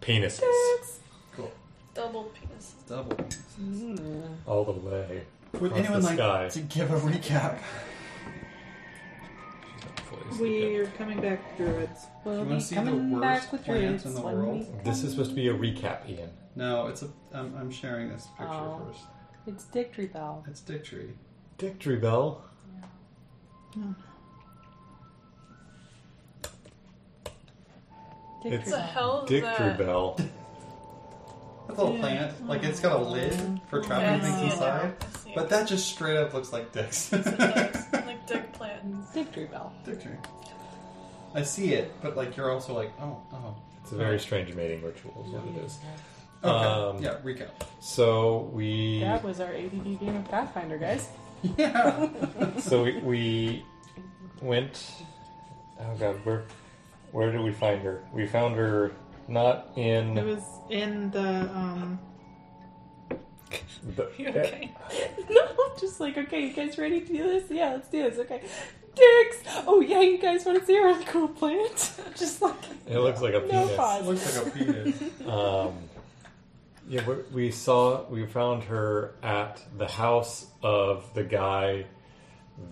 penises Cool. Double penis. Double. all the way. Would Across anyone the like sky. to give a recap? We are coming back, druids. You We'll want be to see the coming worst back with plants druids. in the when world? we This come. is supposed to be a recap, Ian. No, it's a. I'm, I'm sharing this picture Oh. first. It's Dictory Bell. It's Dick Tree. Victory bell. Dictory What the Bell. hell is Victory that? bell. That's a little Yeah. plant. Like it's got a lid for Yeah, trapping I things see it now. inside. I see it. But that just straight up looks like dicks. It does. like dick plant. Dictory Bell. Dick Tree. I see it, but like you're also like, oh, oh. It's a very strange mating ritual, is what it is. Okay. Um, yeah, recap. So we, That was our ADD game of Pathfinder, guys. Yeah. so we, we went. Oh God, where, where did we find her? We found her not It in. was in the um. The, You okay? No, I'm just like okay, you guys ready to do this? Yeah, let's do this. Okay, dicks. Oh yeah, you guys want to see a really cool plant? Just like It looks like a No penis. pause. it looks like a penis. Um, yeah, we we saw, we found her at the house of the guy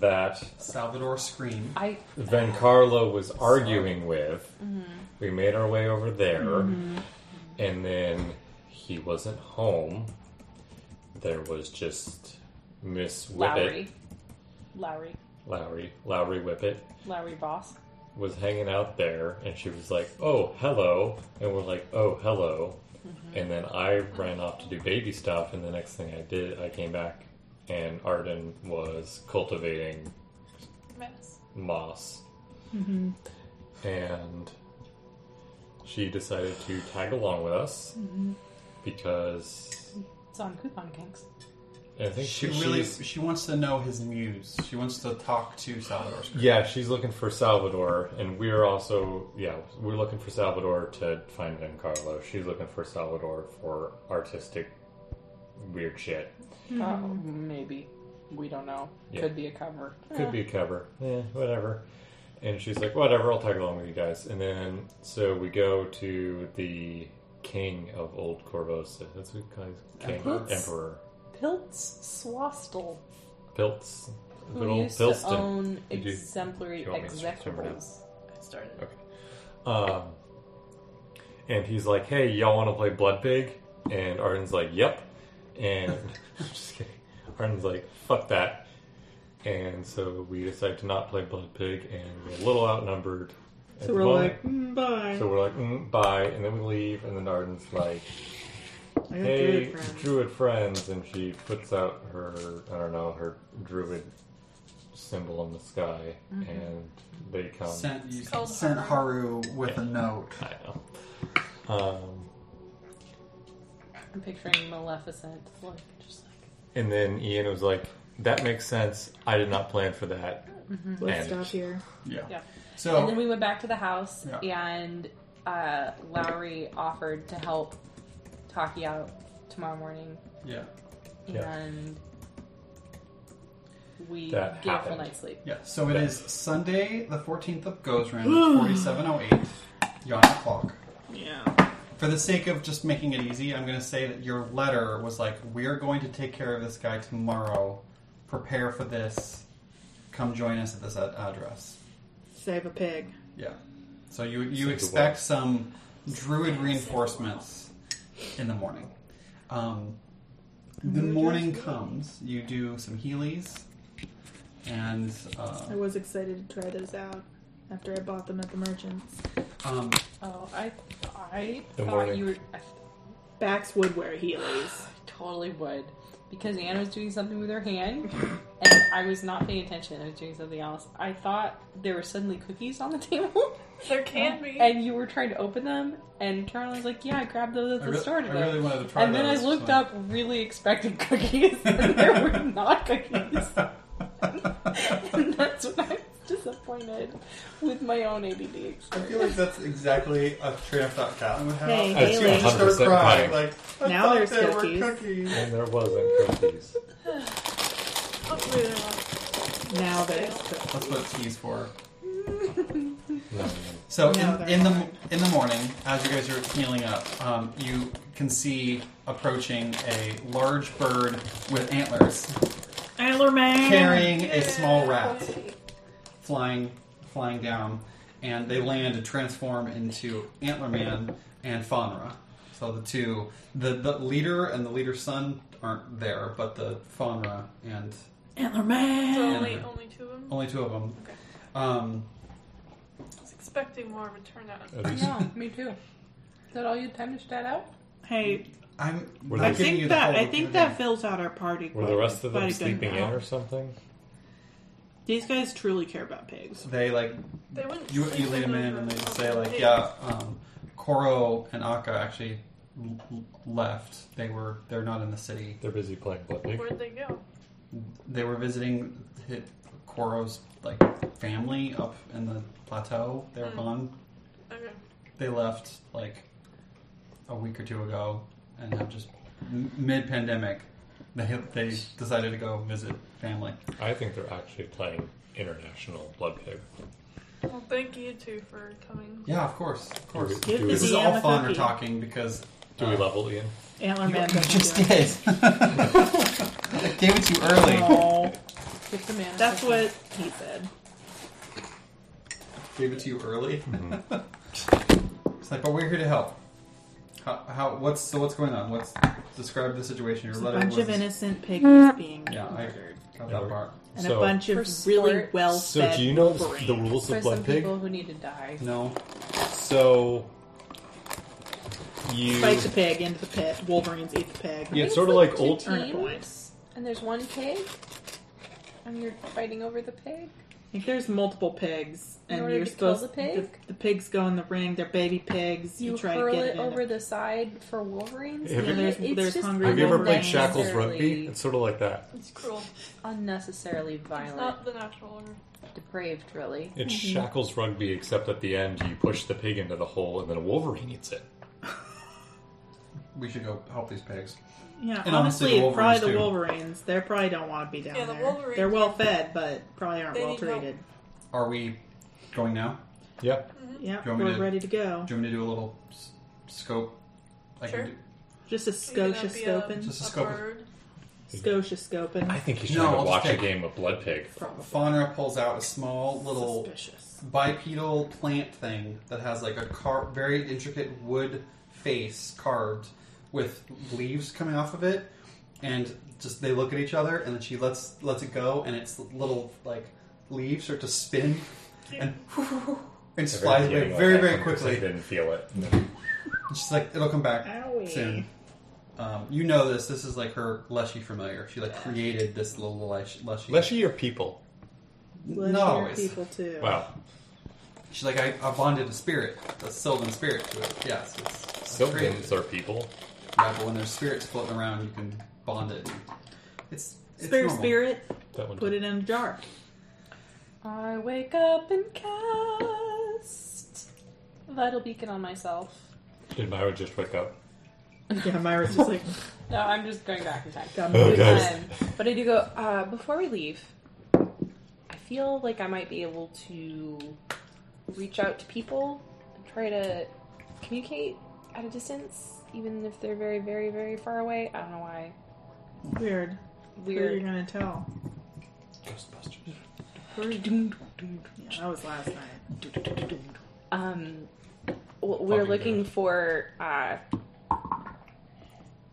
that Salvador Scream. I Vencarlo was arguing with. mm-hmm. We made our way over there, and then he wasn't home. There was just Miss Whippet. Lowry, Lowry, Lowry. Lowry Whippet Lowry boss. was hanging out there, and she was like, Oh, hello. And we're like, Oh, hello. And then I ran off to do baby stuff, and the next thing I did, I came back, and Arden was cultivating Menace. moss. And she decided to tag along with us because It's on Coupon Kings. I think She she, really she's- she wants to know his muse. She wants to talk to Salvador Scream. yeah, she's looking for Salvador, and we're also, yeah, we're looking for Salvador to find Giancarlo. She's looking for Salvador for artistic weird shit. Oh, maybe we don't know. Yeah. Could be a cover. Could be a cover. Yeah, whatever. And she's like, whatever, I'll tag along with you guys. And then, so we go to the king of Old Corvosa. That's what he calls king, Pilts. emperor. Piltz Swastel, Pilts. who Good old used to Pilston. own You do- exemplary you want me to switch over now? execrables. I started. Um, and he's like, hey, y'all want to play Blood Pig? And Arden's like, yep. And, just kidding. Arden's like, fuck that. And so we decide to not play Blood Pig, and we're a little outnumbered. at So the we're moment. like, mm, bye. So we're like, mm, bye, and then we leave, and then Arden's like, I got hey, druid friends. druid friends, and she puts out her, I don't know, her druid symbol in the sky, Mm-hmm. and they come. Sent, you called sent Haru with a note. I know. Um, I'm picturing Maleficent, like just like and then Ian was like, that makes sense. I did not plan for that. let's And- stop here. Yeah. Yeah. And then So we went back to the house, Yeah. and uh, Lowry offered to help Taki out tomorrow morning, yeah, Yeah. and we That gave happened. a night's sleep. yeah. So it Yeah. is Sunday, the fourteenth of Gozran, forty-seven oh eight, yawn o'clock. Yeah. For the sake of just making it easy, I'm going to say that your letter was like, "We're going to take care of this guy tomorrow. Prepare for this. Come join us at this ad- address." Save a pig. Yeah. So you you Save the expect some druid reinforcements in the morning. Um, the morning comes. You do some healies, and uh, I was excited to try those out after I bought them at the merchants. um, Oh, I, I Good thought morning. you were. I Bax would wear Heelys. totally would, because Anna was doing something with her hand, and I was not paying attention. I was doing something else. I thought there were suddenly cookies on the table. There can be. and you were trying to open them, and Carolyn was like, "Yeah, I grabbed those at I, the re- store I today." really wanted to try. and then I those, looked so- up, really expecting cookies, and there were not cookies. and that's when I was disappointed with my own ADD. I experience. feel like that's exactly a train of thought Catelyn would have. Hey, And she would Haley. just start 100% crying. crying. Like, I Now thought there's there cookies. were cookies. And there wasn't cookies. Hopefully there won't. Now that it's cooked. That's what tea is for. No, no. So No, in, they're in the not. in the morning, as you guys are healing up, um, you can see approaching a large bird with antlers Antler man. carrying a small rat flying flying down, and they land and transform into Antlerman and Faunra. So the two, the, the leader and the leader's son aren't there, but the Faunra and Antler So man. only, only two of them. only two of them. Okay. Um, I was expecting more of a turnout. Are I these- know, me too. Is that all you time to shout out? Hey, I'm Were not they- I giving you think the that whole I think opportunity. that fills out our party. were the rest of them quite a good sleeping in amount. or something? These guys truly care about pigs. they like They wouldn't. you, sleep you lead them in those and they rooms. just say like They- yeah um, Koro and Akka actually l- l- left they were they're not in the city They're busy playing blood league. Where'd they go? they were visiting hi- Koro's like family up in the plateau they were Mm. gone Okay. they left like a week or two ago and have just m- mid pandemic they they decided to go visit family I think they're actually playing international blood pig. Well, thank you two for coming. yeah of course of course Do we, do we- this is Yeah, all I'm a fun we're cookie. talking because uh, do Oh. we level Ian? Antler man. You doesn't just do it. did. I gave it to you early. Oh, Get the man. that's what he said. Gave it to you early. Mm-hmm. it's like, but we're here to help. How, how? What's so? What's going on? What's describe the situation? Your There's a letter bunch was. of innocent pigs being yeah, I murdered, got Yeah, that we're- part. and So- a bunch For of sport. really well-fed. So do you know the, brains. the rules For of some blood pig? people who need to die. No, So you Spike the pig into the pit. Wolverines eat the pig. Yeah, I think it's sort of like like two old- Earn teams, points. and there's one pig, and you're fighting over the pig. I think there's multiple pigs, In and order you're to kill supposed the pig? The, the pigs go in the ring. They're baby pigs. You, You, try to hurl get it, it, in over a- the side for wolverines. Have and you- it- it's There's- there's just hungry have you ever played wolverines. shackles unnecessarily- rugby? It's sort of like that. It's cruel. Unnecessarily It's violent, not the natural order. depraved, really. It's Mm-hmm. shackles rugby, except at the end you push the pig into the hole, and then a wolverine eats it. we should go help these pigs. Yeah, And honestly, honestly, the Wolverines probably too. the Wolverines. They probably don't want to be down Yeah, the there. Wolverines- They're well fed, but probably aren't They well need help. treated. Are we going now? Yeah, Hmm? Yeah, Do you want me we're to- ready to go. Do you want me to do a little s- scope? I can Sure. do- Just a You're gonna scotia be a- scoping. Just a A scope. bird. Scotia scoping. I think you should No, go I'll watch just a take- game of blood pig. Faunra pulls out a small little Suspicious. bipedal plant thing that has like a car- very intricate wood face carved with leaves coming off of it and just they look at each other and then she lets lets it go and its little like leaves start to spin and and just flies away very very quickly Didn't feel it. And she's like it'll come back Owie. soon um, you know this this is like her leshy familiar she like created this little lesh- leshy Leshy or people? Let's not hear always people too. Wow, she's like I, I bonded a spirit a sylvan spirit to it yes it's, it's created. Sylvans are people. Yeah, but when there's spirits floating around, you can bond it. It's, it's Spare normal. spirit, That one. put did- it in a jar. I wake up and cast vital beacon on myself. Did Myra just wake up? Yeah, Myra's just like, No, I'm just going back in time. God, Oh, Good guys. time. But I do go. Uh, before we leave, I feel like I might be able to reach out to people, and try to communicate at a distance, even if they're very, very, very far away. I don't know why. weird. Who are you Weird. gonna tell? Ghostbusters. Yeah, that was last night. Um, w- we're Fucking looking good. for. Uh,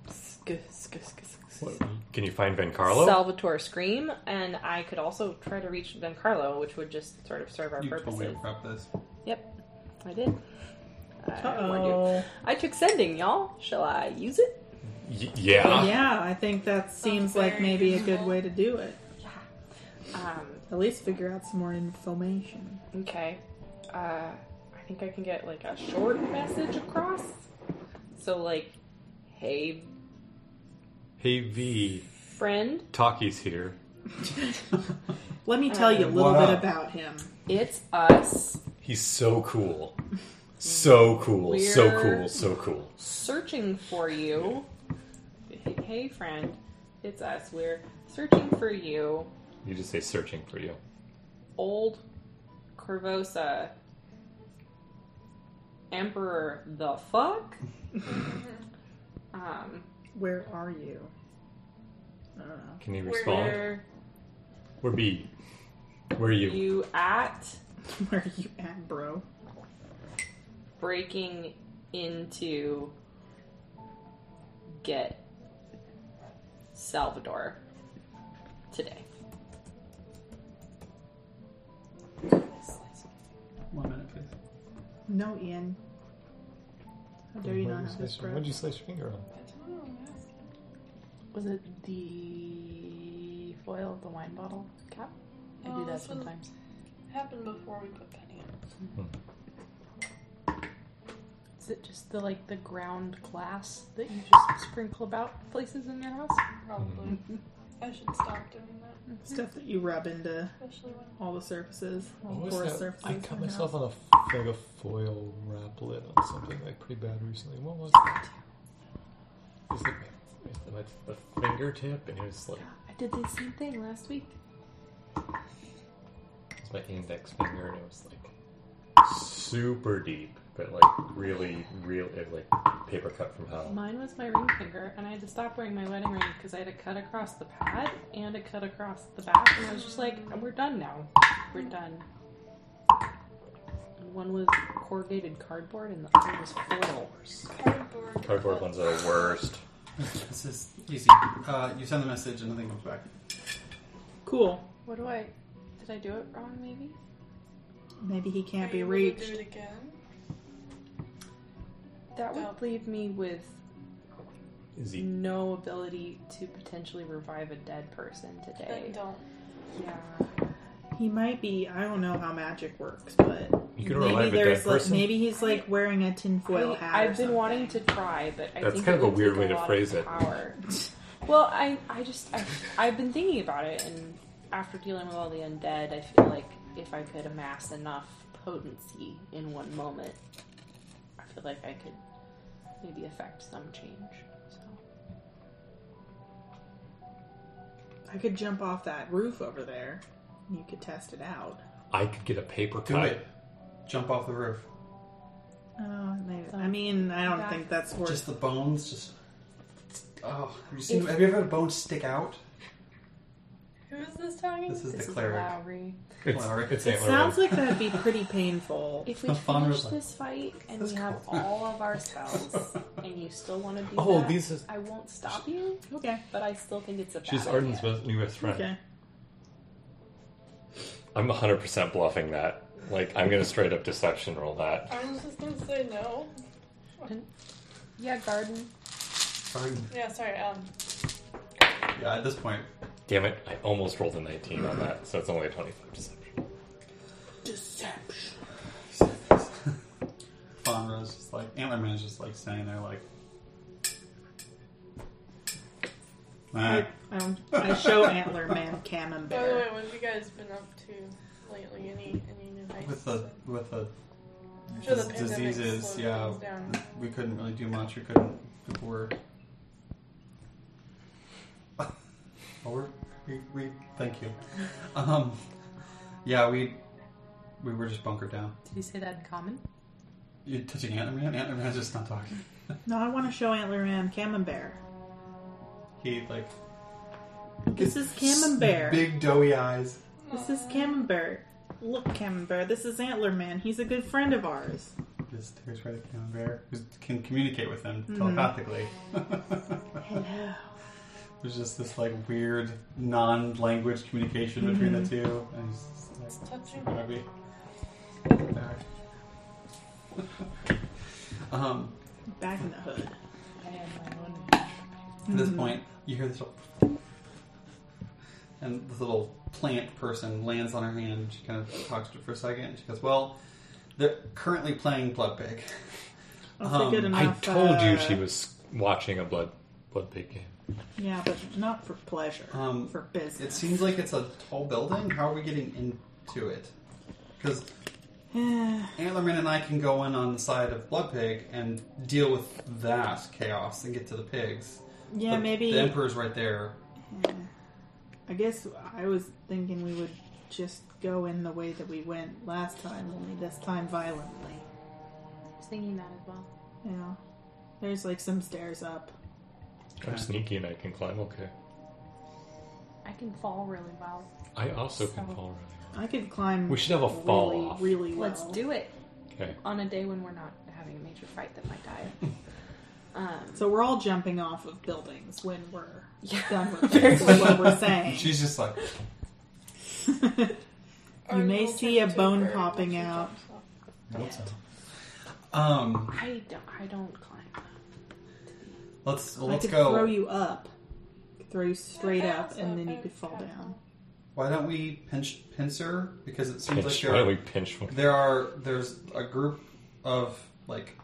sk- sk- sk- sk- What? Can you find Ben Carlo? Salvatore Scream, and I could also try to reach Ben Carlo, which would just sort of serve our You told me purposes. to prep this. Yep, I did. Uh, I, warned you. Uh-oh. I took sending, y'all. Shall I use it? Y- yeah. Yeah, I think that seems like very maybe a good reasonable. way to do it. Um, At least figure out some more information. okay. Uh, I think I can get like a short message across. So like, hey, Hey V, friend, Talkie's here. Let me tell Uh, you a little Wow. bit about him. it's us. He's so cool. So cool. So We're- cool. So cool. searching for you. Hey, friend, it's us. We're searching for you, You just say searching for you. old Corvosa. Emperor the fuck? um, Where are you? I don't know. Can you respond? where Where B? Where are you? you at Where are you at, bro? breaking into get Salvador today? One minute, please. No, Ian. How dare you Where not you have slice- this, bro? What'd you slice your finger on? Was it the foil of the wine bottle cap? I Oh, do that this one- sometimes. Happened before we put that in. Is it just the like the ground glass that you just sprinkle about places in your house? Probably. Mm-hmm. I should stop doing that, Stuff that you rub into especially when all the surfaces, all What was porous that? surfaces. I in cut your myself house. on a f- like a foil wrap lid on something like pretty bad recently. What was that? It was like my, my, the fingertip, and it was like I did the same thing last week. it was my index finger, and it was like super deep, but like really, real. It was like paper cut from hell. Mine was my ring finger, and I had to stop wearing my wedding ring because I had a cut across the pad and a cut across the back, and I was just like, "We're done now. We're done." And one was corrugated cardboard, and the other was foil. cardboard. Cardboard ones are the worst. This is easy. Uh, you send the message and nothing comes back. Cool. What do I? Did I do it wrong? Maybe. Maybe he Are can't be you able to Do reached. it again. That No. would leave me with Zeke. no ability to potentially revive a dead person today. Then don't. Yeah. He might be. I don't know how magic works, but You could maybe revive a dead there's like person. maybe he's like wearing a tinfoil I- hat. or I've been something. wanting to try, but I That's think kind it of a would weird take way to lot of phrase it. Power. Well, I, I just, I, I've been thinking about it, and after dealing with all the undead, I feel like if I could amass enough potency in one moment, I feel like I could maybe affect some change. So I could jump off that roof over there. and You could test it out. I could get a paper Do cut. it. Jump off the roof. Oh, maybe. So- I mean, I don't Yeah. think that's worth. Just the bones. Just. Oh, have you seen? If- have you ever had a bone stick out? Who is this talking? This is this the is cleric. Lowry. It's, Well, it's it St. sounds like that'd be pretty painful. If we The fun finish was like- this fight and That's we have cool. all of our spells, and you still want to do Oh, that, these is- I won't stop you, Okay. but I still think it's a bad She's idea. Arden's best, new best friend. Okay. I'm 100% bluffing that. Like, I'm going to straight up deception roll that. I was just gonna say no. Yeah, garden. Pardon. Yeah, sorry. Um, Yeah, at this point, Damn it, I almost rolled a 19 on that, so it's only a 25 deception. Deception. Fonra's just like Antlerman's just like standing there like. Nah. I, um, I show Antler Man by the way, Camembert. what have you guys been up to lately? Any any new hikes? With the with the, I'm sure the dis- pandemic diseases, slowed yeah, things down. we couldn't really do much. We couldn't. People were. well, we're, we we thank you. Um, yeah, we we were just bunkered down. Did you say that in common? You touching Antlerman? Antlerman's just not talking. No, I want to show Antler Man Camembert. He like This is Camembert. Big doughy eyes. This is Camembert. Look, Camembert, this is Antler Man. He's a good friend of ours. Just stares right at Camembert, who can communicate with them telepathically. Hello. There's just this like weird non-language communication between the two, and he's just like, It's touching. "Where are we?" There. um, Back in the hood. I have my own. at this point, you hear this, little and this little plant person lands on her hand. She kind of talks to it for a second. And she goes, "Well, they're currently playing Blood Pig." That's a good Um, I enough. told uh, you she was watching a blood blood pig game. Yeah, but not for pleasure. Um, for business. It seems like it's a tall building. How are we getting into it? Because Antlerman and I can go in on the side of Blood Pig and deal with that chaos and get to the pigs. yeah, But maybe. the Emperor's right there. I guess I was thinking we would just go in the way that we went last time, only this time violently. Is thinking that as well. Yeah. There's like some stairs up. I'm sneaky and I can climb okay. I can fall really well. I also can fall running. I could climb. We should have a really, fall off. Really well. Let's do it Okay. on a day when we're not having a major fight that might die. Um, So we're all jumping off of buildings when we're Yeah. done with this, is what we're saying. She's just like, You Or may we'll see turn a to bone bird popping once he out. jumps off. nope. Um, I don't. I don't climb. let's well, I let's could go. throw you up, throw you straight Yeah, up, so and then you I could fall can't down. fall. Why don't we pinch pincer? Because it seems like Pinch. there Why are don't we pinch one? There are there's a group of like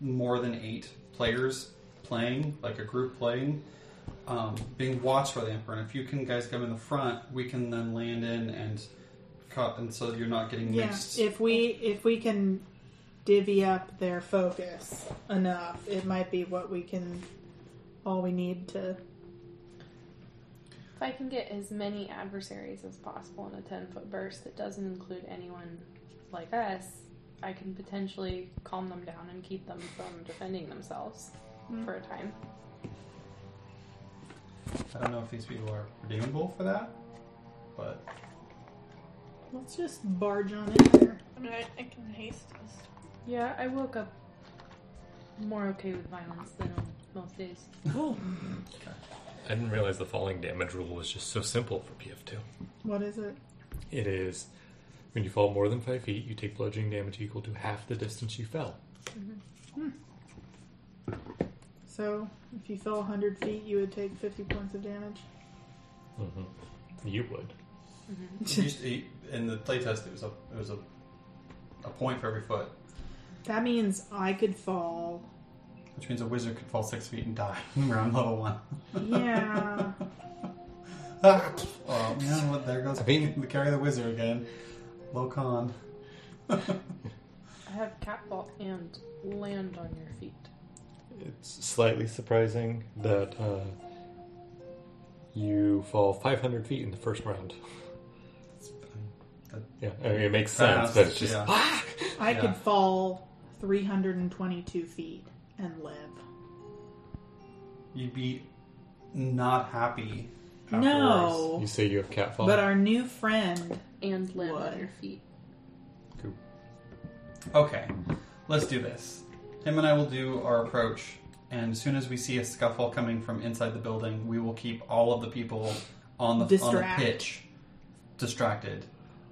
more than eight players playing, like a group playing, um, being watched by the emperor. And if you can guys come in the front, we can then land in and cut, and so you're not getting Yeah, mixed. if we if we can divvy up their focus enough, it might be what we can all we need to. If I can get as many adversaries as possible in a 10 foot burst that doesn't include anyone like us, I can potentially calm them down and keep them from defending themselves for a time. I don't know if these people are redeemable for that, but Let's just barge on in there. I mean, I, I can haste this. Yeah, I woke up more okay with violence than on most days. I didn't realize the falling damage rule was just so simple for PF2. What is it? It is when you fall more than five feet, you take bludgeoning damage equal to half the distance you fell. So if you fell 100 feet, you would take 50 points of damage. You would. Mm-hmm. it used to- in the playtest, it was a it was a a point for every foot, That means I could fall. which means a wizard could fall six feet and die round level one. Yeah. Ah, oh man, what, there goes I mean- the carry the wizard again. Low con. I have catfall and land on your feet. It's slightly surprising that uh, you fall 500 feet in the first round. Yeah, I mean, it makes sense, Fast, but it's just yeah. ah! I Yeah. could fall 322 feet and live. You'd be not happy. Afterwards. No. You say you have catfall. But our new friend. And land What? on your feet. Cool. Okay, let's do this. Him and I will do our approach, and as soon as we see a scuffle coming from inside the building, we will keep all of the people on the on Distract. the pitch distracted.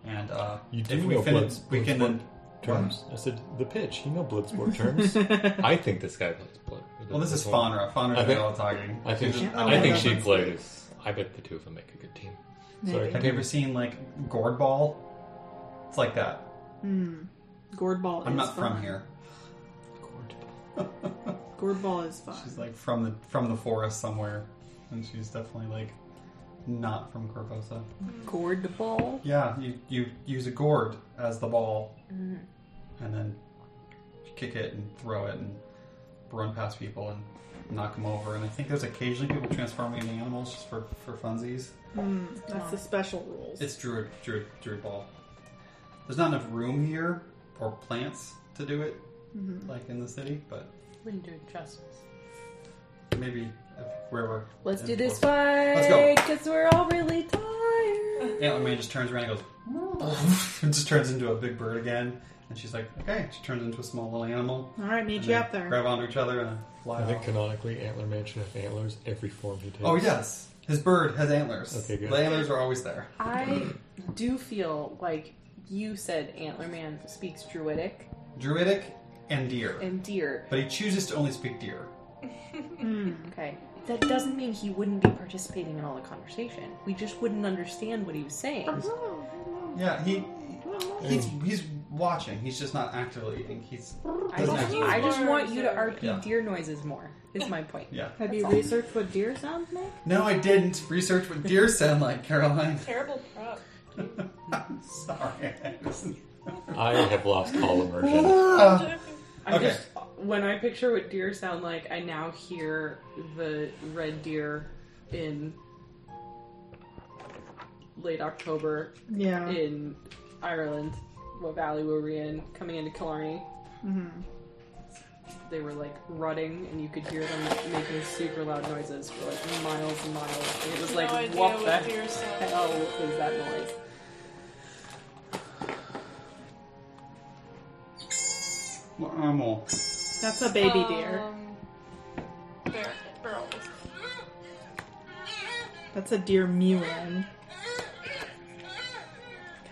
And uh, You if do we know finish, blood, we can blood then. terms. I said the pitch. You know Bloodsport terms. I think this guy plays blood. Well, this is one. Fawnra. Fawnra I did think- all the talking. I think She's she, just- I think she Bloodsport. plays. I bet the two of them make a good team. Sorry, Maybe. Have you ever seen like gourd ball? It's like that. Hmm. Gourdball I'm is not from fun. here. Gourdball is fun. She's like from the from the forest somewhere, and she's definitely like not from Corvosa. Mm. Gourdball. Yeah, you you use a gourd as the ball, Mm-hmm. and then kick it and throw it and run past people and knock them over. And I think there's occasionally people transforming into animals just for for funsies. Hmm. That's the special rules. It's druid druid druid ball. There's not enough room here or plants to do it Mm-hmm. like in the city, but We can do it justice. maybe if we were Let's in do this Corvosa- fight. Let's go. Because we're all really tired. Antlerman just turns around and goes, and just turns into a big bird again. And she's like, okay. She turns into a small little animal. All right, meet And you they up there. Grab onto each other and fly I think off. canonically, Antler Mansion have antlers every form he takes. Oh, yes. His bird has antlers. Okay, good. The antlers are always there. I do feel like you said Antlerman speaks Druidic Druidic and deer. and deer. But he chooses to only speak deer. Hmm. Okay. That doesn't mean he wouldn't be participating in all the conversation. We just wouldn't understand what he was saying. Oh. Yeah, he Mm. he's, he's watching. He's just not actively eating. He's I just, doesn't I just want you to RP Yeah. deer noises more, is my point. yeah. Have you researched what deer sounds make? No, I didn't research what deer sound like, Caroline. Terrible prop. I'm sorry. I have lost all immersion. Uh, Ah. I Okay. just, when I picture what deer sound like, I now hear the red deer in late October Yeah. Uh-huh. in Ireland, what valley were we in, coming into Killarney. Mm-hmm. They were like running, and you could hear them making super loud noises for like miles and miles. And it was like, no idea what the what deer sound. hell is that noise? What animal? That's a baby deer. Um, bear, barrels. That's a deer mewing.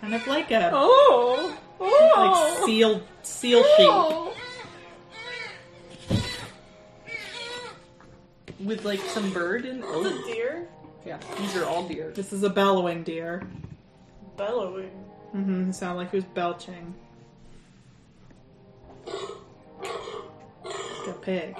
Kind of like a Oh, like seal seal Oh. sheep with like some bird and The oh, deer yeah, these are all deer. This is a bellowing deer. bellowing. Mm-hmm. Sound like he was belching. Like a pig.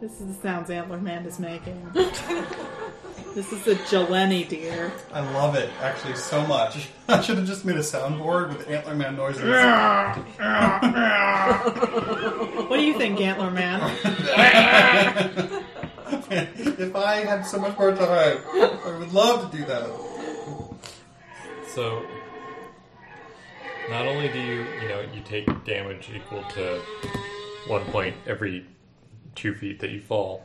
This is the sounds Antler Man is making. this is a Jeleni deer. I love it actually so much. I should have just made a soundboard with antler man noises. yeah, What do you think, Antler Man? if I had so much more time, I would love to do that. So, not only do you, you know, you take damage equal to one point every two feet that you fall.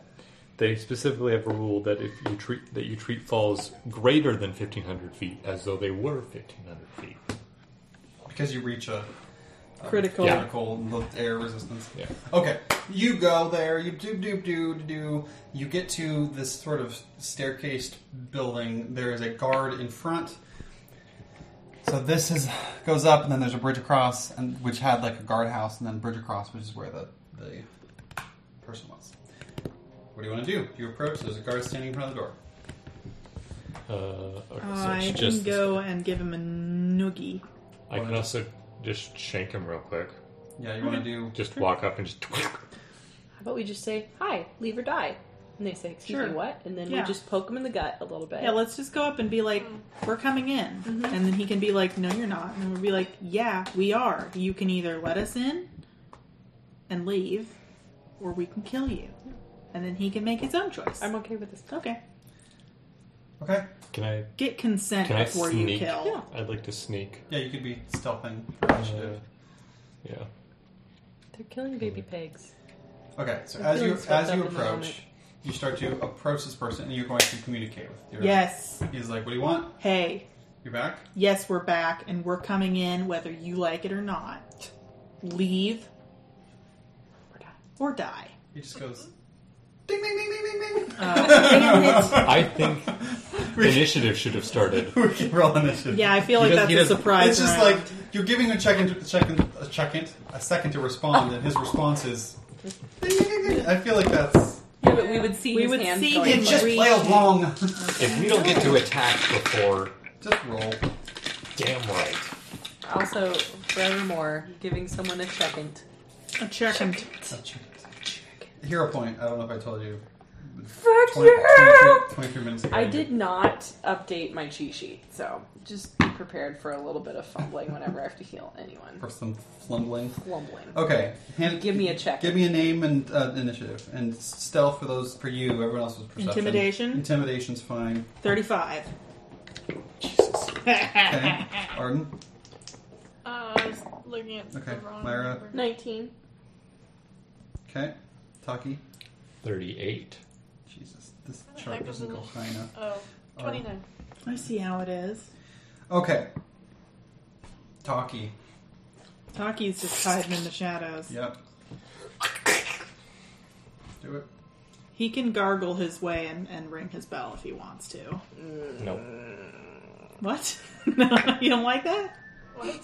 They specifically have a rule that if you treat that you treat falls greater than fifteen hundred feet as though they were fifteen hundred feet. Because you reach a Critical. Yeah. critical the air resistance. Yeah. Okay, you go there. You do do do do. You get to this sort of staircased building. There is a guard in front. So this is goes up, and then there's a bridge across, and which had like a guardhouse, and then bridge across, which is where the the person was. What do you want to do? You approach. There's a guard standing in front of the door. Uh, okay, so it's I can just this go guy. and give him a noogie. I can also just shank him real quick. Yeah, you want to do. Just walk up and just. How about we just say hi, leave or die, and they say excuse Sure. me what, and then Yeah. we just poke them in the gut a little bit. Yeah, let's just go up and be like, we're coming in. Mm-hmm. And then he can be like, no, you're not. And we'll be like, yeah, we are. You can either let us in and leave, or we can kill you. And then he can make his own choice. I'm okay with this. okay. Okay. Can I? Get consent Can I before you sneak? kill. Yeah. I'd like to sneak. Yeah, you could be stealthing. Uh, yeah. They're killing baby pigs. Okay, so I'm as you feeling swept as you up in the moment. approach, you start to approach this person, and you're going to communicate with. Your, Yes. He's like, "What do you want? Hey, You're back." yes, we're back, and we're coming in whether you like it or not. Leave or die. He just goes, "Ding ding ding ding ding ding." I think initiative should have started. We can roll initiative. Yeah, I feel He like does- that's he a does- surprise. It's just round. like you're giving him a second, a second, a second, a second to respond, and his response is. "Ding, ding, ding, ding." I feel like that's. Yeah, but we would see We his would hands see going him like- just- play along. If we don't get to attack before, just roll. damn right. Also, forevermore, giving someone a second. a check and Hero point. I don't know if I told you. Fuck 20, 23, 23 minutes ago. I did not update my cheat sheet, so just be prepared for a little bit of fumbling whenever I have to heal anyone. for some flumbling. Fumbling. Okay, hand, Give me a check. Give me a name and uh, initiative and stealth for those for you. Everyone else was perception. Intimidation? Intimidation's fine. 35. Okay, Arden. Uh, I was looking at Okay, the wrong Myra. number. 19. Okay, Taki. Thirty-eight. Jesus, this heck chart is doesn't it? go high enough. Oh, 29. I see how it is. Okay. Taki. Taki's just hiding in the shadows. Yep. Do it. He can gargle his way and, and ring his bell if he wants to. Nope. What? no, you don't like that? What?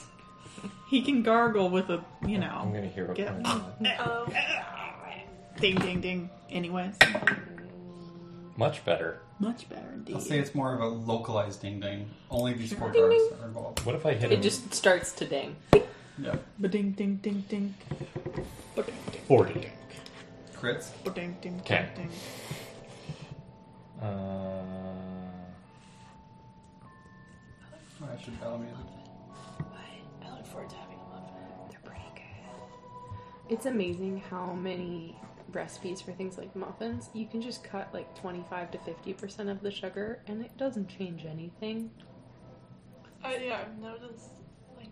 He can gargle with a, you I'm know, gonna hear what Get- kind of- Um, ding, ding, ding. Anyways, Much better. much better indeed. I'll say it's more of a localized ding ding. Only these four guards are involved. What if I hit It him just starts to ding. Yep. Ba-ding, ding, ding, ding. Ba-ding, ding, forty? Crits. ba-ding, ding, ding, Okay. ding. Uh, Oh, I should battle music. I look forward to having a love. It's amazing how many recipes for things like muffins you can just cut like 25 to 50% of the sugar and it doesn't change anything. Uh, yeah, I've noticed. Like,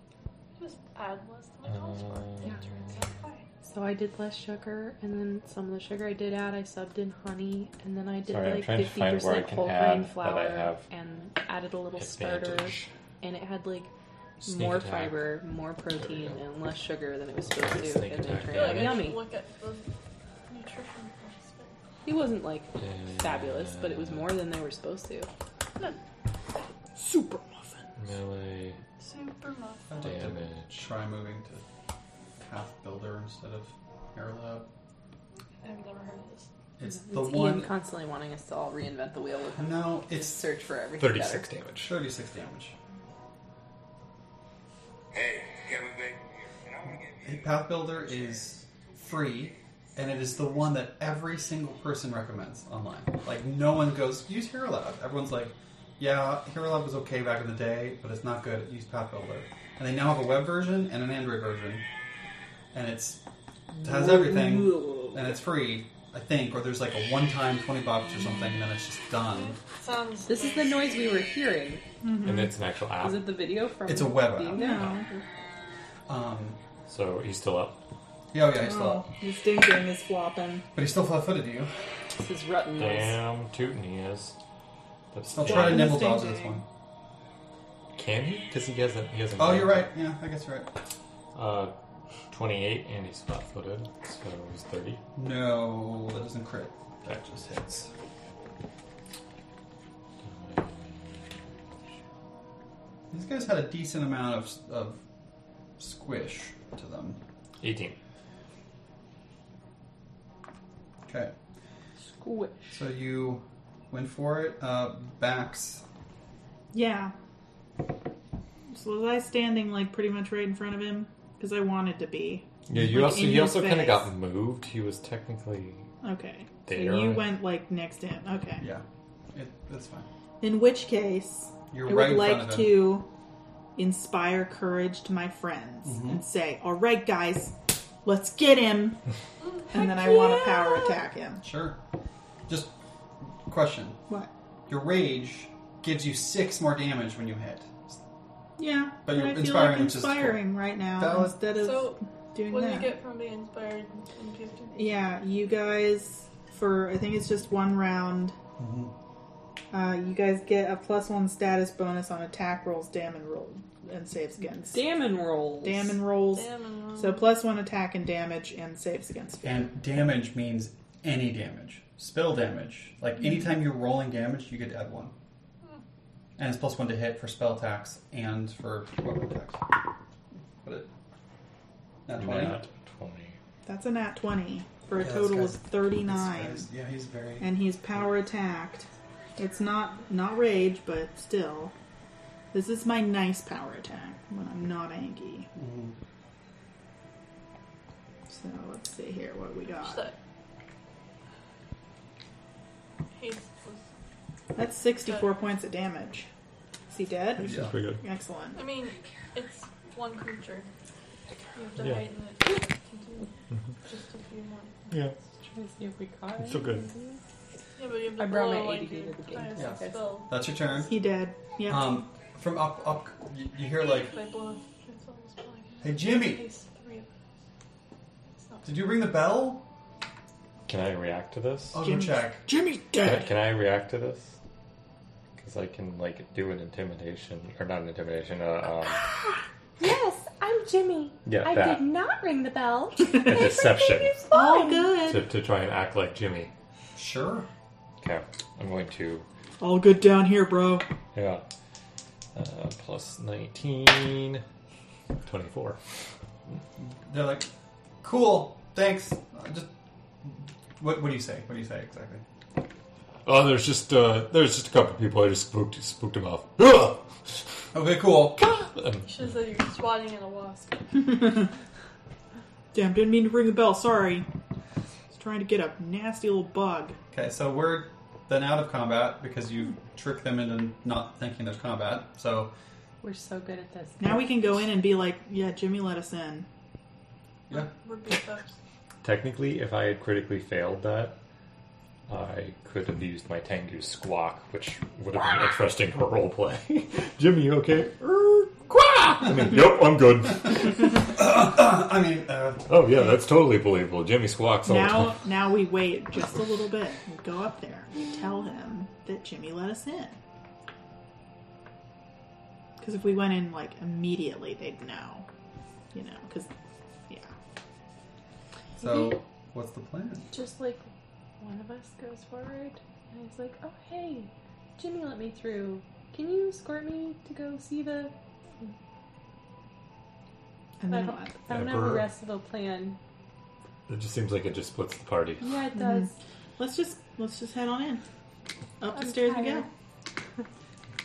Just add less to Uh, my health score. Yeah. It turns out fine. So I did less sugar, and then some of the sugar I did add, I subbed in honey, and then I did Sorry, I'm like trying to fifty find where I percent can whole grain add that I flour, have and added a little starter, Advantage. and it had like Sneak more attack. fiber, more protein, and less sugar than it was supposed to, Sneak and it attack turned I feel out like I should yummy. look at the nutrition aspect. It wasn't like Uh, fabulous, but it was more than they were supposed to. Super muffin. melee Super muffin. I'd like to damage. try moving to Path Builder instead of Parallel. I've never heard of this. It's It's E the Ian one. constantly wanting us to all reinvent the wheel with him. No, Just it's search for everything. Thirty-six damage. 36 damage. Hey, Kevin Bacon here, and I want to give A you Path Builder is free, and it is the one that every single person recommends online. Like, no one goes, use HeroLab. Everyone's like, yeah, HeroLab was okay back in the day, but it's not good. Use Path Builder. And they now have a web version and an Android version, and it's it has everything, and it's free, I think, or there's like a one time 20 bucks or something, and then it's just done. Sounds. This is the noise we were hearing. Mm-hmm. And it's an actual app. Is it the video from? It's a web being app. there? No. Um, So he's still up. yeah, oh yeah, he's still Oh, up. his ding ding is flopping. But he's still flat footed, you. This is Rutten noise. Damn tootin' he is. That's I'll try to Yeah. nimble dodge this Ding-ding. one. Can he? Because he hasn't. He hasn't. Oh, you're right. Yeah, I guess you're right. Uh, twenty-eight, and he's flat-footed, so he's thirty. No, that doesn't crit. That just hits. These guys had a decent amount of, of squish to them. Eighteen. Okay, Squish. so you went for it. Uh, backs. Yeah. So was I standing like pretty much right in front of him? Because I wanted to be. Yeah, you Like, also in you his also kind of face. got moved. He was technically Okay. There. So you went like next to him. Okay. Yeah, it, that's fine. In which case, You're I right would in like front of him. to inspire courage to my friends Mhm. and say, "All right, guys, let's get him," and then I want to power attack him. Sure. Just question. What? Your rage gives you six more damage when you hit. Yeah, But you're I feel inspiring, like which is cool. inspiring right now Valid. instead of So, doing what do that. you get from being inspired and gifted? Yeah, you guys for I think it's just one round. Mhm. Uh, you guys get a plus one status bonus on attack rolls, damn and roll, and saves against Damn rolls. damn and rolls. Damn. So plus one attack and damage and saves against. And damage means any damage. Spell damage. Like Hmm. anytime you're rolling damage, you get to add one. And it's plus one to hit for spell attacks and for weapon attacks. But it. Not 20. not twenty. That's a nat twenty for a Yeah, this total of guy's- thirty This nine, guy's- Yeah, he's very. and he's power attacked. It's not not rage, but still, this is my nice power attack when I'm not angry. Mhm. So let's see here what we got. That. He's. That's 64 points of damage. Is he dead? Yeah. pretty good. Excellent. I mean, it's one creature. You have to Yeah. heighten it to do just a few more. Yeah. Try to see if we caught It's so good. Yeah, but you have to I brought blow my like ADD your to the game. highest Yeah. spell. That's your turn. He dead. Yep. Um, from up, up, you, you hear like, If I blow, it's almost blowing. "Hey Jimmy, It's three of us. It's not did you ring the bell?" Can I react to this? I'll go Jimmy. check. Jimmy Can, dead. can I react to this? Because I can like do an intimidation or not an intimidation. Uh, um, Yes, I'm Jimmy. Yeah, I that. did not ring the bell. a deception Everything is All Oh, fine. good. to, to try and act like Jimmy. Sure. Okay, I'm going to All good down here, bro. yeah. Uh, plus 19, 24. They're like, "Cool, thanks." Uh, Just what? What do you say? What do you say exactly? Oh, there's just uh, there's just a couple people. I just spooked spooked him off. Ugh! Okay, cool. Um, She said you're swatting at a wasp. Damn, didn't mean to ring the bell. Sorry. He's trying to get a nasty little bug. Okay, so we're then out of combat because you tricked them into not thinking there's combat. So We're so good at this. Now we can go in and be like, yeah, Jimmy let us in. yeah, We're beat up. technically, if I had critically failed that, I could have used my Tengu squawk, which would have been interesting for roleplay. Jimmy, you okay? Er, Quack! And then, yep, I'm good. I mean, uh, Oh yeah, that's totally believable. Jimmy squawks all the Now, time. now we wait just a little bit. We go up there. We tell him that Jimmy let us in. Because if we went in like immediately, they'd know. You know, because yeah, so what's the plan? Just like one of us goes forward and is like, oh, hey, Jimmy let me through. Can you escort me to go see the. and I then don't, what? I don't have Ever. the rest of the plan. It just seems like it just splits the party. Yeah, Mhm. it does. Let's just let's just head on in. Up the stairs we go. tired.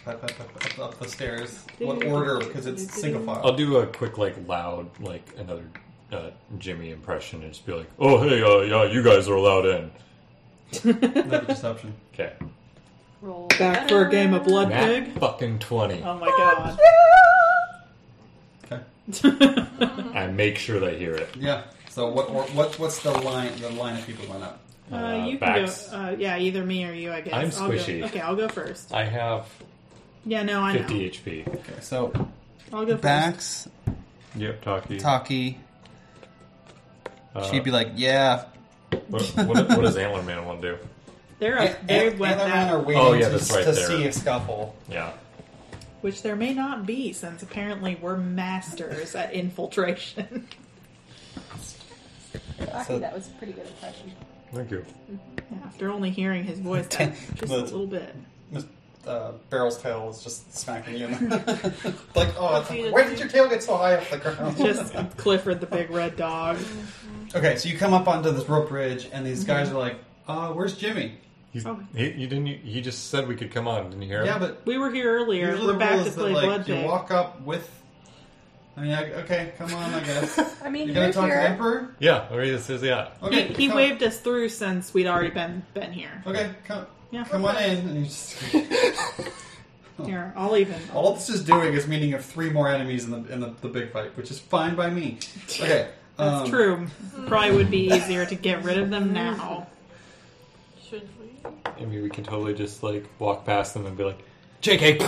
Up, up, up, up, up the stairs. What order? Because it's single file. I'll do a quick, like, loud, like another uh, Jimmy impression, and just be like, "Oh hey, uh, yeah, you guys are allowed in." Another deception. Okay, Roll. Back for a game of blood Nat pig. fucking twenty. Oh my god. Okay. I make sure they hear it. Yeah. So what? Or, what? What's the line? The line of people going up. Uh, you can Bax, go. Uh, yeah, either me or you, I guess. I'm I'll go- squishy. okay, I'll go first. I have Yeah, no, I know. fifty HP. Okay. So I'll go first. Bax, Yep, Taki. Taki, Uh, she'd be like, "Yeah." what, what, what does Antler Man want to do? They're up, they And- went and that, are waiting Oh, yeah, to, that's right, to they're- see a scuffle. Yeah, which there may not be, since apparently we're masters at infiltration. So- Actually, that was a pretty good impression. thank you. After only hearing his voice, that, just a little bit. Miss- Uh, Barrel's tail is just smacking you. In the like, oh, it's Potato like, where did your tail get so high off the ground? Just Clifford the big red dog. okay, so you come up onto this rope bridge, and these guys are like, uh, "Where's Jimmy?" He's, Oh. he, you didn't. He just said we could come on. Didn't you hear? him? Yeah, but We were here earlier. usually We're the back rule to is that play like Blood you Pig. walk up with. I mean, I, okay, come on, I guess. I mean, you're You're gonna talk to the here. emperor? yeah. Or he just says yeah. Okay, he he come- waved us through since we'd already been been here. Okay, come, Yeah. come on in. And you just, Oh. Here, I'll even. all this is doing is meaning of three more enemies in the in the, the big fight, which is fine by me. Okay, That's um, true. Probably would be easier to get rid of them now. Should we? I mean, we can totally just like walk past them and be like, "JK."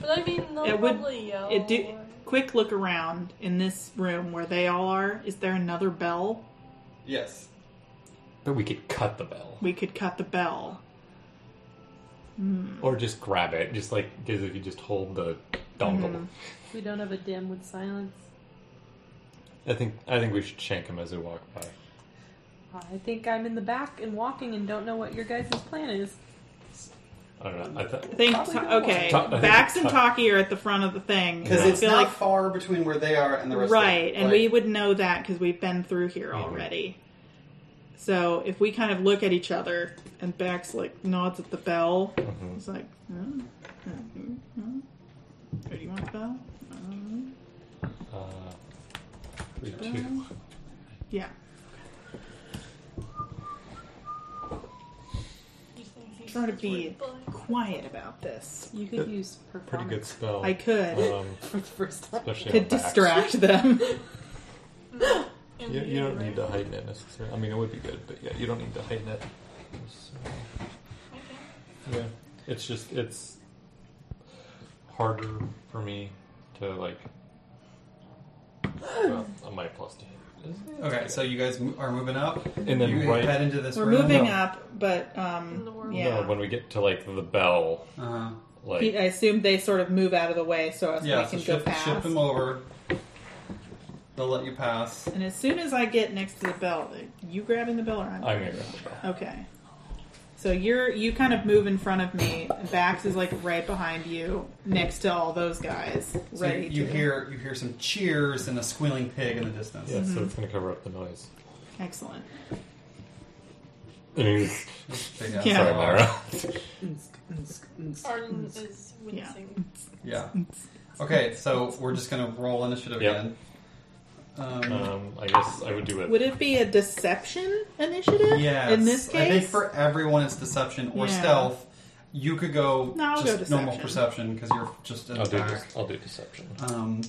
But I mean, they'll It would- probably yell. It do, or- quick look around in this room where they all are. Is there another bell? Yes. But we could cut the bell. We could cut the bell. Or just grab it, just like as if you just hold the dongle. Mm-hmm. We don't have a dim with silence. I think I think we should shank him as we walk by. I think I'm in the back and walking and don't know what your guys' plan is. I don't know. I th- I think Probably Ta- not. okay. Ta- I think Bax and Ta- Taki are at the front of the thing Because I it's feel not like far between where they are and the rest right, of and we would know that because we've been through here already. So if we kind of look at each other and Bax like nods at the bell, mm-hmm. it's like, hmm, hmm, hmm. do you want the bell? Um, uh, three, two. yeah. Trying to be quiet about this. You could use Pretty good performance spell. I could Um, for the first time. especially to on backs. distract them. You, you don't need to heighten it necessarily. I mean, it would be good, but yeah, you don't need to heighten it. So, yeah, it's just it's harder for me to like. Well, I might plus two. Okay, so you guys mo- are moving up. And then you right- head into this We're room. moving No. up, but um, yeah. No, when we get to like the bell, Uh-huh. like Pete, I assume they sort of move out of the way so us Yeah, we so can go shift, past. shift them over. They'll let you pass. And as soon as I get next to the bell, you grabbing the bell or I'm? I'm gonna grab the bell. Okay. So you're you kind of move in front of me. and Bax is like right behind you, next to all those guys, So ready. you, you to- hear you hear some cheers and a squealing pig in the distance. Yeah, so it's gonna cover up the noise. Excellent. Big ass Yeah. Sorry, dog. Myra. Arden is wincing. Yeah. Okay, so we're just gonna roll initiative Yep. again. Um, um, I guess I would do it. Would it be a deception initiative? yes. In this case, I think for everyone it's deception or Yeah. stealth. You could go No, I'll just go normal perception because you're just in I'll the do. back. I'll do deception. Um,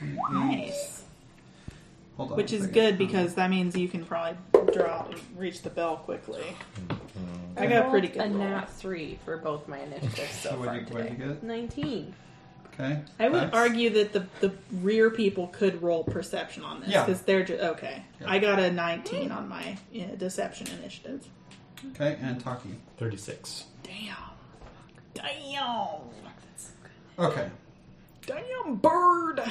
Mm-hmm. nice. hold on Which a is second. good because that means you can probably draw, reach the bell quickly. I got a rolled pretty good A roll. nat three for both my initiatives so What far did you, what did today. you get? Nineteen. Okay. I would That's- argue that the the rear people could roll perception on this Yeah. because they're just okay. Yeah. I got a 19 on my uh, deception initiative. Okay, and Taki. 36. Damn, damn, Okay. damn bird.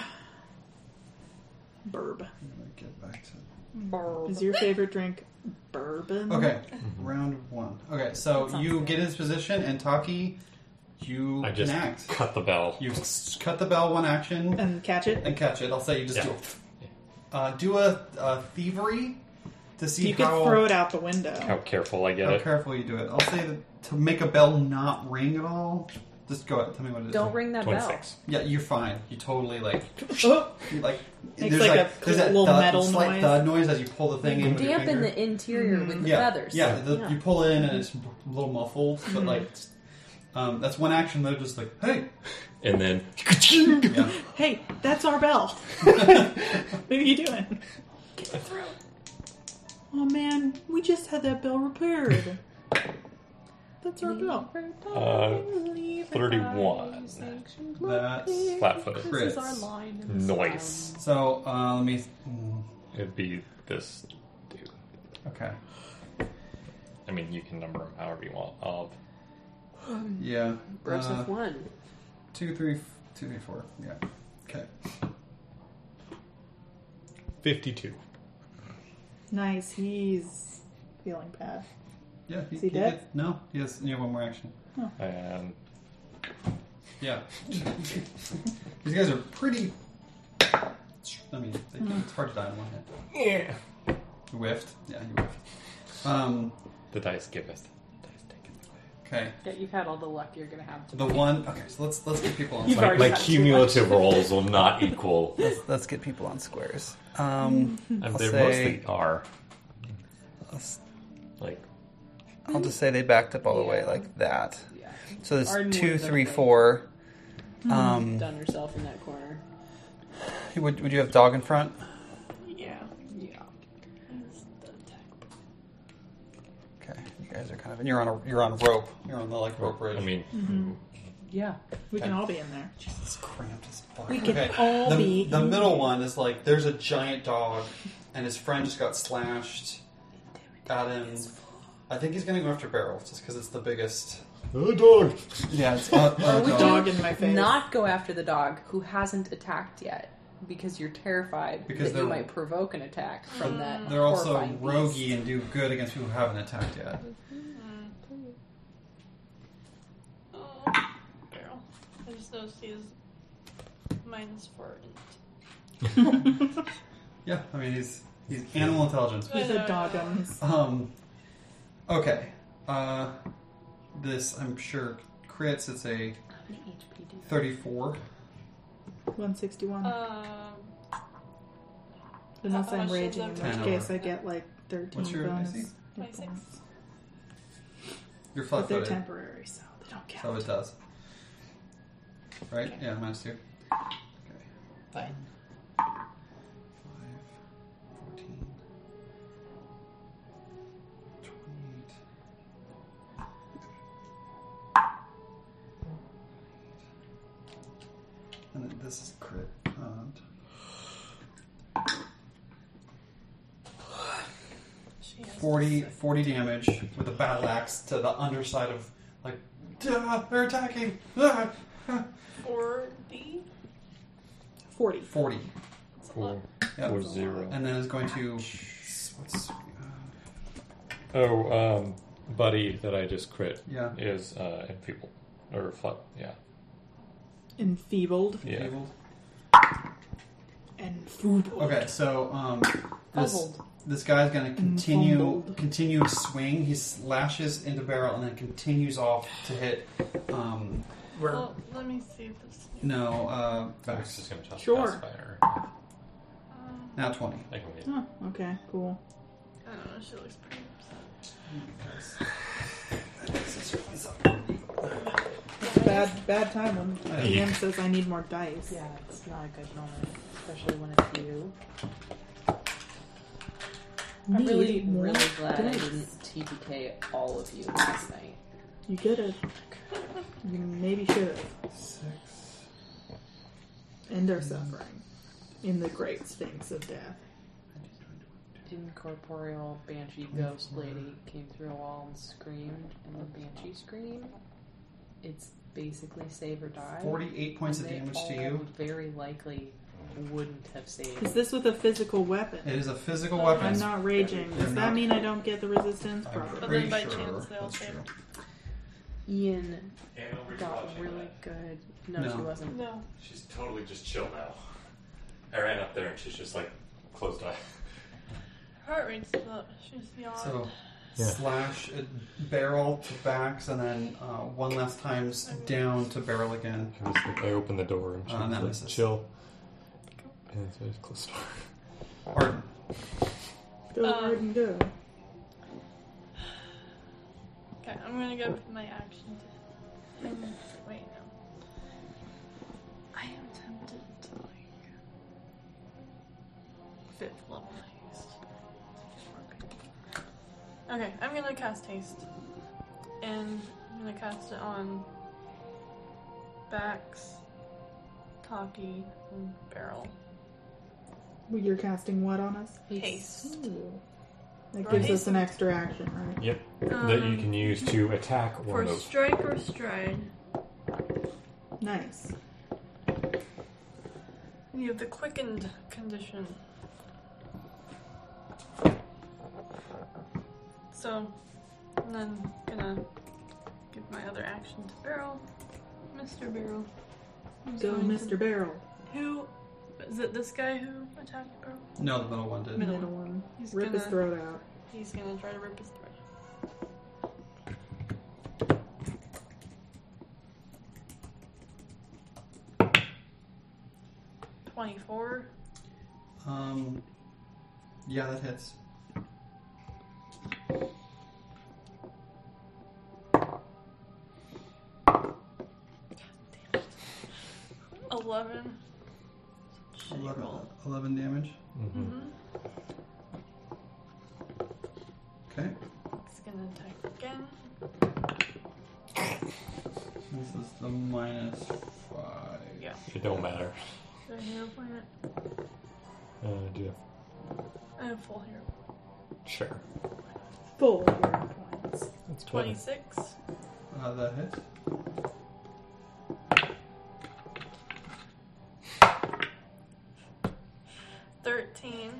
Burb. I'm gonna get back to Is your favorite drink bourbon? Okay, Mm-hmm. round one. Okay, so you get his position, and Taki, you I just can act. cut the bell. You s- cut the bell one action And catch it. and catch it. I'll say you just Yeah. do a, uh, do a, a thievery to see You could how, throw it out the window. How careful I get how it. careful you do it. I'll say that to make a bell not ring at all. Just go ahead. Tell me what it is. Don't ring that bell. 26. Yeah, you're fine. You totally like Oh, you, like Makes there's like like, a there's that little thud, metal slight noise. thud noise as you pull the thing in. with your Dampen finger. the interior with the yeah, feathers. Yeah, the, you pull in and it's a little muffled, Hmm. but like um, that's one action. They're just like, hey, And then yeah. hey, that's our bell. What are you doing? Oh man, we just had that bell repaired. That's our bell. Uh, 31. That's- flat footed. This is crits. our line. in the Noise. so uh, let me. mm, It'd be this dude. Okay, I mean, you can number them however you want. I'll yeah, Gross uh, of one. two, three, f- two, three, four. Yeah, okay. 52. Nice, he's feeling bad. Yeah, Is he dead? gets- no, he has. You have one more action. And Yeah, these guys are pretty. I mean, they, Hmm. it's hard to die on one hit. yeah. You whiffed. Yeah, you whiffed. Um. the dice giveth. The dice taketh away. Okay. Yeah, you've had all the luck you're gonna have. The one. Okay, so let's let's get people on. You've side. already My had too cumulative rolls will not equal. Let's, let's get people on squares. Um, I'll they say- mostly are. let's- Like, I'll just say they backed up all the way like that. Yeah, So there's Arden two, would've three, done four. Hmm. Um, done herself in that corner. would, would you have dog in front? Yeah, yeah. Okay, you guys are kind of and you're on a you're on rope. You're on the like rope bridge. I mean, Yeah. We can all be in there. it's cramped as fuck. We can all the, be The middle one is like there's a giant dog, and his friend just got slashed. Got him. I think he's gonna go after Barrel just because it's the biggest. oh, dog! Yeah, it's uh, uh, we dog. Dog in my face. Not go after the dog who hasn't attacked yet because you're terrified Because that you they're- might provoke an attack from that. They're also horrifying roguey beast. and do good against people who haven't attacked yet. Barrel. I just noticed he is minus four. in- Yeah, I mean he's he's animal intelligence. He's a doggums. Um, okay. Uh, this I'm sure crits. It's a thirty-four. 161. Uh, Um, Unless how I'm much is raging, in that? which Ten case over. I get like 13 What's your bonus. AC? hit 26. points. You're But they're flat-footed, temporary, so they don't so count. it does. Right? Yeah, minus two. Okay. fine. Five, 14, 28. And then this is crit. Um, She has 40, 40 damage with a battle axe to the underside of, like, "Duh, they're attacking. Ah, ah." forty. 40. 40. That's a lot. Four, Yep. four, zero. And then it's going to. What's. uh, Oh, um, buddy that I just crit Yeah. is uh, enfeebled. Or, flat, yeah. Enfeebled. Yeah. Fabled? And food. Okay, so um, this, Fumbled. this guy's gonna continue fumbled. continue swing. He slashes into barrel and then continues off to hit. Um, where Well, let me see this. no, uh, I was Vax. just going to toss Sure. pacifier. Um, now twenty. I can wait. Oh, okay, cool. I don't know. She looks pretty upset. Bad, bad time when uh, Yeah. Pam says I need more dice. Yeah, it's not a good moment, especially when it's you. I'm Need really, more really glad I dice. didn't TPK all of you last night. You did it. You maybe should have. Six. end their suffering in the great sphinx of death. Incorporeal banshee ghost lady came through a wall and screamed, and the banshee scream. It's basically save or die. 48 points of They damage to all you. Very likely wouldn't have saved. Is this with a physical weapon? It is a physical weapon. I'm not raging. You're Does not- that mean I don't get the resistance? I'm Probably. But pretty then by sure chance they'll that's fail. true. Ian And over got really good. No, No. she wasn't. No. She's totally just chill now. I ran up there and she's just like closed eye. Heart rate's up. She's yawned. So Yeah. slash uh, barrel to backs, and then uh, one last time s- down to barrel again. I was like, I opened the door and she Uh, was that like, misses. chill. And so I just closed the door. Pardon. Go Um, hard and go. Okay, I'm gonna go with my action. To... Um, Wait, no. I am tempted to like fifth level haste. Okay, I'm gonna cast haste, and I'm gonna cast it on Bax, Taki, and Barrel. Well, You're casting what on us? Haste. Ooh. That Right. gives us an extra action, right? Yep. that you can use to attack one Um, for of those. strike or stride. Nice. You have the quickened condition. So, and then gonna give my other action to Barrel, Mr. Barrel. Who's Go, going to- Mr. Barrel. Who is it? This guy who attacked Barrel? No, the middle one did. Middle. Middle one. He's Rip his gonna- throat out. He's gonna try to rip his throat. Twenty-four. Um, yeah, that hits. Eleven. 11, 11 damage. Mhm. Mm-hmm. Okay. It's gonna attack again. This is the minus 5. Yeah. Mm-hmm. It don't matter. Do I hero point it? Uh, do you- I have uh, full hero. Sure. Full hero points. That's better. Twenty-six. Uh, that hits. Thirteen.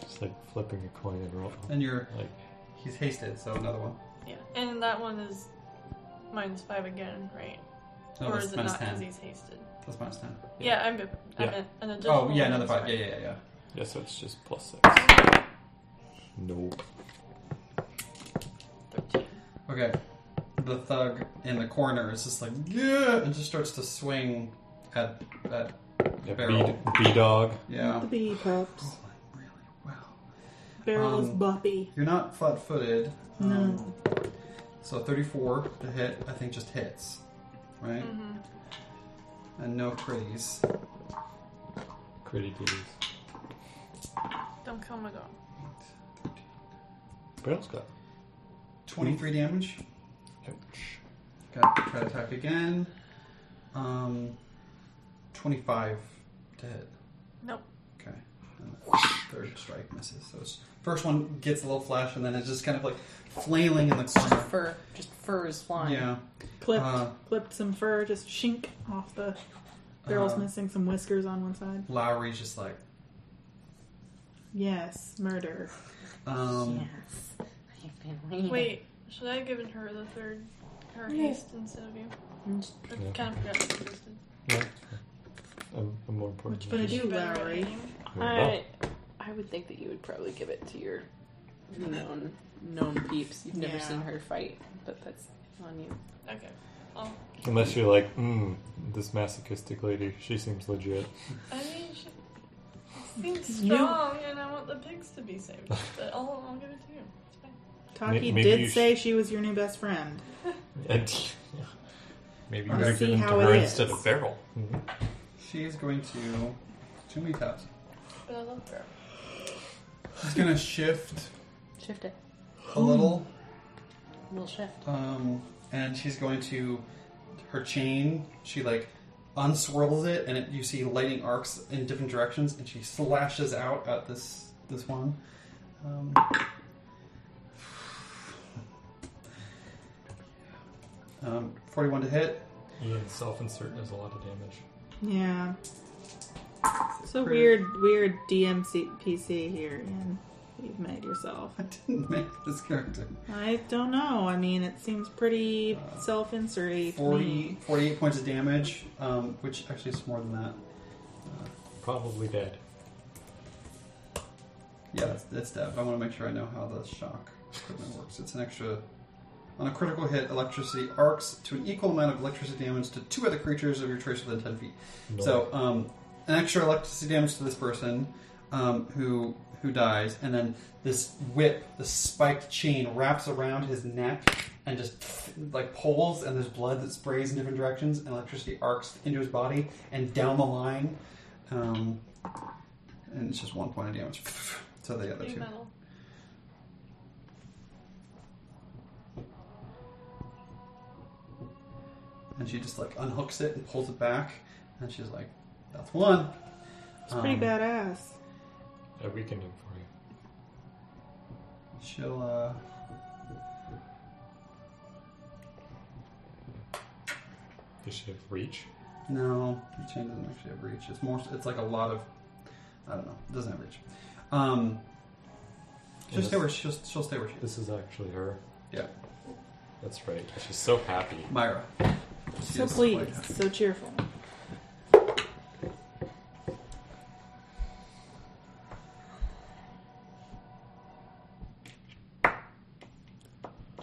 Just like flipping a coin and roll. And you're. Like, He's hasted, so another one. Yeah. And that one is minus five again, right? No, or that's is it minus not 10. he's hasted? That's minus 10. Yeah, I'm. I Yeah. meant an additional. Oh, yeah, another minus 5. Yeah, yeah, yeah. yeah, so it's just plus six. Nope. Thirteen. Okay. The thug in the corner is just like, yeah, and just starts to swing at. at Yeah, Barrel. B dog. yeah. Oh The bee pups. Rolling really well. Barrel is Um, boppy. You're not flat footed. No. So 34 to hit, I think just hits. Right? Mm-hmm. And no critties. Critty please. Don't kill my dog. Barrel's got. 23 damage. Ouch. Got to try to attack again. Um, 25 to hit. Nope. Okay. And the third strike misses. So it's, first one gets a little flash, and then it's just kind of like flailing in the corner. Fur. Just fur is flying. Yeah. Clipped, uh, clipped some fur, just shink off the. Barrel's Uh, missing some whiskers on one side. Lowry's just like, Yes, murder. um, Yes. I've been waiting. Wait, should I have given her the third her haste instead of you? I Yeah. kind of forgot that you just did. Yeah. I'm, I'm more important. What you gonna do, Better Lowry? aim. Oh, I, I would think that you would probably give it to your known known peeps. You've never Yeah. seen her fight, but that's on you. Okay. Oh. Unless you're like, mm, this masochistic lady, she seems legit. I mean, she seems strong, and I want the pigs to be saved. But I'll, I'll give it to you. It's fine. Taki maybe you did sh- say she was your new best friend. And maybe Let's you're see giving to how it her is. instead of barrel. Mm-hmm. she is going to. Too many taps. But I love her. She's going to shift Shift it. a little. We'll shift. Um, and she's going to her chain. She like unswirls it, and it, you see lightning arcs in different directions, and she slashes out at this this one. Um, um, 41 to hit. Ian self insert does a lot of damage. Yeah. So Crit. weird, weird DMC PC here, Ian. You've made yourself. I didn't make this character. I don't know. I mean, it seems pretty Uh, self-inserty. to 40, me. 48 points of damage, um, which actually is more than that. Probably dead. Yeah, that's, that's dev. I want to make sure I know how the shock equipment works. It's an extra. On a critical hit, electricity arcs to an equal amount of electricity damage to two other creatures of your choice within 10 feet. No. So, um, an extra electricity damage to this person um, who who dies, and then this whip, this spiked chain, wraps around his neck and just like pulls, and there's blood that sprays in different directions, and electricity arcs into his body and down the line. Um, and it's just one point of damage to the other New two. metal. And she just like unhooks it and pulls it back, and she's like, "That's one." It's pretty Um, badass. I weakened him for you. She'll uh Does she have reach? No, the chain doesn't actually have reach. It's more. It's like a lot of. I don't know. It doesn't have reach. Um, she'll Yes. stay where she'll, she'll stay where she is. This is actually her. Yeah, That's right. She's so happy. Myra. She So is pleased, quite- so cheerful.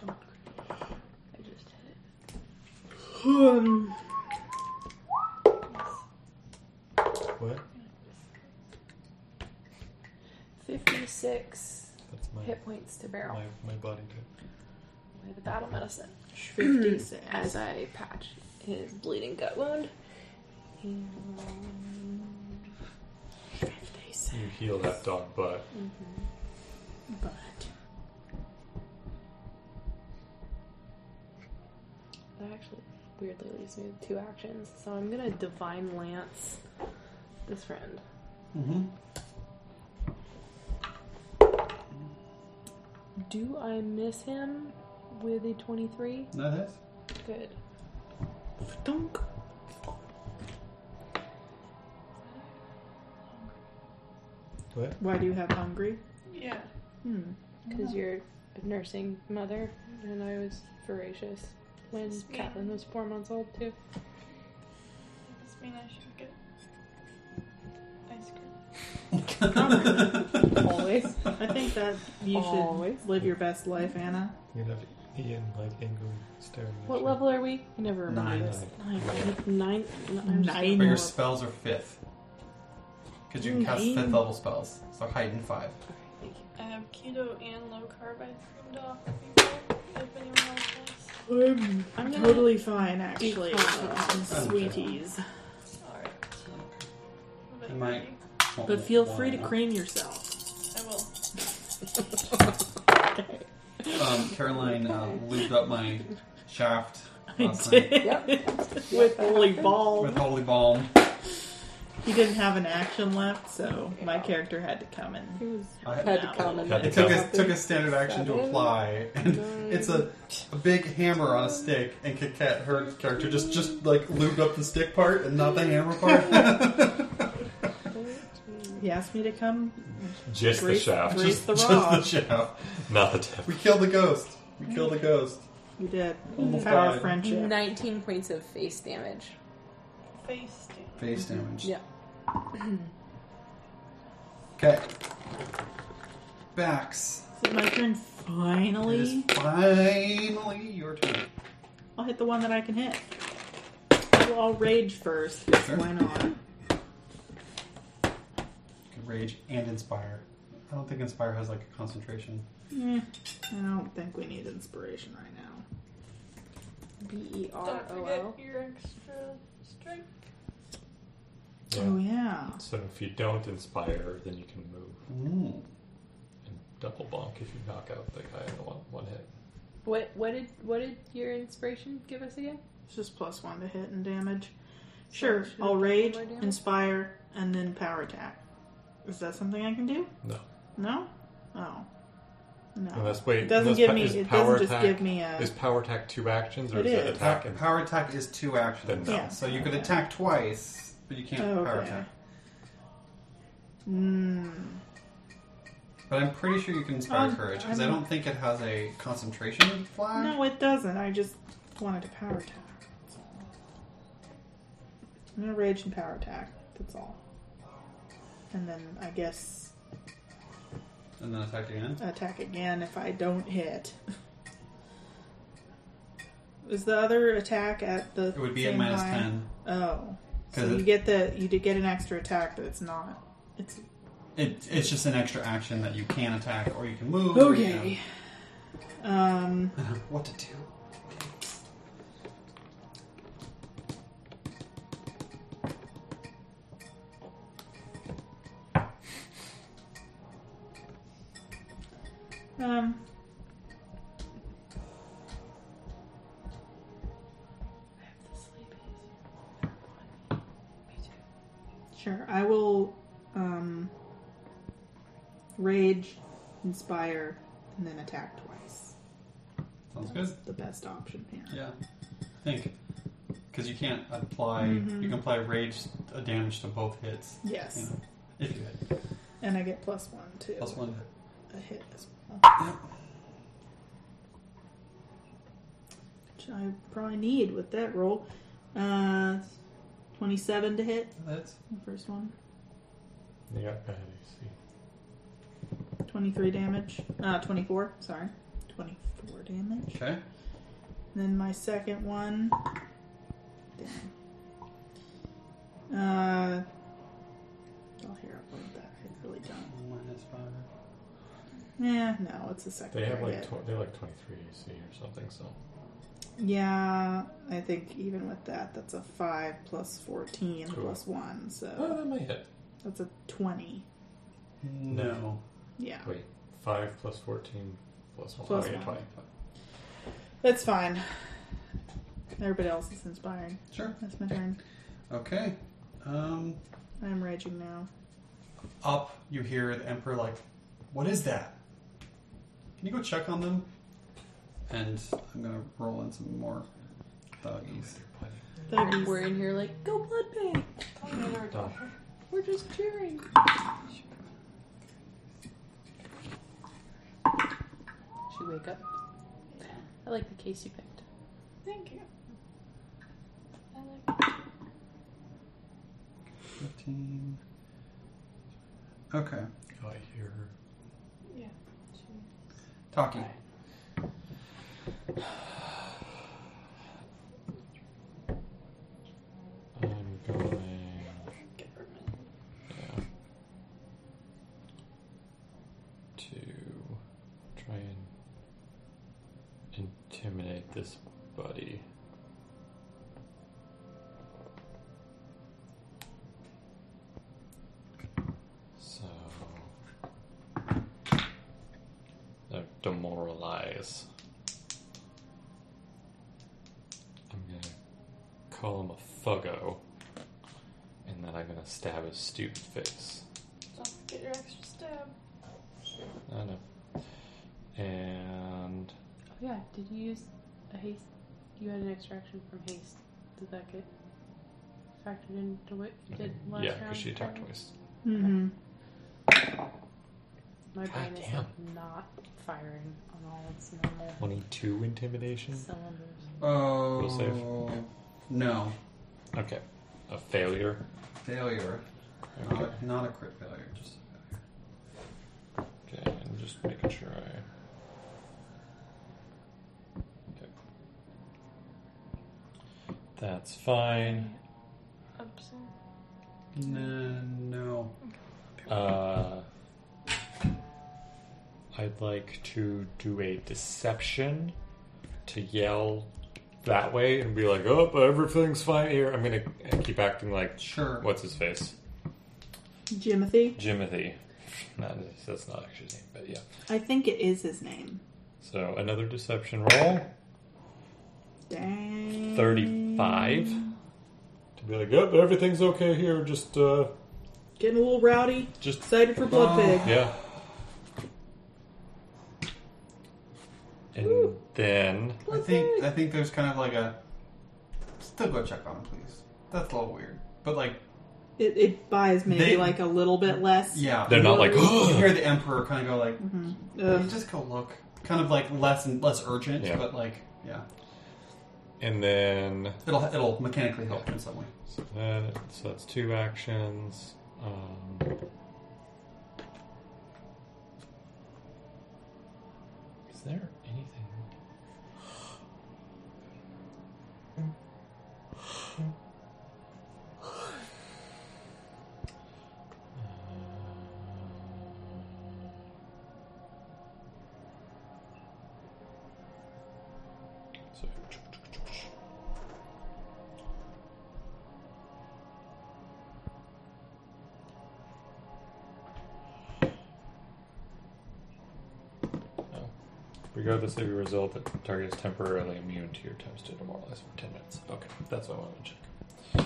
I just hit it. Um, What? 56 That's my hit points to barrel my, my body type. with the battle medicine. 56. As I patch his bleeding gut wound. And You heal that dog butt. But That actually weirdly leaves me with two actions. So I'm gonna divine lance this friend. Mhm. Do I miss him with a 23? That is. Good. dunk. What? Why do you have hungry? Yeah. Hmm. Because you're a nursing mother, and I was voracious when Yes, ma'am. Catelyn was four months old, too. Does mean I should get ice cream? Always. I think that you Oh, should Always. live your best life, Anna. You have Ian like angrily staring at What you. level are we? I never remember Nine. this. Nine. right? Nine. n- I'm just Nine. but gonna- your spells are fifth. Because you can cast Nine. fifth level spells, so heightened five. I have keto and low carb ice cream to offer people if anyone else wants. I'm, I'm gonna totally fine, actually. decline. Sweeties. Alright. What about Am I- you? But feel free to One. cream yourself. I will. Um, Caroline uh, lubed up my shaft I last night did. With holy ball. with holy balm. He didn't have an action left, so my character had to come He in. was I- had to come and Had to It took come. a, took a standard action to Seven, apply, and nine, it's a, a big hammer on a stick. And Kit Kat, her character, just just like lubed up the stick part and not the hammer part. He asked me to come Just the Grease- shaft. grease the just rock. the shaft. Not the tip. We killed the ghost. We killed the ghost. You did. Almost Power died. of friendship. 19 points of face damage. Face down. Face damage. Yeah. Okay. Backs. Is it my turn It is finally? finally your turn. I'll hit the one that I can hit. Well, I'll rage first. Sure. Why not? You can rage and inspire. I don't think inspire has like a concentration. Eh, I don't think we need inspiration right now. B E R Don't oh O L. forget your extra strength. Yeah. Oh yeah. So if you don't inspire, then you can move Mm. and double bonk if you knock out the guy in one, one hit. What what did what did your inspiration give us again? It's just plus one to hit and damage. Sure, should I I'll put rage, more down? inspire, and then power attack. Is that something I can do? No. No? Oh. No. Unless wait, It doesn't unless give pa- me- is it power doesn't just attack, give me a- Is power attack two actions or It is it is. attack? Attack- and- Power attack is two actions. Then no. So you could attack twice, but you can't Oh, power okay. attack. Mm, But I'm pretty sure you can inspire Um, courage because I I'm- don't think it has a concentration flag. no, it doesn't. I just wanted to power attack. I'm gonna rage and power attack. That's all. And then I guess And then attack again. attack again if I don't hit. Is the other attack at the? It would be at same minus high? ten. Oh, 'Cause so it- you get the you did get an extra attack, but it's not. It's It, it's just an extra action that you can attack or you can move. or you okay. Um, can- what to do? um. I have the sleepies. Sure, I will um, rage, inspire, and then attack twice. Sounds good. The best option here. Yeah. Think. Because you can't apply. Mm-hmm. You can apply rage uh, damage to both hits. Yes, You know, if you hit. and I get plus one too. Plus one. A hit as well. Yep. Which I probably need with that roll. Uh, twenty-seven to hit That's the first one. You got bad AC. Twenty-three damage. Uh, twenty-four. Sorry, twenty-four damage. okay. And then my second one. Damn. Uh, oh, I'll hear up with that. I really don't. Minus five. Yeah, no, it's the second. They have hit. like tw- they like twenty three AC or something. So Yeah, I think even with that, that's a five plus fourteen Cool. plus one, so oh, that might hit. that's a twenty. No. Yeah, Wait, five plus fourteen plus one. Plus oh, yeah, one. 20. that's fine. Everybody else is inspiring. Sure. That's my turn. Okay. Um, I'm raging now. up, you hear the Emperor like, What is that? Can you go check on them? And I'm going to roll in some more thuggies. Thuggies. We're in here like, go blood pig! Done. We're just cheering. She wake up. I like the case you picked. Thank you. I like 15. Okay. Oh, I hear. her. Talking. I'm um, going. give her a minute. Yeah. To try and intimidate this buddy. So. uh, demoralize. I'm gonna call him a thuggo, and then I'm gonna stab his stupid face. Don't forget your extra stab. I know. And Oh yeah, did you use a haste? You had an extraction from haste. Did that get factored into what you did last yeah, round? because she attacked twice. Mm-hmm. My God brain is damn. like, not firing on all its normal Twenty-two intimidation. cylinders. Oh. save. No. Okay, a failure. Failure. Okay, Not, not a crit failure. Just a failure. okay, and just making sure I. Okay. That's fine. Upset. No, no. Uh, I'd like to do a deception to yell that way and be like, "Oh, everything's fine here." I'm gonna keep acting like Sure. what's his face, Jimothy. Jimothy. Not, that's not actually his name, but yeah. I think it is his name. So another deception roll, Dang. thirty-five Be like, yep, everything's okay here. Just, uh, Getting a little rowdy. just Excited for Blood Oh. Pig. yeah. And then I think I think there's kind of like a still go check on him, please. That's a little weird, but like It, it buys maybe They- like a little bit less. yeah, they're not like, you hear the emperor kind of go like, Ugh. "Hey, just go look, kind of like less and less urgent, Yeah. but like yeah, and then it'll it'll mechanically help in some way. so, that, so that's two actions. Um, is there anything? Uh, So- Regardless of your result, the target is temporarily immune to your times to demoralize for 10 minutes. Okay, that's what I wanted to check.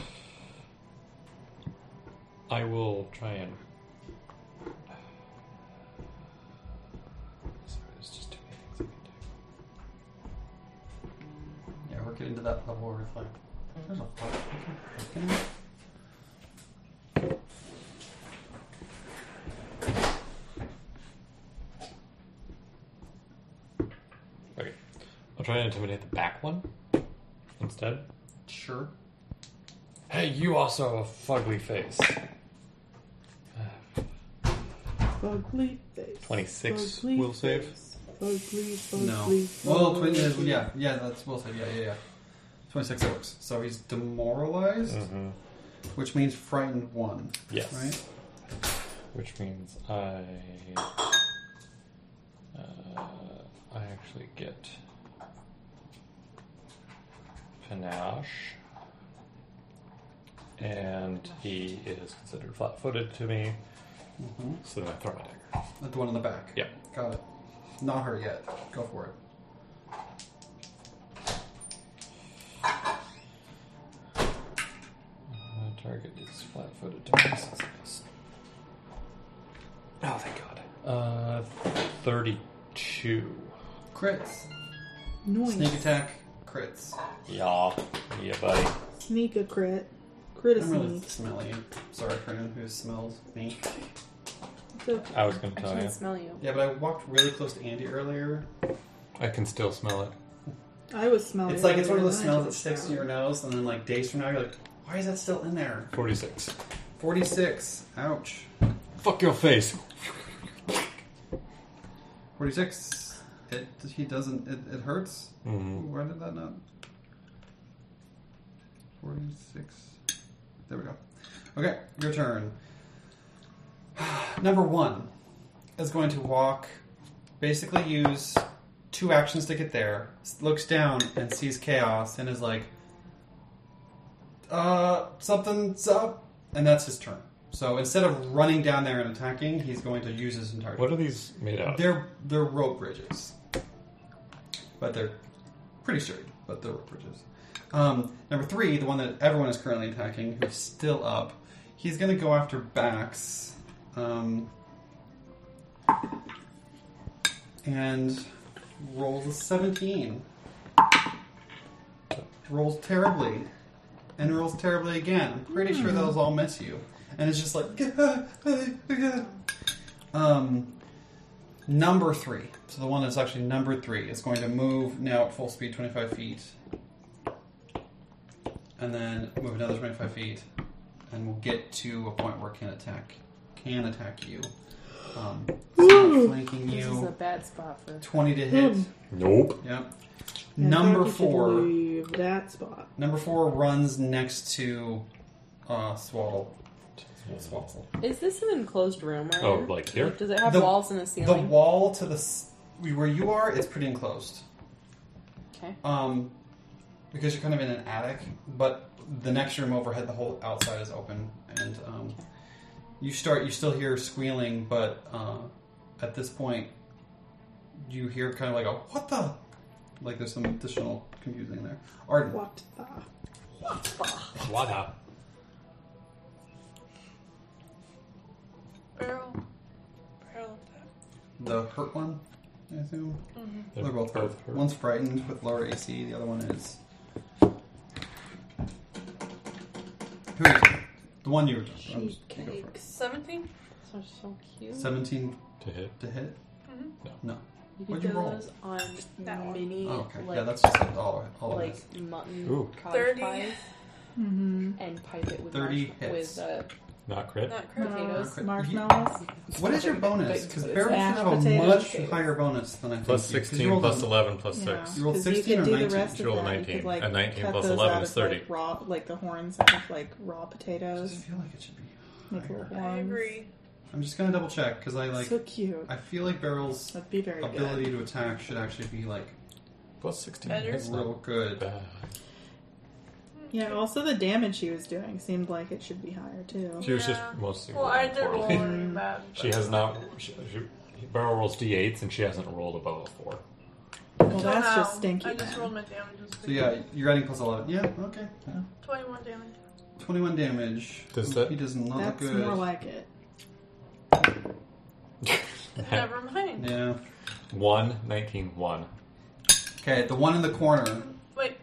I will try and. Sorry, there's just too many things I can do. Yeah, we're getting to that level where it's like, there's a fuck. Okay. Okay, I'll try and intimidate the back one instead. Sure. Hey, you also have a fugly face. Fugly face. 26 Fugly will save. face. Fugly, fugly, No. fugly. Well, twin is, yeah, yeah, that's we'll say, yeah, yeah, yeah. 26 works. So he's demoralized, Mm-hmm. which means frightened one, Yes. right? Which means I. Uh, I actually get. Panache. And he is considered flat footed to me, Mm-hmm. so then I throw my dagger. The one in the back. Yeah. Got it. Not her yet. Go for it. My target is flat footed to me, so it's nice. Oh, thank God. Uh, 32. Crits. Noise. Sneak attack. Crits. Yeah. Yeah, buddy. Sneak a crit. Crit a I'm really sneak. smelly. Sorry for anyone who smells me. I was gonna I tell you. can't smell you. Yeah, but I walked really close to Andy earlier. I can still smell it. I was smelling. It's like it's one of those smells that sticks to your nose, and then like days from now, you're like, why is that still in there? 46. 46. Ouch. Fuck your face. 46. It he doesn't it, it hurts. Mhm. Why did that not? 46. There we go. Okay, your turn. Number 1 is going to walk basically use two actions to get there. s- Looks down and sees chaos and is like uh something's up and that's his turn. So instead of running down there and attacking, he's going to use his entire What are these made out of? they're they're rope bridges, but they're pretty sturdy. But they're rope bridges. Um, number three, the one that everyone is currently attacking, who's still up, he's going to go after Bax, um, and rolls a seventeen. Rolls terribly, and rolls terribly again. Pretty sure Hmm. those all miss you, and it's just like. Um, number three. So the one that's actually number three is going to move now at full speed, twenty-five feet, and then move another twenty-five feet, and we'll get to a point where it can attack can attack you. Um, it's not flanking This is a you. bad spot for. Twenty to hit. Nope. Yep. Number four. Leave that spot. Number four runs next to uh, Swaddle. Swaddle. Is this an enclosed room? Right? Oh, like here? Does it have The- walls and a The ceiling? wall to the s- where you are, it's pretty enclosed. Okay. Um, because you're kind of in an attic, but the next room overhead, the whole outside is open, and um, you start. You still hear squealing, but uh, at this point, you hear kind of like a "what the," like there's some additional confusing there. Arden, What the? Wada. barrel, barrel of that. The hurt one, I assume. They're They're both hurt. hurt. One's frightened with lower AC. The other one is. Who are you? The one you were talking about. I'm just gonna go for it. Seventeen. Those are so cute. Seventeen to hit. to hit. Mhm. No. you what'd could you do roll? those on That one. mini, Oh, okay. like, yeah, that's just like all all of us. like mutton Ooh. cod 30. pies Mm-hmm. and pipe it with 30 marsh- hits. with uh, Not crit. Not crit. potatoes. Okay. Marshmallows. What is your bonus? But- Because but barrel should mashed have a potatoes. much higher bonus than I think. Plus you- 'cause you 16, rolled plus a- 11, plus Yeah. 6. You rolled 'Cause you 16 could or do 19? The rest You of rolled that. You 19. Could, like, A 19 cut plus those 11 out is as, 30. Like, raw, like the horns out of like raw I just potatoes. feel like it should be. Like higher. little I horns. agree. I'm just gonna double check because I like. so cute. I feel like barrels. That'd be very Ability to attack should actually be like Plus 16. Better. That's real not good. bad. good. Yeah. Also, the damage she was doing seemed like it should be higher too. She was just Yeah. mostly Well, I did roll poorly. really bad. She has not. She, she, barrel rolls d8s and she hasn't rolled above a 4. Well, Until that's now, just stinky. I just then. rolled my damages. So yeah, you're adding plus 11. Yeah, okay. Yeah. Twenty-one damage. 21 damage. Does that- He does not That's look good. more like it. Never mind. yeah. 1, 19, 1. Okay, the one in the corner. Wait,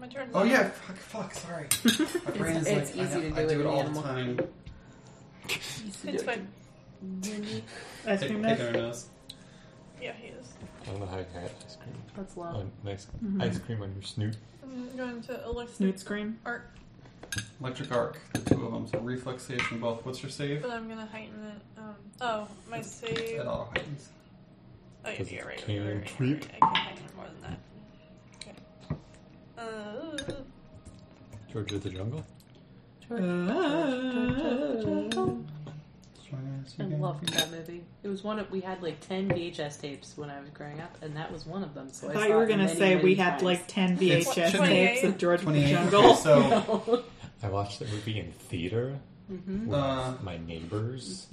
my turn. Oh yeah, fuck, fuck sorry. My brain is It's- it's like, I, easy to I do do it with an all animal. the time. It's fine. Ice Pick, cream pick man. our nose. Yeah, he is. I don't know how you can have ice cream. That's Oh, love. nice Mm-hmm. ice cream on your snoot. I'm going to electric Snoot scream. arc, Electric arc, the two of them. So reflex save from both. What's your save? but I'm gonna heighten it. Um, oh, my save. It all heightens. Oh, yeah, Because you're it's right. cannon you're right, you're tweet. right. I can heighten it more than that. Okay. Uh, George of the Jungle? I Mm-hmm. love that movie. It was one of we had like ten VHS tapes when I was growing up, and that was one of them. So I, I thought saw you were it gonna many, say many we had times. like ten It's VHS 28. tapes of George of the 28. Jungle. Okay, so No. I watched the movie in theater Mm-hmm. with Uh, mm-hmm. my neighbors,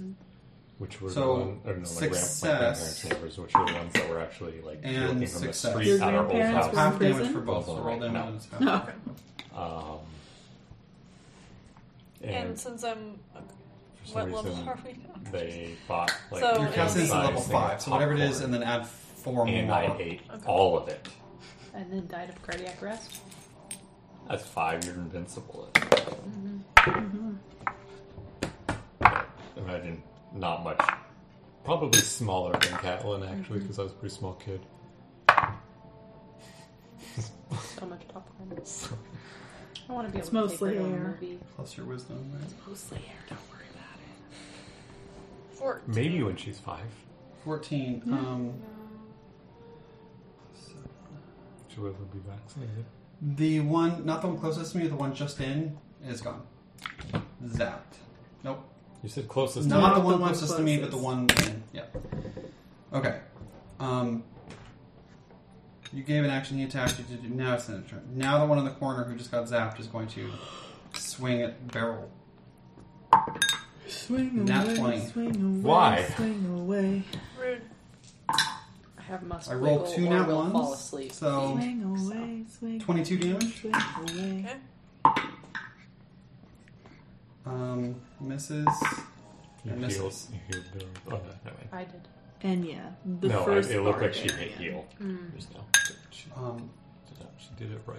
which were so, the one, or no, my, grand, my grandparents' success. neighbors, which were the ones that were actually like And looking from success. the Your street at our old grandparents house. were- half damage prison? for Both both. So of roll them, damage no. and it's half. No. Um, and, and since I'm, for some what reason, level are we now? they bought like So- Your Oh, cast is and level size thing of five, so whatever it is, and popcorn. then add four more. and I ate Okay. all of it. and then died of cardiac arrest. That's five. You're invincible. Mm-hmm. Imagine not much. Probably smaller than Catelyn actually, Mm-hmm. because I was a pretty small kid. So much popcorn. I want to be able It's to mostly take her to a air. movie. Plus your wisdom. Right? Mostly air. Don't worry about it. Fourteen. Maybe when she's five, 14. Um, so- she will be vaccinated. The one, not the one closest to me, the one just in, is gone. Zapped. Nope. You said closest. Not to the one one closest to me, but closest. the one in. Yeah. Okay. Um, you gave an action, he attacked you. Did you now it's in a turn. Now the one in the corner who just got zapped is going to swing at barrel. Swing Nat away, 20. swing away, Why? swing away, Rude. I have must. I rolled two wiggle or nat will Fall ones. asleep. Oh. So swing away, swing 22 damage. swing away. Okay. Um, You misses. I healed. missed You this. healed Bill. Oh, no, never mind. I did. And yeah, the no, I- first it looked part like she there, hit yeah. heal. Mm. Just now. She, Um, did that. she did it right.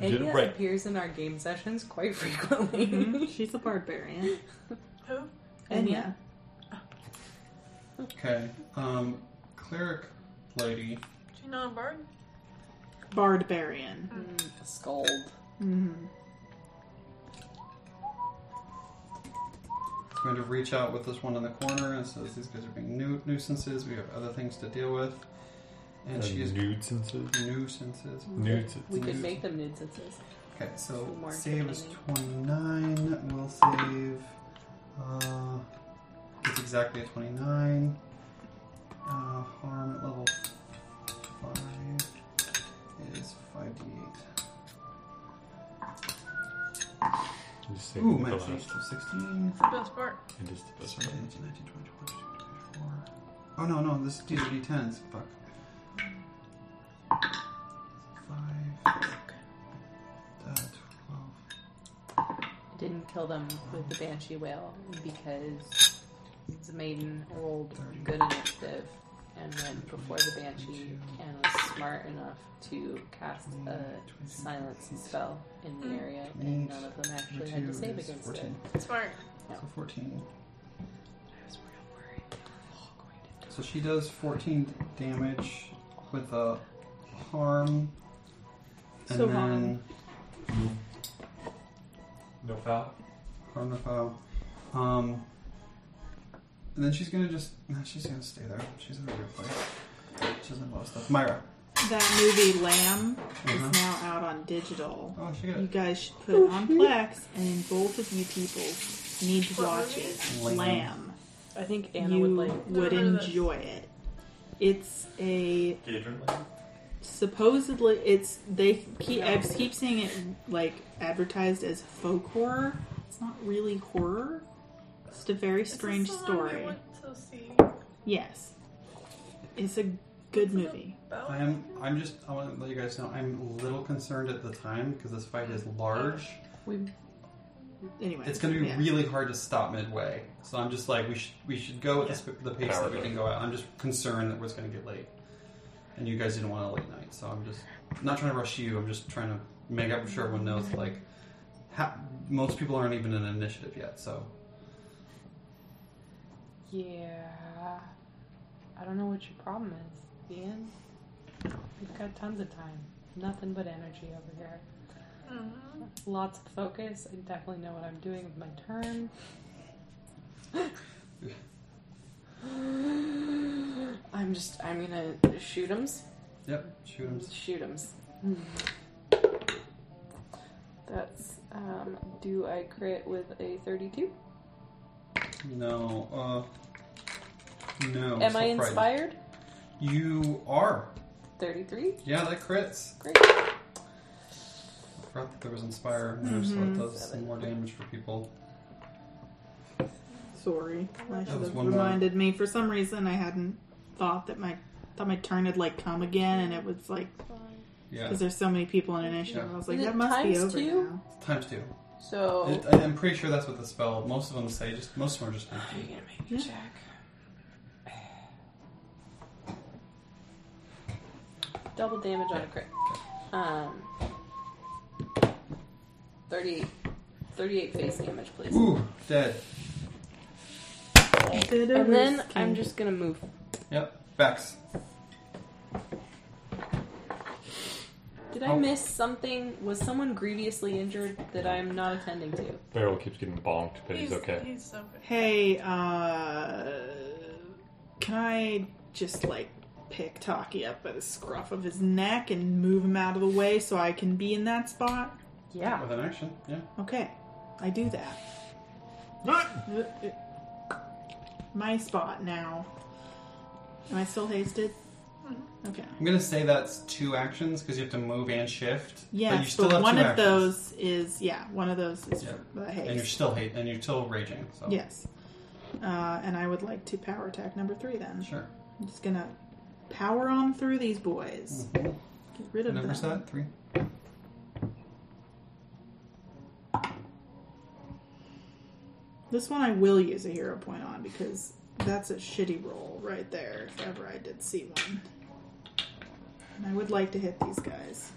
You did it Enya right. appears in our game sessions quite frequently. Mhm, She's a barbarian. Who? And Enya. yeah, okay. Um, cleric lady. Do you know a bird? barbarian. Mm, scold. Mhm. It's going to reach out with this one in the corner and says these guys are being nu- nuisances. We have other things to deal with, and she Uh, is nuisances. nuisances. Nudes. We could Nudes. make them nuisances. Okay, so Two more save is remaining. twenty nine. We'll save. Uh, it's exactly a twenty nine. Uh, harm at level five is five d eight. You just saved Ooh, the max last. HP sixteen. It's the best bird. And just the best 18, one. 19, 19, 20, 24. Oh no, no, this these are d10s. Fuck. Five. Uh, twelve. I didn't kill them with the banshee whale because It's a maiden rolled good initiative and went before the banshee and was smart enough to cast a silence spell in the area, and none of them actually had to save against it. Smart. So 14. So she does 14 damage with a harm. And So then harm. No foul. harm to foul. Um, and then she's gonna just. Nah, she's gonna stay there. She's in a weird place. She doesn't love stuff. Myra. That movie Lamb Uh-huh. is now out on digital. Oh, she got You guys should put it on Plex, and both of you people need to What watch movie? it. Lamb. Lamb. I think You would, Remember this. enjoy it. It's a Gaedron. supposedly it's they keep I keep seeing it like advertised as folk horror. It's not really horror. It's just a very Is strange this the one we story. went to see Yes, it's a good movie. about? I am. I'm just. I want to let you guys know. I'm a little concerned at the time because this fight is large. Anyway, It's going to be yeah. really hard to stop midway. So I'm just like, we should we should go at the, sp- the pace that we can go at. I'm just concerned that it's going to get late, and you guys didn't want a late night. So I'm just I'm not trying to rush you. I'm just trying to make up sure everyone knows like ha- most people aren't even in initiative yet. So Yeah. I don't know what your problem is, Ian. We've got tons of time. Nothing but energy over here. Mhm. Lots of focus. I definitely know what I'm doing with my turn. I'm just, I'm gonna shoot 'ems. yep, shoot 'em. Shoot 'ems. That's, um, do I crit with a 32? No, uh, no. Am so I frightened. inspired? You are. 33? Yeah, that crits. Great. I forgot that there was inspire, Mm-hmm. in there, so it does some more damage for people. Sorry, I should was have one more. reminded me. For some reason, I hadn't thought that my thought my turn had like come again, and it was like Yeah, because there's so many people in initiative. Yeah. I was like, Is that it must be times over two? now. times two. So. It, I- I'm pretty sure that's what the spell. Most of them say just most of them are just Are you empty. gonna make me Yeah. check? Double damage on a crit. Um, 38, 38 face damage, please. Ooh, dead. And then I'm just gonna move. Yep, Vex. Did I Oh. miss something? Was someone grievously injured that I'm not attending to? Beryl keeps getting bonked, but he's, okay. He's so good. Hey, uh, can I just like pick Taki up by the scruff of his neck and move him out of the way so I can be in that spot? Yeah. With an action, yeah. Okay, I do that. My spot now. Am I still hasted? Okay. I'm gonna say that's two actions because you have to move and shift. Yes, you still but have one two of actions. those is yeah, one of those is Yeah. for the haste. and you're still hate, and you're still raging. So Yes. Uh, and I would like to power attack number three then. sure. I'm just gonna power on through these boys. Mhm. Get rid of Number's them. that three. This one I will use a hero point on because that's a shitty roll right there if ever I did see one. And I would like to hit these guys.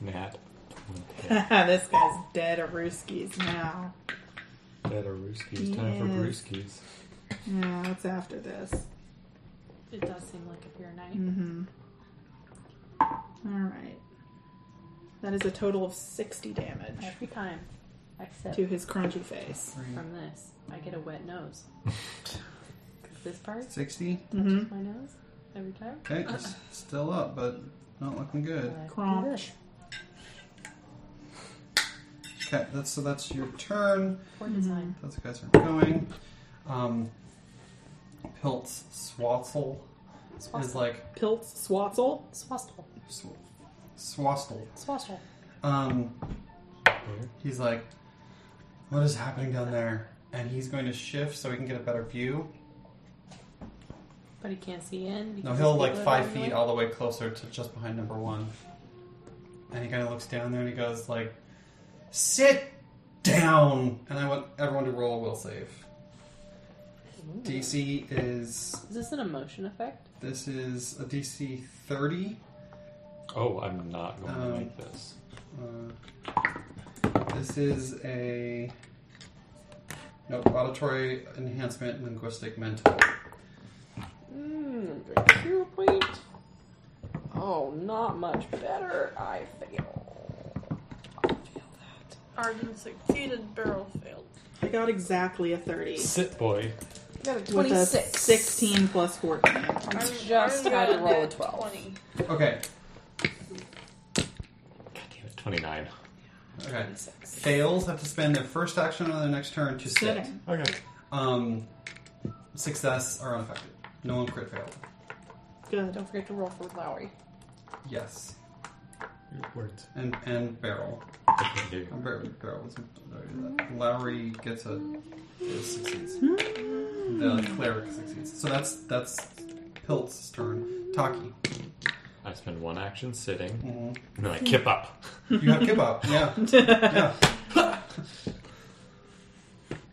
Nat. this guy's dead of Rooskies now. That are Brewskis. Time for Yes. Brewskis. Yeah, it's after this. It does seem like a fair night. Mm-hmm. Alright. That is a total of 60 damage Every time I sip to his crunchy face. Three. from this, I get a wet nose. 'Cause this part, Sixty. Mm-hmm. my nose, every time. Okay, Uh-huh. you're s- still up, but not looking good. I do Crunch. this. Okay, that's so that's your turn. Poor design. Those guys are going. Um, Pilt's Swatzel is Swastle. like Pilts, Swatzel. Swastle. sw- Swastel. Swastle. Um, he's like, what is happening down there? And he's going to shift so he can get a better view. But he can't see No, in. because he'll people like are five running feet away. all the way closer to just behind number one. And he kind of looks down there and he goes like, "Sit down." And I want everyone to roll a will save. DC is Is this an emotion effect? this is a DC thirty. Oh, I'm not going Um, to make this. Uh, this is a nope auditory enhancement linguistic mental. Mmm, zero point. Oh, not much better. I fail. I fail that. Arden succeeded, Beryl failed. I got exactly a 30. Sit boy. I got a With a 26. 16 plus 14. Arden just Arden had to got roll a nat 12. 20. Okay, God damn it, 29. okay. 26. Fails have to spend their first action on their next turn to sit. Sitting. Okay. Um, success are unaffected. No one crit failed. Good. Don't forget to roll for Lowry. Yes, Your words. and and barrel. Thank you. Barrel, barrel was that. Lowry gets a is succeeds. The cleric succeeds. So that's that's Pilt's turn. Taki, I spend one action sitting, Mhm. and Hmm. then I kip up. you have give up. Yeah, yeah.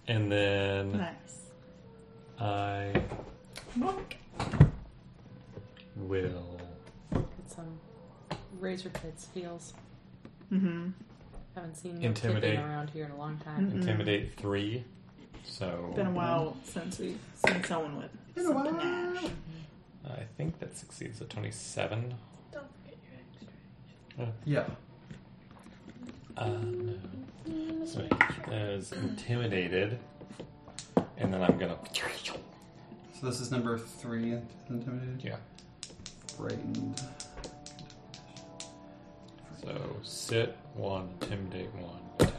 And then nice. I will. Get some razor pits feels. Mm-hmm. Haven't seen no Intimidate. tipping around here in a long Mm. Mm. time. Intimidate three. So Been a while since we've seen someone with Been a some while. panache. I think that succeeds at 27. Don't forget your extra. Yeah. Uh, no. So there's intimidated, and then I'm gonna. So this is number three. Intimidated. Yeah. Frightened. So sit one, intimidate one, attack.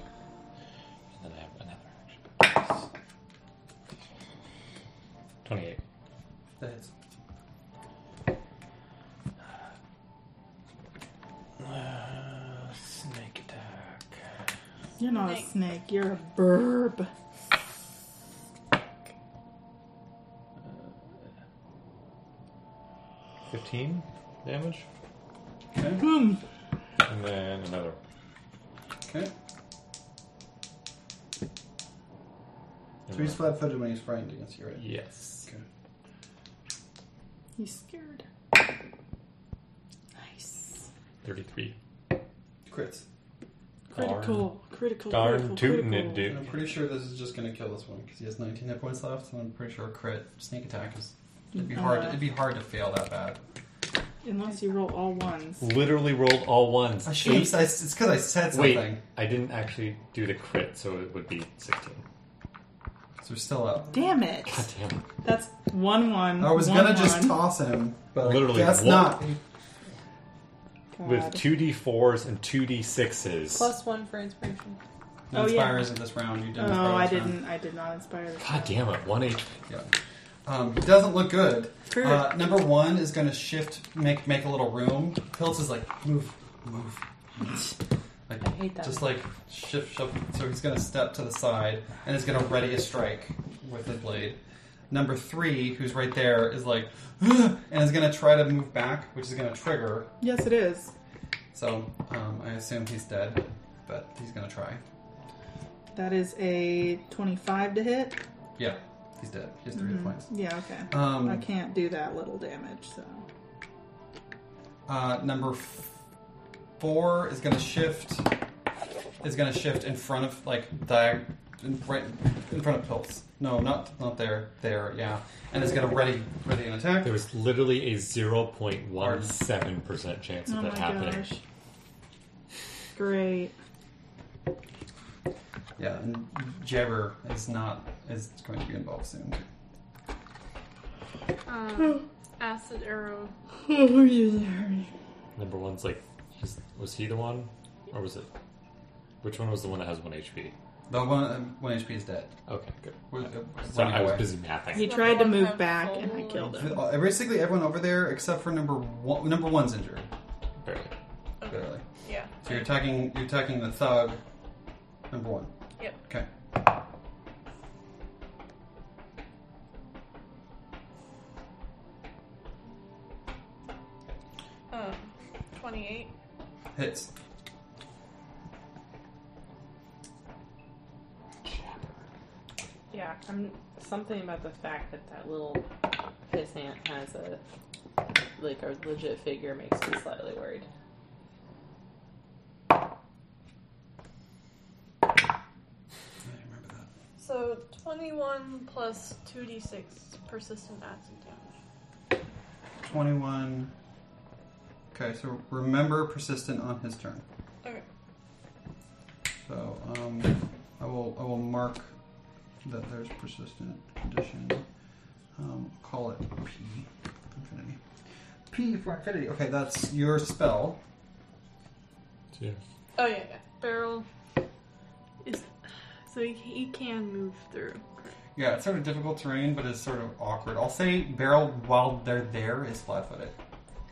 and then I have another action. Twenty-eight. That is. Uh, snake attack. You're not a snake, you're a burb. Fifteen damage, Boom. and then another. Okay. And So he's then- flat-footed when he's frightened against you, right? Yes. Okay. He's scared. Nice. Thirty-three. Crits. Critical. Critical. Darn critical, tootin' critical. it, dude. And I'm pretty sure this is just gonna kill this one because he has 19 hit points left, and I'm pretty sure crit sneak attack is. It'd be hard. It'd be hard to fail that bad. Unless you roll all ones. Literally rolled all ones. I should. have- I- It's because I said something. Wait, I didn't actually do the crit, so it would be 16. So we're still up. Damn it. God damn it. That's one one. I was one, gonna just one. Oh, toss him, but Literally, I guess what? not. God. With 2d4s and 2d6s. Plus one for inspiration. No Oh, yeah. inspire isn't this round. You didn't. inspire Oh, I this round. didn't. I did not inspire this. God damn it, 1 HP. Yeah. Um, it doesn't look good. True. Uh, number one is gonna shift, make make a little room. Pilts is like move, move. Like, I hate that. Just like shift, shift. So he's gonna step to the side and is gonna ready a strike with his blade. Number three, who's right there, is like, "Ugh," and is gonna try to move back, which is gonna trigger. Yes, it is. So um, I assume he's dead, but he's gonna try. That is a twenty-five to hit. Yeah, he's dead. He has 3 Mm-hmm. hit points. Yeah. Okay. Um, I can't do that little damage. So. Uh, number f- four is going to shift. Is going to shift in front of like diag, in, right in front of Pilts. No, not not there. There, yeah. And it's going to ready ready an attack. There was literally a 0.17% chance of Oh my that happening. gosh. Great. Yeah, and Jabber is not is going to be involved soon. Um, acid arrow. Oh, you there? Number one's like, is, was he the one? Or was it. Which one was the one that has 1 HP? The one um, one HP is dead. Okay, good. We're- uh, So running I was away. busy mapping. He tried to move back, and I killed him. Uh, Basically, everyone over there except for number one. Number one's injured. Barely. Barely. Yeah. So you're attacking. You're attacking the thug. Number one. Yep. Okay. Um, 28. Hits. Yeah. fact, I'm something about the fact that that little pissant has a like a legit figure makes me slightly worried. I remember that. So 21 plus 2d6 persistent acid damage. 21. Okay, so remember persistent on his turn. Okay. So um, I will I will mark that there's persistent condition. Um, call it P infinity. P for infinity. Okay, that's your spell. Two. Oh yeah, yeah. Barrel is so he, he can move through. Yeah, it's sort of difficult terrain, but it's sort of awkward. I'll say barrel while they're there is flat-footed,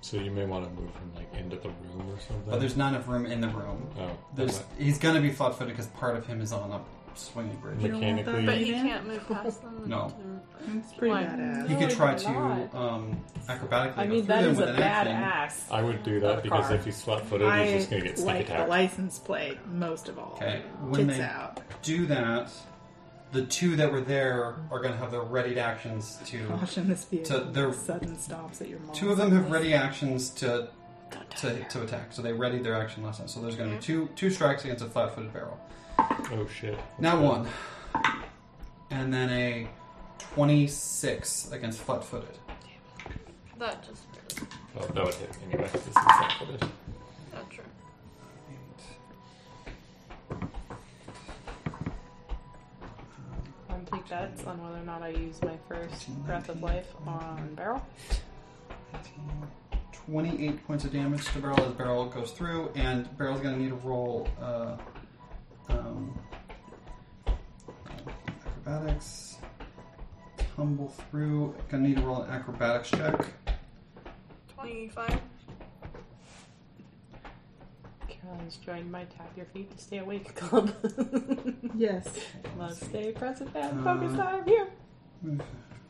So you may want to move him like into the room or something. but Oh, there's not enough room in the room. oh, There's he's gonna be flat-footed because part of him is on a swinging bridge. You don't want Mechanically- that But he either? can't move past them. and No. to- It's pretty Why? badass. He could No, try it's to not. um, acrobatically I go mean, through that them is a with an bad action. ass. I would do Not that a because car. if he's flat footed, he's I just going to get sneak like the attacked. license plate most of all. Okay, when Tits they out. do that, the two that were there are going to have their readied actions to. Caution this vehicle. So they're- sudden stops at your mall. Two of them have ready actions to Don't Mm-hmm. touch to, her. to attack, so they readied their action last time. So there's going to be two two strikes against a flat-footed barrel. Oh shit! Now one, and then a twenty-six against flat-footed. That just barely. Oh, that would hit anyway. This is flat footed. Not true. I take bets on whether or not I use my first breath of life on Barrel. 28 points of damage to barrel as barrel goes through, and barrel's going to need to roll uh, um, acrobatics. Tumble through. Going to need to roll an acrobatics check. 25. Caroline's joined my tap your feet to stay awake club. Yes. Must stay present and Uh, focused. I'm here. Okay.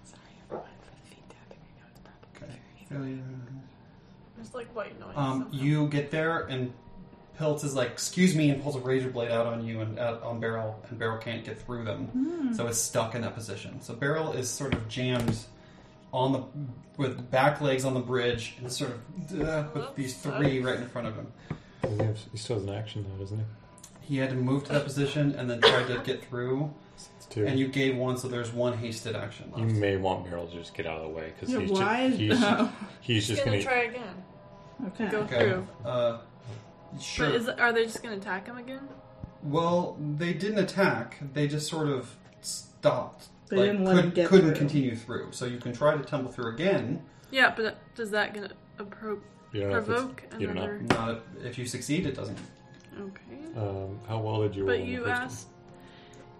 Sorry, everyone, for the feet tapping. I know it's probably Failure. It's like white noise. Um, somehow. you get there, and Pilt is like, "Excuse me," and pulls a razor blade out on you and out on barrel, and barrel can't get through them. Hmm. So it's stuck in that position. So Beryl is sort of jammed on the with back legs on the bridge and sort of uh, with these three right in front of him. Does He, have, he still has an action though, doesn't he? He had to move to that position and then tried to get through. It's two. And you gave one, so there's one hasted action You left. may want Beryl to just get out of the way because Yeah, he's, why just, is- he's, oh. he's He's just gonna going try again. Okay. Go okay. through. Uh, sure. But is, are they just gonna attack him again? well, they didn't attack. They just sort of stopped. They didn't let could, him get couldn't through. continue through. So you can try to tumble through again. Yeah, but does that gonna appro- You don't know if it's- provoke you don't know. another? Not if you succeed, it doesn't. Okay. Um, how well did you? roll But on the you first one? asked.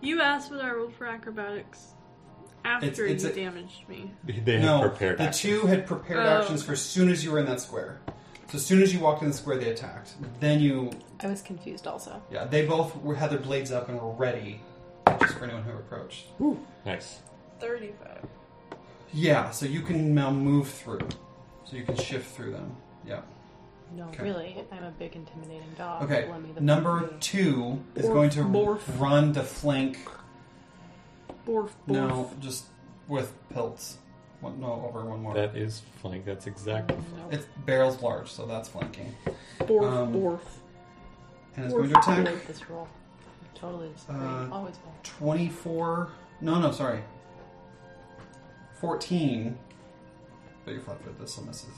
You asked what I rolled for acrobatics after it's you a- damaged me. They they had no, prepared. the actions. two had prepared Oh. actions for as soon as you were in that square. So as soon as you walked in the square, they attacked. Then you, I was confused also. yeah, they both were, had their blades up and were ready, just for anyone who approached. Nice. 35. Yeah, so you can now move through, so you can shift through them. Yeah. No, Okay. really, I'm a big intimidating dog. Okay. Let me the Number fuck be. two is Borf, going to borf. run to flank. Borf, borf. No, just with pelts. One, no, over one more. That is flank. That's exactly. Flank. It's barrels large, so that's flanking, Borf, um, borf. and it's Borf, going to I attack. hate this roll. I totally disagree. Uh, Always will. 24. No, no, sorry. 14. But you're flat footed, that still misses.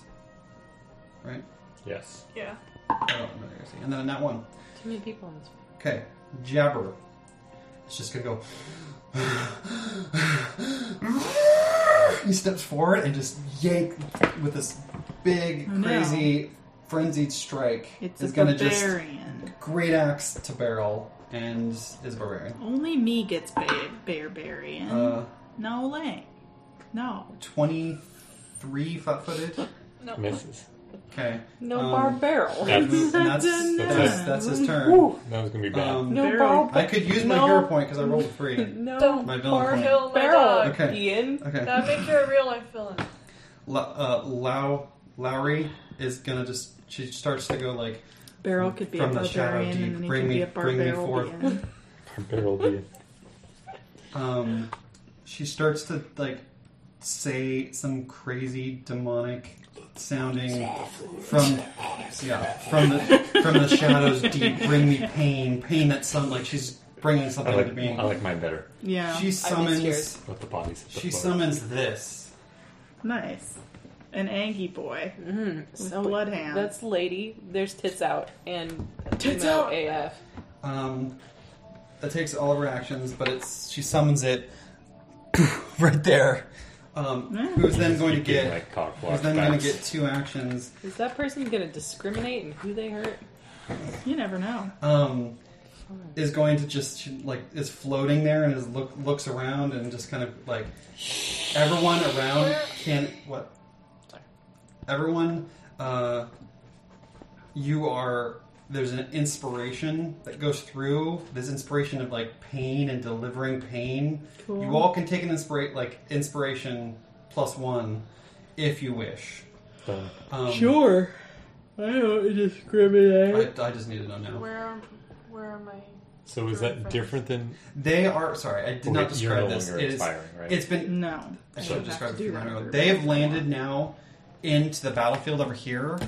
Right? Oh, Yes. Yeah. I don't remember the AC. And then that one. Too many people in this Okay, Jabber. It's just gonna go. he steps forward and just yank with this big, Oh, no. crazy, frenzied strike. It's He's a gonna barbarian. just great axe to barrel and is barbarian. Only me gets ba- barbarian. Uh, no way. No. 23 flat footed. No. Misses. Okay. No Um, bar barrel. That's, And that's, that's, that's his turn. Woo. that was gonna be bad. Um, No barrel. bar I could use my No. hero point because I rolled a three. No Don't My bar villain point. kill my barrel, dog. Okay. Ian. Okay. That makes you a real life villain. L- uh, Lau- Lowry is gonna just. She starts to go like, Barrel could be From a the shadow barbarian, deep, and then he bring could me- be a bring me barbarian. Barrel be um, she starts to like say some crazy demonic sounding from yeah from the from the shadows deep bring me pain pain that some like she's bringing I something to like, being I like mine better Yeah. she scared. summons with the bodies. at the she floor. summons this nice. An Angie boy. Mm, so blood hands. That's lady. There's tits out and Tits emo out. AF. um that takes all of her actions but it's she summons it right there um Mm. who's then going to You can, get like cock who's block then going to backs. get two actions Is that person gonna discriminate in who they hurt? You never know. um, is going to just like is floating there and is look looks around and just kind of like everyone around can what everyone uh, you are there's an inspiration that goes through this inspiration of like pain and delivering pain Cool. you all can take an inspira- like inspiration plus one if you wish Done. um, Sure. I don't discriminate. I, I just need to know now Where are, where are my So is that different than? They are sorry. I did Well, not wait, you're describe no this. longer It is, expiring, right? It's been. No. I You'd should have have described to it. do that Right over they have everyone. landed now into the battlefield over here,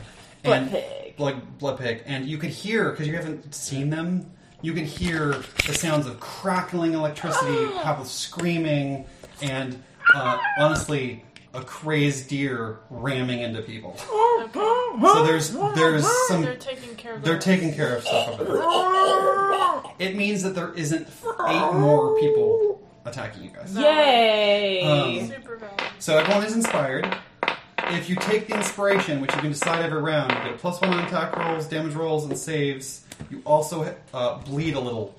and pig. like blood pig, and you could hear because you haven't seen them. You can hear the sounds of crackling electricity, people screaming, and uh, honestly, a crazed deer ramming into people. Oh, So there's there's some They're taking care of they're their- taking care of stuff over there. It means that there isn't eight more people attacking you guys. Yay! Um, super valid. So everyone is inspired. If you take the inspiration, which you can decide every round, you get a plus one on attack rolls, damage rolls, and saves. You also uh, bleed a little.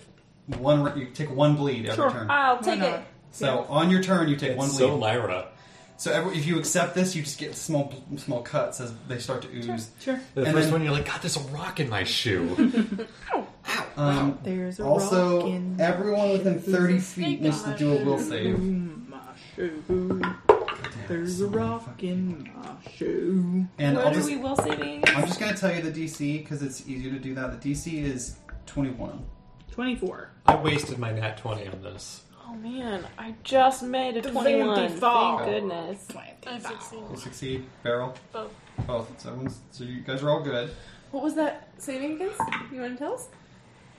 One ra- you take one bleed every turn. I'll Why take not? it. So on your turn, you take one It's bleed. so Lyra. so every, if you accept this, you just get small small cuts as they start to ooze. Sure. The And first then- one, you're like, God, there's a rock in my shoe. Um, There's a rock also, in everyone within thirty feet Snake needs to do a will save. my shoe. There's a rock in my shoe. And Where I'll do just, we will saving? I'm just going to tell you the DC because it's easier to do that. The DC is 21. 24. I wasted my nat twenty on this. Oh man, I just made a The 21. vamp fall. Thank goodness. I succeed. Will succeed. Barrel. Both. Both. So, everyone's, so you guys are all good. What was that saving against? You want to tell us?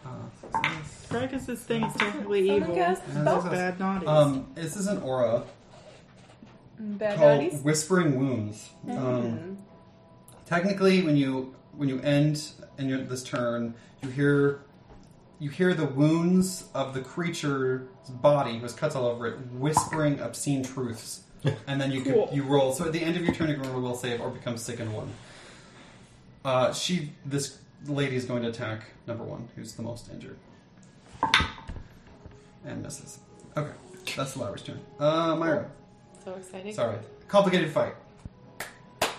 Uh, success. Because this thing is technically evil. Guess. And That's success. bad naughties. Um, this is an aura Bad Hmm, called daddies? Whispering Wounds. Mm-hmm. Um, technically, when you when you end in your, this turn, you hear you hear the wounds of the creature's body, whose cuts all over it, whispering obscene truths, and then you Cool. can, you roll. So at the end of your turn, you can roll a will save or become sick in one. Uh, she this lady is going to attack number one, who's the most injured, and misses. Okay, that's Lyra's turn. Uh, Myra. So exciting. Sorry. Complicated fight.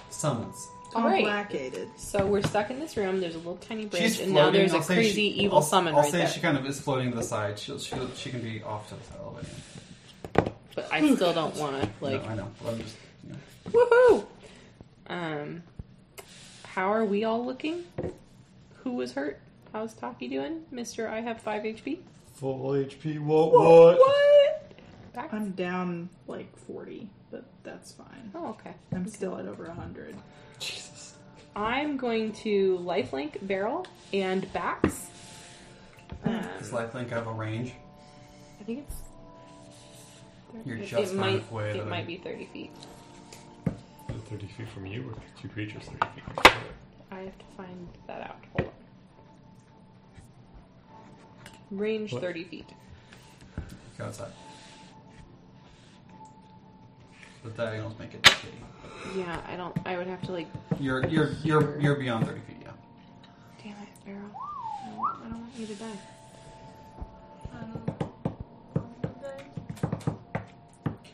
Summons. Alright, Complicated. so we're stuck in this room. There's a little tiny bridge, She's and floating. now there's I'll a say crazy she, evil I'll, summon I'll right say there. she kind of is floating to the side. She'll, she'll, she can be off to the side a little bit. But I still don't want to, like, no, I know. Well, I'm just, you know. woohoo! Um, how are we all looking? Who was hurt? How's Taki doing? Mr. I have 5 HP? Full HP. What? What? What? Back? I'm down like 40, but that's fine. Oh, okay. I'm still at over 100. Jesus. I'm going to lifelink barrel and backs. Um, Does Lifelink have a range? I think it's. You're it- just it might, halfway It there. might be 30 feet. Thirty feet from you, or two creatures thirty feet. From you. I have to find that out. Hold on. Range What? 30 feet. Go outside. The diagonals make it shitty. Yeah, I don't. I would have to, like. You're, you're, you're, you're beyond 30 feet, yeah. Damn it, barrel. I don't, I don't want you to die. Um, Cat.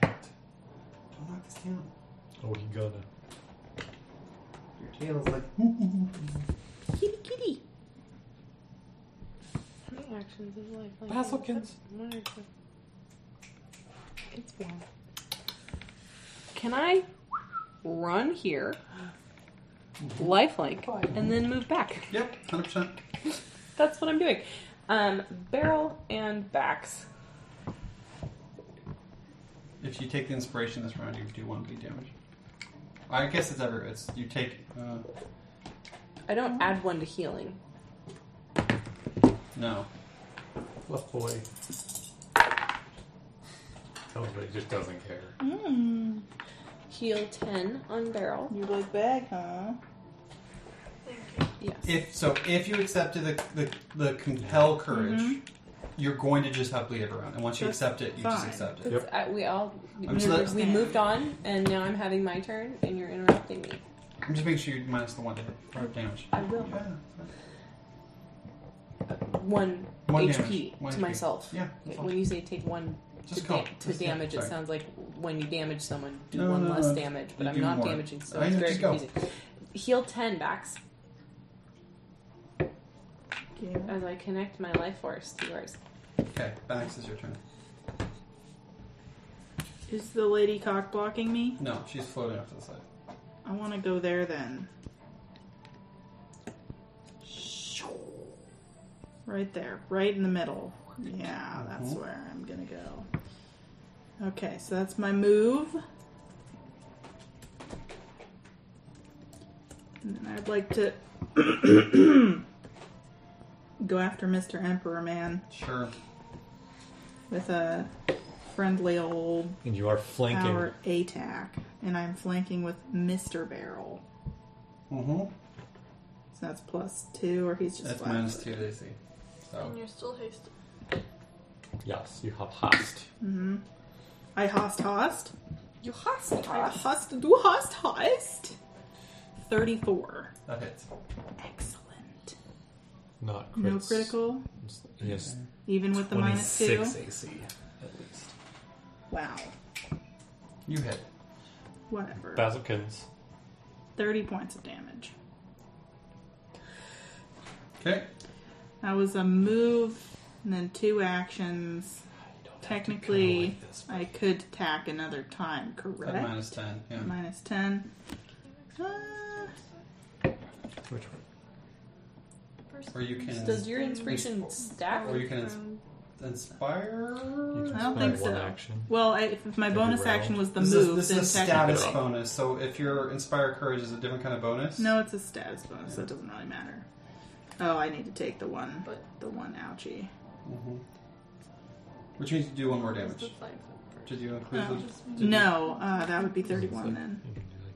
Don't knock this down. Oh, he gonna. Your tail is like. Kitty, kitty. How many actions is life? Like, Basilkins. one or two? It's one. Can I run here, lifelink, and then move back? Yep, 100%. That's what I'm doing. Um, barrel and backs. If you take the inspiration this round, you do one d damage. I guess it's ever. It's you take. Uh, I don't add one to healing. no, Left boy. Tells me he just doesn't care. Mm, Heal 10 on barrel. you like bag, huh? Yes. If so, if you accepted the the, the compel courage, you're going to just have bleed around, and once you That's accept it, you just fine. accept it. Yep. That's- I- we all we, I'm just let- we moved on, and now I'm having my turn, and you're interrupting me. I'm just making sure you minus the one hit or damage. I will Yeah, one, One HP damage. One to HP. myself. Yeah, that's fine. When you say take one just to, call da- to damage, it sounds like when you damage someone, do No, one no, less no. damage. But You I'm do not more. damaging, so I it's know, very just go. confusing. Heal ten backs Okay. as I connect my life force to yours. Okay, Bax is your turn. Is the lady cock blocking me? No, she's floating off to the side. I want to go there then. Right there, right in the middle. Yeah, that's Mhm. where I'm gonna go. Okay, so that's my move. And then I'd like to go after Mr. Emperor Man Sure. with a friendly old And you are flanking. power attack. And I'm flanking with Mr. Barrel. Mm-hmm. So that's plus two, or he's just That's flat minus two footed. DC. So And you're still hasted. Yes, you have hast. Mhm. I host host. You host I host do host host. Thirty-four. that hits. Excellent. Not crits. No critical, Yes. even with the minus two. AC at least. Wow. You hit. Whatever. Bazilkins. Thirty points of damage. Okay. That was a move, and then two actions. Technically, I could attack another time. At Correct. minus ten. Yeah. Minus ten. Uh, Which one? First Or you can Does your inspiration Or stack? or you can ins- inspire. You can I don't spend think one so. Action. well, I, if my Every bonus round. action was the this move, is, then this is a technically. status bonus. So if your inspire courage is a different kind of bonus. No, it's a status bonus. That doesn't really matter. Oh, I need to take the one, but the one ouchie. Mhm. Which means you do one more is the damage. five up first. Did you include Oh. the? Just me. Did No, uh, that would be thirty-one It's then. You can do like,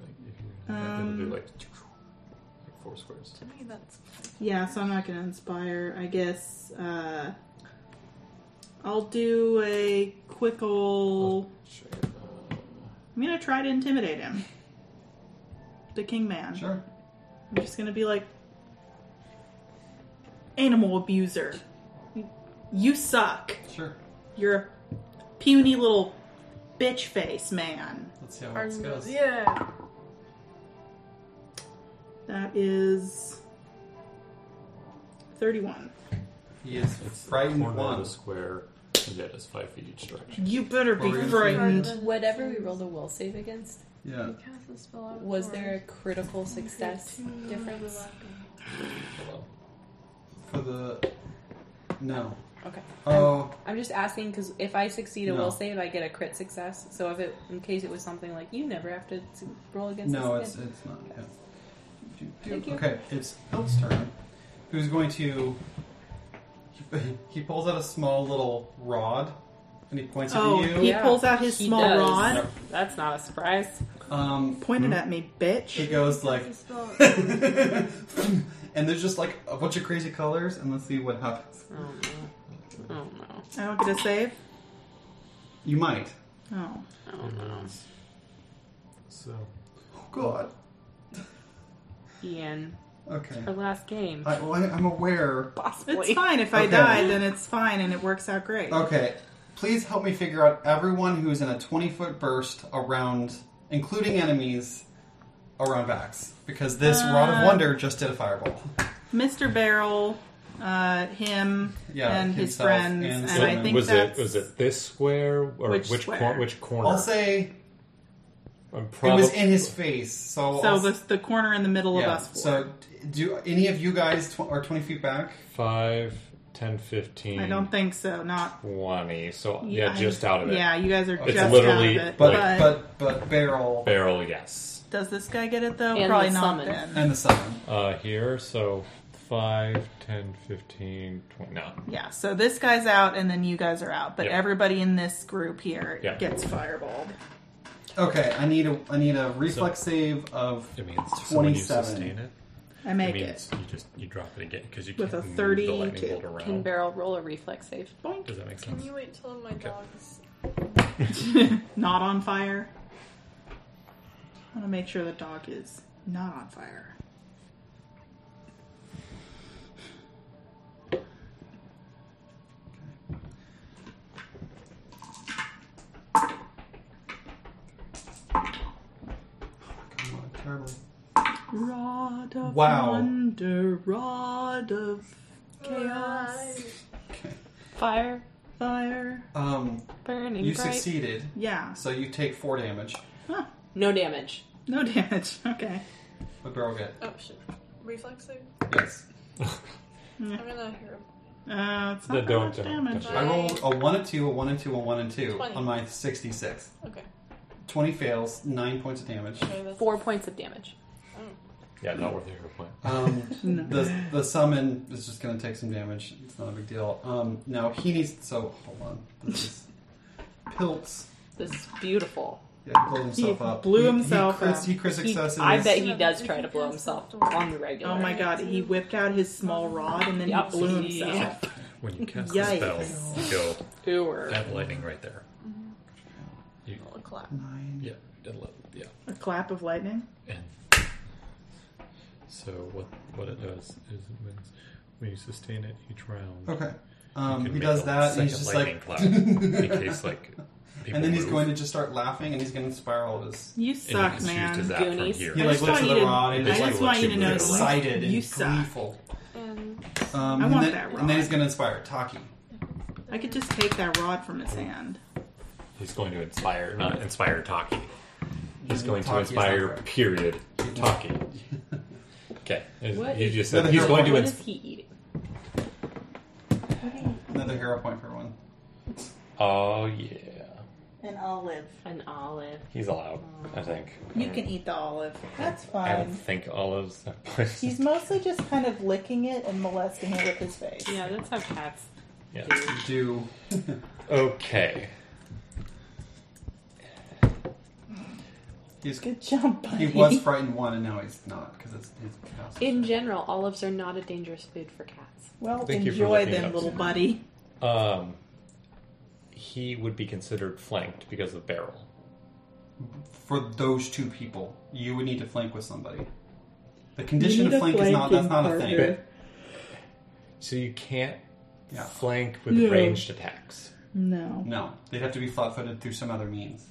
like if you're not gonna do Um, like, like four squares. To me, that's Yeah, so I'm not gonna inspire. I guess uh, I'll do a quick ol' Sure. Uh, I'm gonna try to intimidate him. The king man. You? Sure. I'm just gonna be like, animal abuser. You- You suck. Sure. You're a puny little bitch face man. Let's see how this goes. yeah. That is 31. He is it's frightened corner of one. the square. And yeah, it's five feet each direction. You better Well, be we're gonna frightened. Whatever we rolled a will save against, Yeah. You cast a spell out was of there a order. critical success Fifteen difference? Hello. For the no. Okay. Oh, I'm just asking because if I succeed a No. will save, I get a crit success. So if it, in case it was something like you never have to s- roll against no, this it's again. it's not. yeah. Do- do- Thank you. Okay, it's Elf's turn. Who's going to? He, he pulls out a small little rod, and he points Oh, it at he you. yeah. pulls out his He small does. rod, That's not a surprise. Um, pointed at me, he bitch. goes like, Cast a spell out of order. and there's just like a bunch of crazy colors, and let's see what happens. Oh no! Oh no! I don't get a save? You might. Oh. Oh no! So Oh God. Ian, Okay. our last game. I, well, I, I'm aware. It's fine. If I Okay. die, then it's fine and it works out great. Okay. Please help me figure out everyone who's in a 20 foot burst around, including enemies, around Vax. Because this Rod of Uh, Wonder just did a fireball. Mr. Barrel, uh, him, Yeah, and his himself friends, and and, So I think was that's... it was it this square or Which which square? cor- which corner? I'll say I'm it probably was in his face. So, So I'll- the, the corner in the middle of yeah, us four. So d- do any of you guys tw- are 20 feet back? five, 10, 15, I don't think so. Not 20. So, yeah, just out of it. Yeah, you guys are It's just literally, out of it. like- But, But but but barrel Barrel, yes. does this guy get it though? And Probably the not. summon. Then and the summon. Uh, here, so 5, 10, 15, 20. No. yeah. So this guy's out, and then you guys are out. But Yeah. everybody in this group here Yeah. gets fireballed. Okay, I need a I need a reflex save of It means so when you 27. sustain it, I make it it. means you just you drop it again because you With can't a move the lightning 32. bolt Can around. barrel roll a reflex save? Does that make Can sense? you wait till my dog's not on fire. I want to make sure the dog is not on fire. Come on, terrible. Rod of Wow. wonder, rod of chaos, Fire fire. Um, burning you bright. succeeded, Yeah, so you take four damage. No damage. no damage. Okay. What barrel get? oh shit reflex save? Yes. I'm gonna hear Uh, it's The not that don't- much don't- damage. don't. I rolled a one and two, a one and two, a one and two Twenty. on my sixty-six. okay. Twenty fails, nine points of damage. okay that's Four points of damage. Yeah, not worth your point. Um, the the summon is just going to take some damage. It's not a big deal. Um, now he needs. So hold on. This is Pilts. This is beautiful. Yeah, he blew himself He up. blew He- himself He, Chris, up. he Chris He- successes. I bet he does try to blow himself on the regular. Oh my god, he whipped out his small rod and then Yep. he blew himself. When you cast Yikes. the spell, you go Ooh. that lightning right there. You, a clap. Nine. yeah, it'll, yeah. A clap of lightning. And so what what it does is it means when you sustain it each round. Okay. you Um, can he make does a that, second and he's just lightning like, cloud in case like people and then he's move, going to just start laughing, and he's going to spiral his. You and you suck, can choose to man. zap from Goonies. here. He I like just looks want at the you to- rod I and is just like want you to know that you excited and you suck. gleeful. And Um, I and want then, that And then he's rod. going to inspire Taki. I could just take that rod from his hand. He's going to inspire not inspire Taki. He's going to Taki is not inspire correct. period Taki. Okay. What You is- just Another said he's hero going to What point. ins- is he eating? Another hero point for everyone. Oh yeah. An olive. An olive. He's allowed, I think. You can eat the olive. That's I don't fine. think olives are poisonous. He's mostly just kind of licking it and molesting it with his face. Yeah, that's how cats Yeah. do. Do Okay. he's Good job, buddy. He was frightened one, and now he's not because it's his house. In general, olives are not a dangerous food for cats. Well, Thank you for enjoy looking it them, up. little buddy. Um, he would be considered flanked because of barrel. For those two people, you would need to flank with somebody. The condition of need a flank is not that's flanking not a partner. thing. But- so you can't Yeah. flank with Yeah. ranged attacks. No. No, they'd have to be flat-footed through some other means.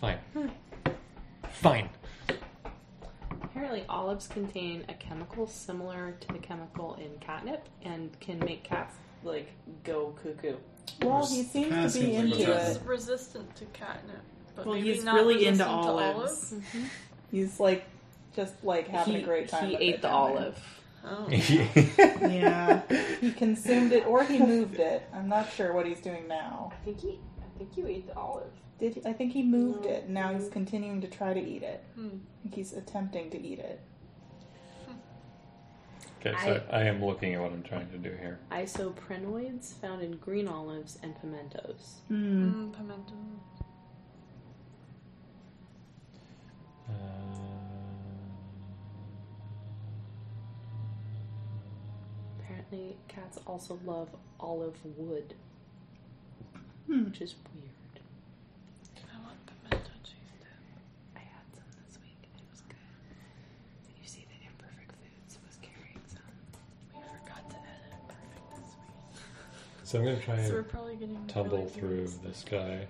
Fine. Fine. Apparently, olives contain a chemical similar to the chemical in catnip and can make cats like go cuckoo. Well, Just he kinda seems to be seems like into what's it. he's resistant to catnip. But Well, maybe he's not really into resistant to olives. He's like, just like having Mm-hmm. he a great time. he with ate it the down there. olive. olive? Mm. yeah. Yeah, he consumed it or he moved it. I'm not sure what he's doing now. I think he. I think you ate the olive. Did he, I think he moved it? and Now he's continuing to try to eat it. Hmm. I think he's attempting to eat it. Okay, so I, am looking at what I'm trying to do here. Isoprenoids found in green olives and pimentos. Oh. Hmm. Mm, pimento. Uh, Apparently, cats also love olive wood, Hmm. which is weird. I want pimento cheese dip. I had some this week and it was good. Did you see that Imperfect Foods was carrying some? We forgot to edit perfect this week. so I'm going to try So we're and probably getting tumble really through confused. this guy.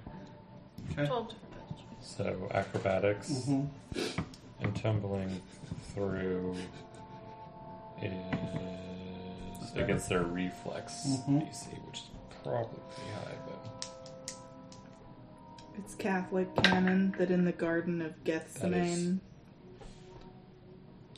Okay. twelve different vegetables. So acrobatics Mm-hmm. Mhm. and tumbling through is against their reflex Mm-hmm. Mhm. DC, which is probably pretty high, but. It's Catholic canon that in the Garden of That is- Gethsemane,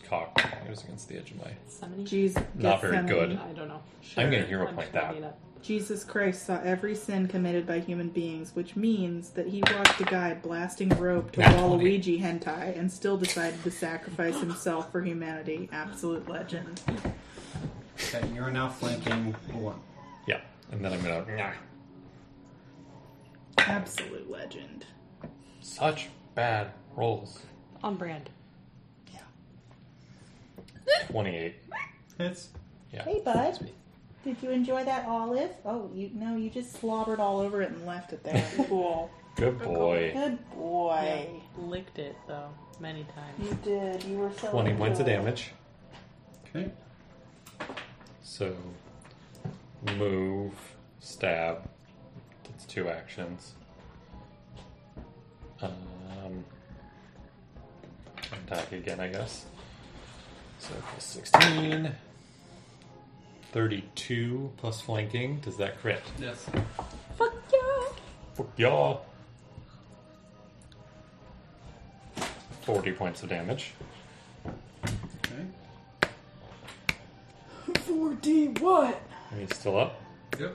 cocked. It was against the edge of my. Summoning? Jesus, Not very Gethsemane. good. I don't know. I'm gonna hero point that. making it up. Jesus Christ saw every sin committed by human beings, which means that he watched a guy blasting rope to Nat Waluigi hentai and still decided to sacrifice himself for humanity. Absolute legend. Okay, you're now flanking one. Yeah, and then I'm gonna nah, Absolute legend. such bad rolls. On brand. Twenty-eight. Hits. Yeah. Hey, bud. Did you enjoy that olive? Oh, you no, you just slobbered all over it and left it there. cool. Good boy. Good boy. Licked it, though, many times. You did. You were so. Twenty points of enjoyed. damage. Okay. So move, stab. That's two actions. Um, attack again, I guess. So plus 16. 32 plus flanking. Does that crit? Yes. Fuck yeah! Fuck y'all. 40 points of damage. Okay. And he's still up. Yep.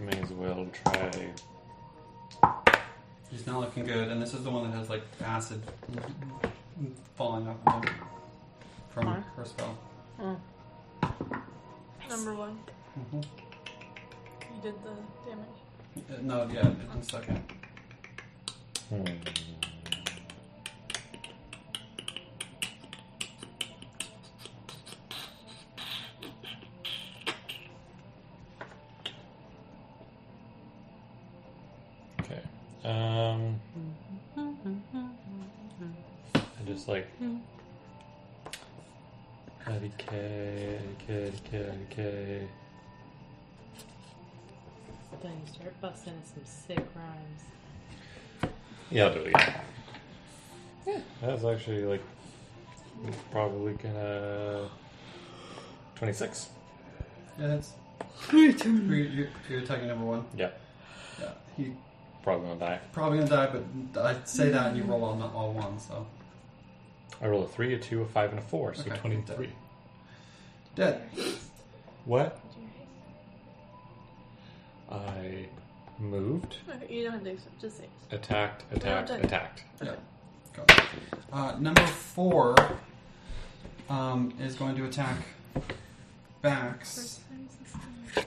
May as well try. He's not looking good, and this is the one that has like acid falling off of him from Huh? her spell. Mm. Number one. Mm-hmm. You did the damage. Uh, No, yeah, in a second. Hmm. Okay. Um, Mm-hmm. I just like. Addy K, K, K, K. Then you start busting some sick rhymes. Yeah, I'll do it again. Yeah. That's actually like probably gonna twenty six. Yeah, that's. You're, you're, you're attacking number one. Yeah, Yeah. He probably gonna die. probably gonna die, but I say that and you roll all, all one, so. I roll a three, a two, a five, and a four, so Okay, twenty three. dead. Dead. What? I moved, Okay, you don't have to accept, just say it. attacked, attacked, dead. attacked. Yeah. Go. Uh, number four um, is going to attack Bax. First time since I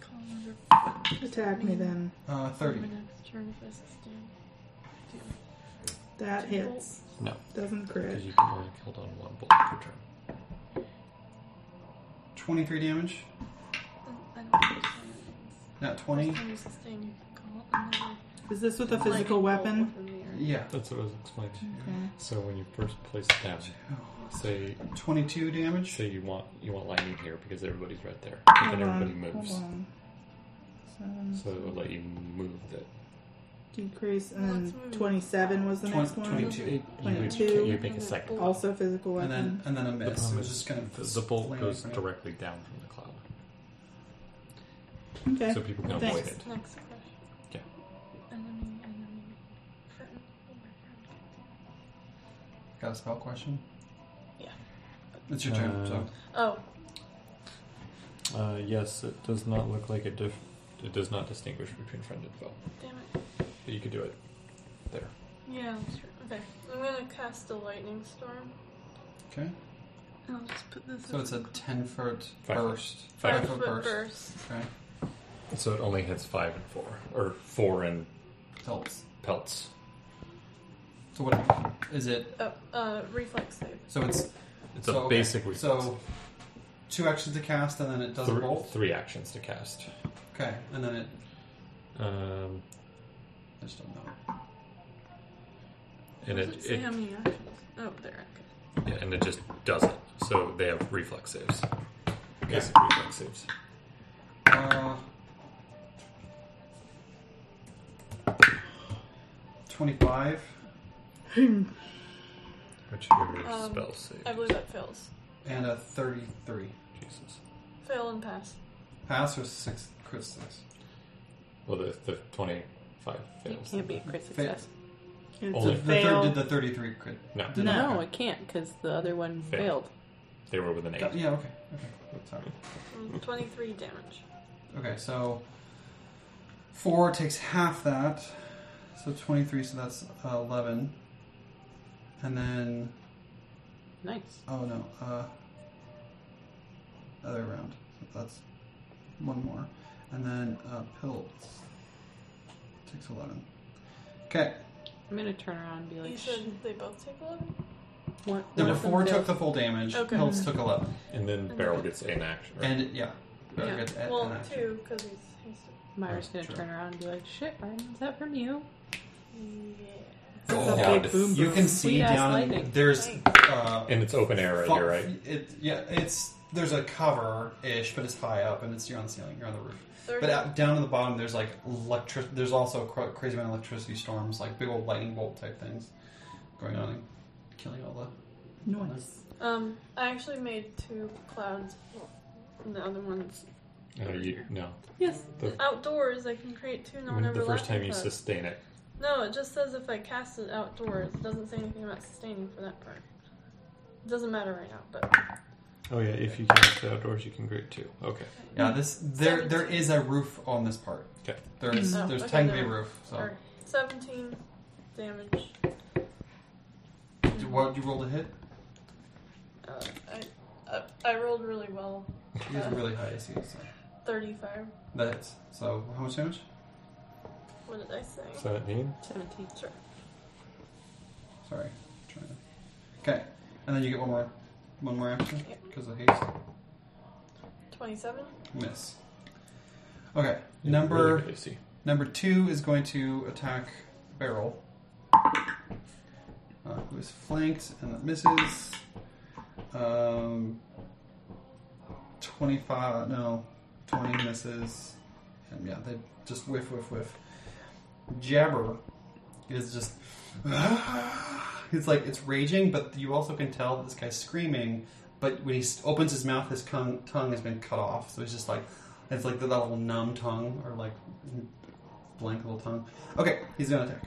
call number Attack me then. Uh, 30. my next turn if I sustain. That hits. No, Doesn't because crit. you can only kill on one bullet per turn. 23 damage. I don't understand what it means. Not 20. First time you sustain, you can call another. Is this with a like, physical bolt weapon? from the air. Yeah. That's what I was explaining. to you. oh, Okay. So when you first place it down, say 22 damage. say you want you want lightning here because everybody's right there, but then Hold on, everybody moves. Hold on. Seven, So uh, it would let you move it. decrease, and Let's then move. 27 was the Twen- next one. 22. You, would- Two. you make a second. Also physical And weapon. then, and then a The miss. problem it was is just kind of the, the bolt flaming goes from- directly down from the cloud, okay. so people can Thanks. avoid it. Next question. Okay. Enemy, enemy. Curtain. Oh my god. Got a spell question? Yeah. It's your turn, Uh, so. Oh, Uh, yes, it does not look like it. Dif- it does not distinguish between friend and foe. damn it. But you could do it there. Yeah, that's true. Okay. I'm gonna cast a lightning storm. Okay. And I'll just put this So in it's a 10 foot Five. burst. Five. foot burst. Okay. So it only hits five and four, or four and Tilts. pelts. So what is it? Oh, uh, reflex save. So it's It's so, a okay. basic reflex. So two actions to cast, and then it does Thr- a bolt. three actions to cast. Okay, and then it. Um, I just don't know. and Does it, it say it how many actions? Oh, there. yeah, and it just does it. So they have reflex saves. Basic reflex saves. Uh, Uh, Twenty-five. Which your Um, spell save. I believe that fails. And a 33. Jesus. Fail and pass. Pass or six crit six? Well, the, the 25 fails. Can't be a crit Fail. success. It's Only- a The The third, did fail. the 33 crit? No. Did No. not No, it can't because the other one Failed. failed. They were with an eight. crit. Yeah, okay. Okay, sorry. Mm, 23 damage. Okay, so four takes half that, so twenty-three. So that's uh, eleven, and then Nice. oh no, uh, other round. So that's one more, and then uh, pills takes eleven. Okay, I'm gonna turn around and be like, You said they both take 11? what? number four took the full damage. Okay. Pills took eleven, And then Barrel gets an action. right? and yeah, very Yeah. good. a- Well, an action. two, because he's, he's. Myra's gonna Sure. turn around and be like, shit, Ryan, is that from you? Yeah. Oh, Down big to boom You can see Sweet-ass down. lightning. There's uh, And it's open air right Fu- here, right? It, yeah, it's there's a cover ish, but it's high up and it's you're on the ceiling, you're on the roof. But um, out, down at the bottom, there's like electric. There's also cra- crazy amount of electricity storms, like big old lightning bolt type things going on and killing all the. Noise. Um, I actually made two clouds. And the other one's No, you, no. Yes. outdoors. I can create two When the non-overlapping first time you clouds. sustain it. No, it just says if I cast it outdoors. It doesn't say anything about sustaining for that part. It doesn't matter right now, but Oh yeah, if you cast it outdoors, you can grade two. Okay. Yeah, this there there is a roof on this part. Okay. There is Oh, there's okay, technically a there- roof. So or 17 damage. Do- hmm. what you rolled a hit? Uh, I, uh, I rolled really well. You Uh, guys are really high AC. So 35. that hits. So how much damage? What did I say? Seventeen. 17. Sure. Sorry, trying to. Okay, and then you get one more one more action Yep. because of haste. 27. Miss. Okay. You number Really, really see. number two is going to attack Barrel, uh, who is flanked and that misses. Um, twenty-five, no, twenty misses, and yeah, they just whiff, whiff, whiff. Jabber is just. It's like it's raging, but you also can tell that this guy's screaming. But when he s- opens his mouth, his tongue, tongue has been cut off. So he's just like, it's like that little numb tongue or like blank little tongue. Okay, he's gonna attack.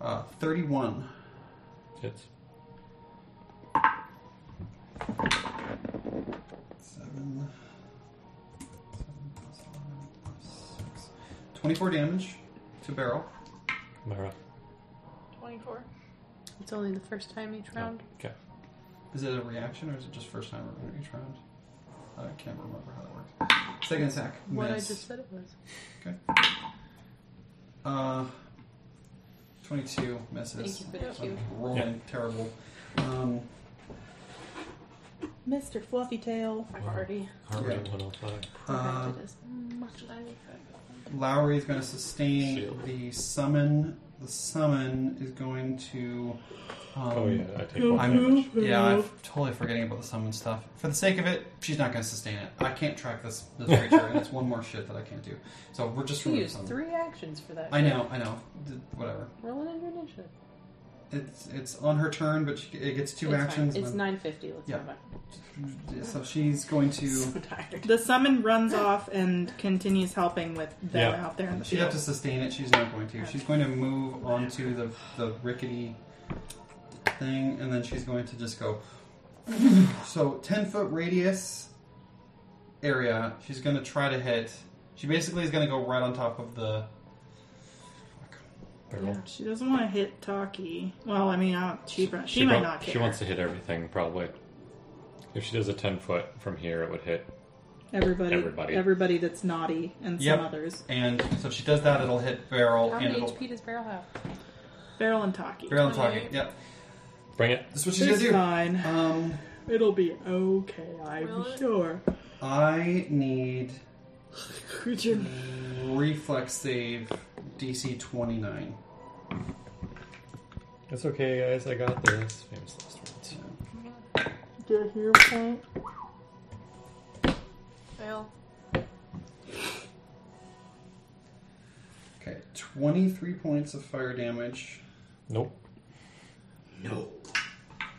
Uh, Thirty-one. Hits. Seven. Seven plus eleven plus six. Twenty-four damage to barrel. Myra. 24. It's only the first time each round. Okay. Is it a reaction or is it just first time we're gonna each round? I can't remember how that works. Second attack. What I miss. just said it was. Uh, 22 misses. Thank you for the Yep. cue. Rolling Yeah. terrible. Um, Mr. Fluffy Tail. I've already Harmony Yeah. one hundred five. uh, corrected as much as I could. Lowry is going to sustain Shield. the summon. The summon is going to. Um, Oh yeah, I take one I'm, damage. yeah, I'm totally forgetting about the summon stuff. For the sake of it, she's not going to sustain it. I can't track this, this creature, and it's one more shit that I can't do. So we're just She removing used summon. three actions for that. I know, I know. D- Whatever. Roll it under initiative. It's it's on her turn, but she, it gets two it's actions. Fine. It's and 950. Let's Yeah. move on. then- so she's going to. So tired. The summon runs off and continues helping with them Yeah. out there in the She'd have field. to sustain it. She's not going to. She's going to move onto the the rickety thing, and then she's going to just go. so ten foot radius area. She's going to try to hit. She basically is going to go right on top of the. Barrel. She doesn't want to hit Taki. Well, I mean, I don't, she, she, prob- might not care. She wants to hit everything probably. If she does a ten foot from here, it would hit. everybody, everybody. everybody, that's naughty and some Yep. others. And so if she does that, it'll hit barrel How and many it'll HP does Barrel have? Barrel and Taki. barrel and Twenty-eight. target. Yep, Bring it. that's what she's It's uh, gonna fine. do. Um, It'll be okay. I'm Will it? sure. I need Creature. reflex save DC twenty nine. It's okay, guys. I got this. Famous last words. Get here, point. Fail. Okay, 23 points of fire damage Nope.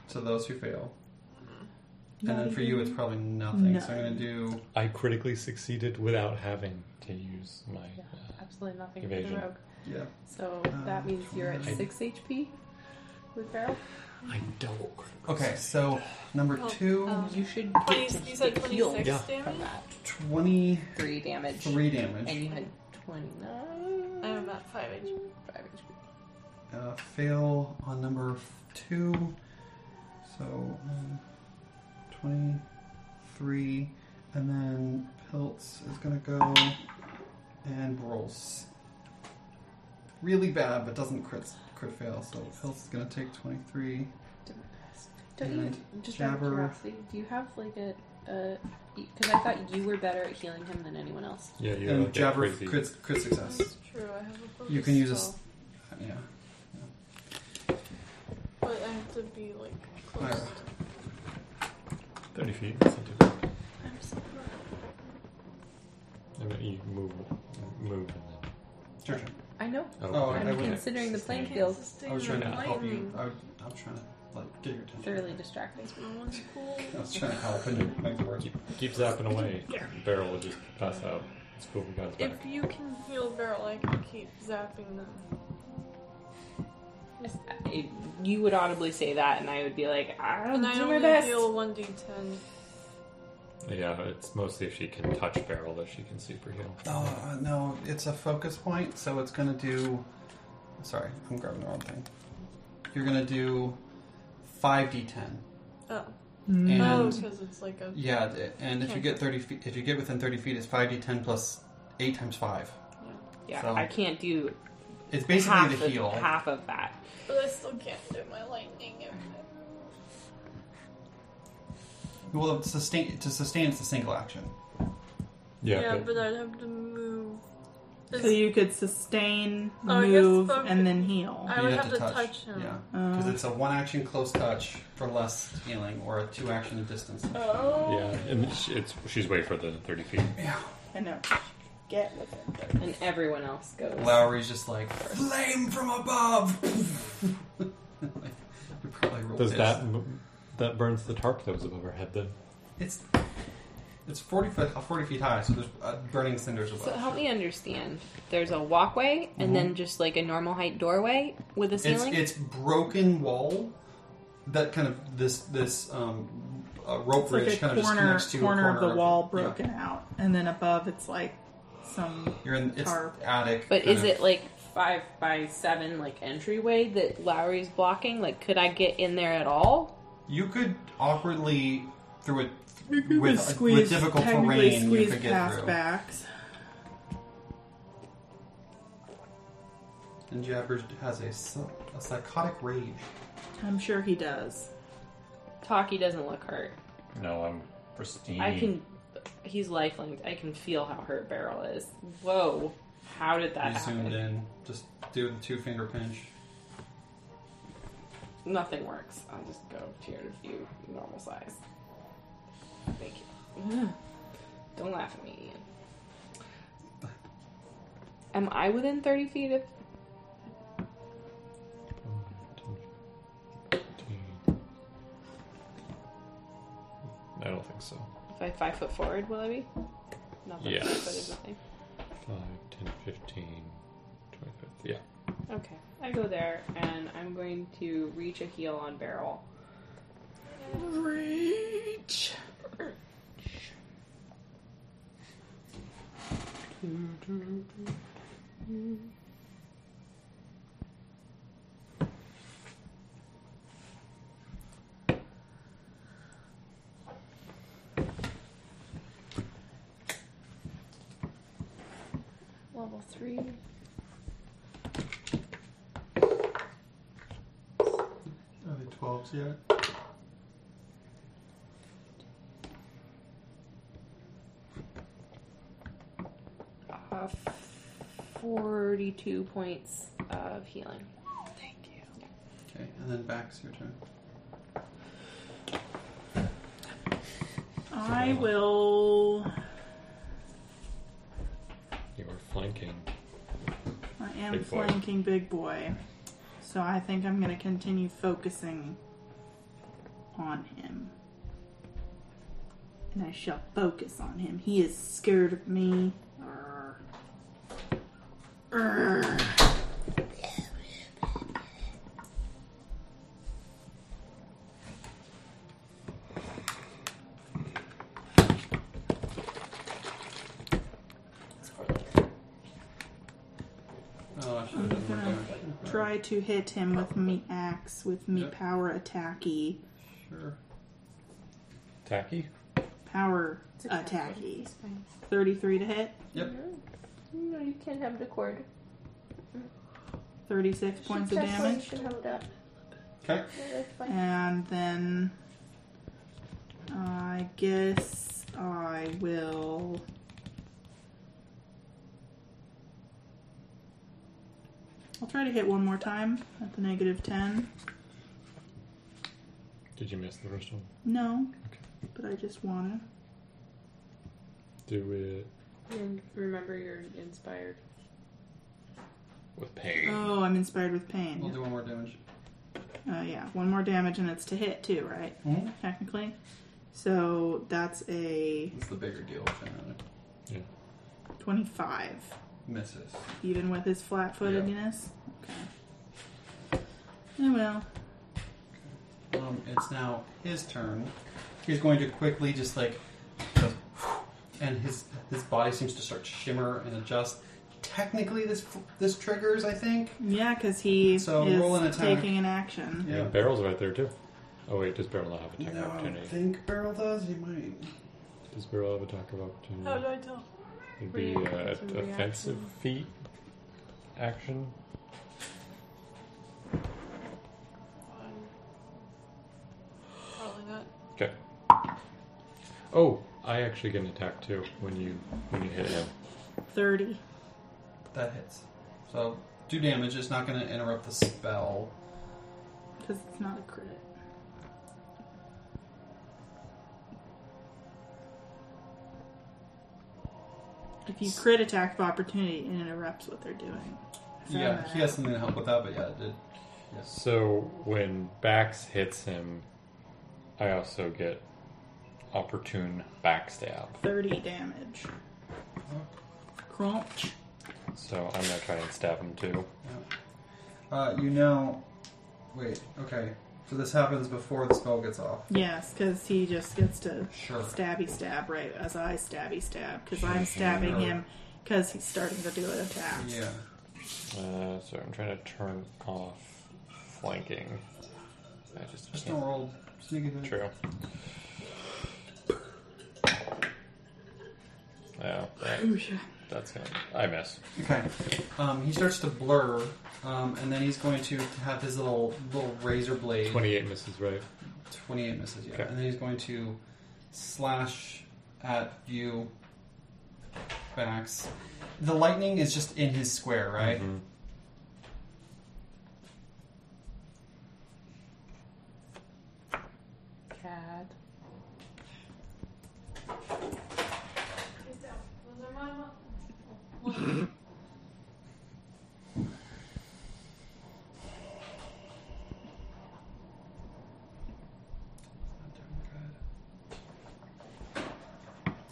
to those who fail. and then for you, it's probably nothing. So I'm going to do. I critically succeeded without having to use my. Uh, absolutely nothing with Evasion. the rogue. Yeah. So Uh, that means you're at I- 6 HP with Barrel. I don't. Okay, so number Oh, two, um, You should Twenty, get to you said heal 26 Yeah. damage? from that. 23 Three damage. And damage. you had 29. I'm about 5 inches. Five HP. Uh, fail on number f- two, so um, 23, and then Pilts is gonna go and rolls. Really bad, but doesn't crit, crit fail, so Pilts is gonna take 23. Don't And you, just out of jabber. curiosity, do you have like a. Because I thought you were better at healing him than anyone else. Yeah, you and like get Jabber crazy. crit, crit success. That's true, I have a bonus You can use a s- spell, Yeah. But I have to be, like, close Alright. to Thirty feet. That's not too bad. I'm so I mean, you move, move, and then. It's your turn. I know. Oh, I I'm wouldn't- considering the playing I field can't sustain I was trying to help you. lightning. I, was- I was trying to like get your attention. thoroughly distracting. That's my one cool. I was trying to help and you make the words. Keep zapping away. Barrel will just pass out. It's cool. We got his If back. you can heal Barrel, I can keep zapping them. It, you would audibly say that, and I would be like, I'll And I do my only best. heal 1d10. Yeah, it's mostly if she can touch Barrel that she can super heal. Oh no, it's a focus point, so it's gonna do. Sorry, I'm grabbing the wrong thing. You're gonna do five d10, Oh. Mm. and oh, because it's like a. yeah, th- and if you get thirty feet, if you get within thirty feet, it's five d10 plus eight times five. yeah, So- I can't do It's basically half, the of, heal. half of that. But I still can't do my lightning. Well, to sustain to sustain it's a single action. Yeah, yeah, but, but I'd have to move. So you could sustain, Oh, I guess move, focus- and then heal. I would You'd have, to touch, him. Yeah, Oh. because it's a one action close touch for less healing, or a two action at distance. Oh. yeah, and she, it's she's way further than thirty feet. I know. Get with it. And everyone else goes. Lowry's just like flame from above. like, we probably rolled Does this. that m- that burns the tarp that was above her head? Then It's it's forty foot forty feet high, so there's uh, burning cinders above. So help me understand. There's a walkway, and then just like a normal height doorway with Mhm. a it's ceiling. it's broken wall that kind of this this um, uh, rope It's bridge like kind a of just corner, connects to corner a of the wall yeah. broken out, and then above it's like some. You're in it's Tarp. attic. but kind is of- it like five by seven, like entryway that Lowry's blocking? Like, could I get in there at all? you could awkwardly through it You could with, with difficult technically terrain you squeeze could get past through. backs. And Jabbers has a, psy- a psychotic rage. I'm sure he does. Taki doesn't look hurt. no, I'm pristine. Mm. I can. He's lifelinked. I can feel how hurt Beryl is. Whoa! How did that you zoomed happen? in, just do the two finger pinch. Nothing works. I'll just go tier to view normal size. Thank you. Don't laugh at me, Ian. Am I within thirty feet of? I don't think so. If I five foot forward, will I be? Not that Yes. five foot is a thing. 5, 10, 15, 25. Yeah. Okay, I go there, and I'm going to reach a heel on Beryl. Reach. Level 3. Are they 12s yet? Uh, Forty-two points of healing. Thank you. Okay, and then back's your turn. I will. You were flanking. I am Big boy. flanking big boy, so I think I'm going to continue focusing on him. And I shall focus on him. He is scared of me. Arr. Oh, I should have done more damage. Try to hit him with me axe, with me Yep. power attacky. Sure. Tacky? Power attacky. 33 to hit, Yep. No, you can't have the cord. 36 points of That's why You damage. should have it up. Okay. Yeah, that's fine. And then I guess I will. I'll try to hit one more time at the negative 10. Did you miss the first one? No, Okay. but I just wanna. Do it And remember, you're inspired. with pain. Oh, I'm inspired with pain. We'll do one more damage. Uh, yeah, one more damage and it's to hit too, right? Mhm. Technically. So that's a It's the bigger deal. generally. 25, Misses. even with his flat footedness. Okay. Oh well. Um, it's now his turn. He's going to quickly just like, goes, and his his body seems to start to shimmer and adjust. Technically, this this triggers, I think. Yeah, because he So is roll an attack. taking an action. And Barrel's right there too. Oh wait, does Barrel not have attack No, I don't opportunity? think Beryl does. He might. Does Barrel have attack of opportunity? Mm. How do I tell? It'd be React- uh, it's a reaction. offensive feat action. Um, Probably not. Okay. Oh, I actually get an attack too when you when you hit him. 30. That hits. So do damage. It's not going to interrupt the spell. Because it's not a crit. If you crit attack of opportunity, it interrupts what they're doing. I found Yeah, that he has out. something to help with that, but yeah, it did. So when Bax hits him, I also get opportune backstab. 30 damage. Uh-huh. Crunch. So I'm gonna try and stab him too. Uh, you know. Wait. Okay. So this happens before the spell gets off. Yes, because he just gets to Sure. stabby stab right as I stabby stab because I'm stabbing him because he's starting to do an attack. Yeah. Uh, so I'm trying to turn off flanking. I just Just don't can't. roll. Sneak attack. True. Yeah, that- that's gonna. I miss. Okay. Um, he starts to blur, um, and then he's going to have his little little razor blade. Twenty-eight misses, right? 28 misses, yeah. Okay. And then he's going to slash at you, Bax. The lightning is just in his square, right? Mhm. Cat.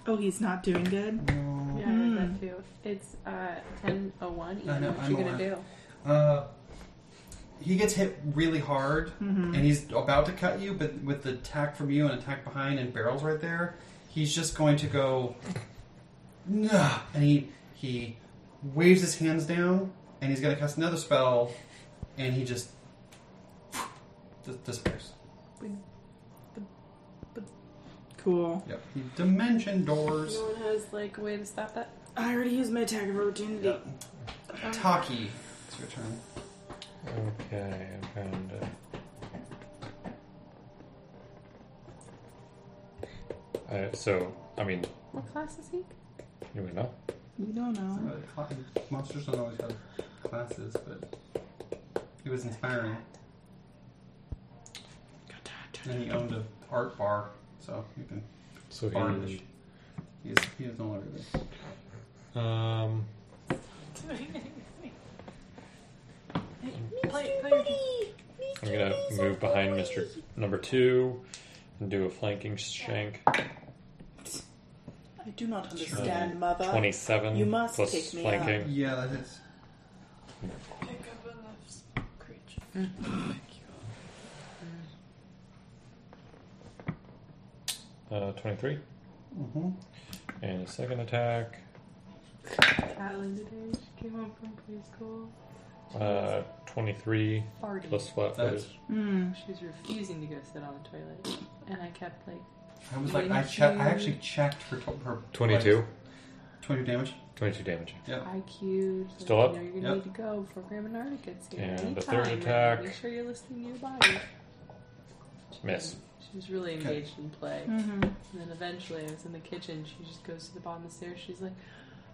Oh, he's not doing good. No. Yeah, Mm. I read that too. It's uh, 10.01 even. I know, what I'm you gonna aware. do? Uh, he gets hit really hard, and he's about to cut you, but with the attack from you and attack behind and barrels right there, he's just going to go. Nah, and he he waves his hands down, and he's going to cast another spell, and he just dis- disappears. Cool. Yep, he dimension doors. No one has like a way to stop that. I already used my attack of opportunity. Yep. Taki, it's your turn. Okay, I'm trying to. Uh, so, I mean, What class is he? you would know. We don't know. Really, cla- Monsters don't always have classes, but he was inspiring. And he owned an art bar, so you can So varnish. he, He's he is no longer there. um, Play, play. I'm gonna move behind Mr. Number Two and do a flanking shank. I do not understand, mother. Twenty-seven you must plus pick me flanking. Yeah, that is. pick up enough small creatures to pick you up. Uh, 23. Mm-hmm. And a second attack. Catelyn, did I just get home from preschool? Uh, 23 Farty. plus what? That's- is- Hmm. She was refusing to go sit on the toilet, and I kept like, I was like, I che- I actually checked her. to- her 22. Twenty-two damage. 22 damage. I queued. like, Still up? You know, you're gonna Yep. need to go before Grandma Narda gets here. And the Anytime. third and attack. Make sure you're listening to your body. She Miss. was- She was really Okay. engaged in play. Mm-hmm. And then eventually, I was in the kitchen. She just goes to the bottom of the stairs. She's like,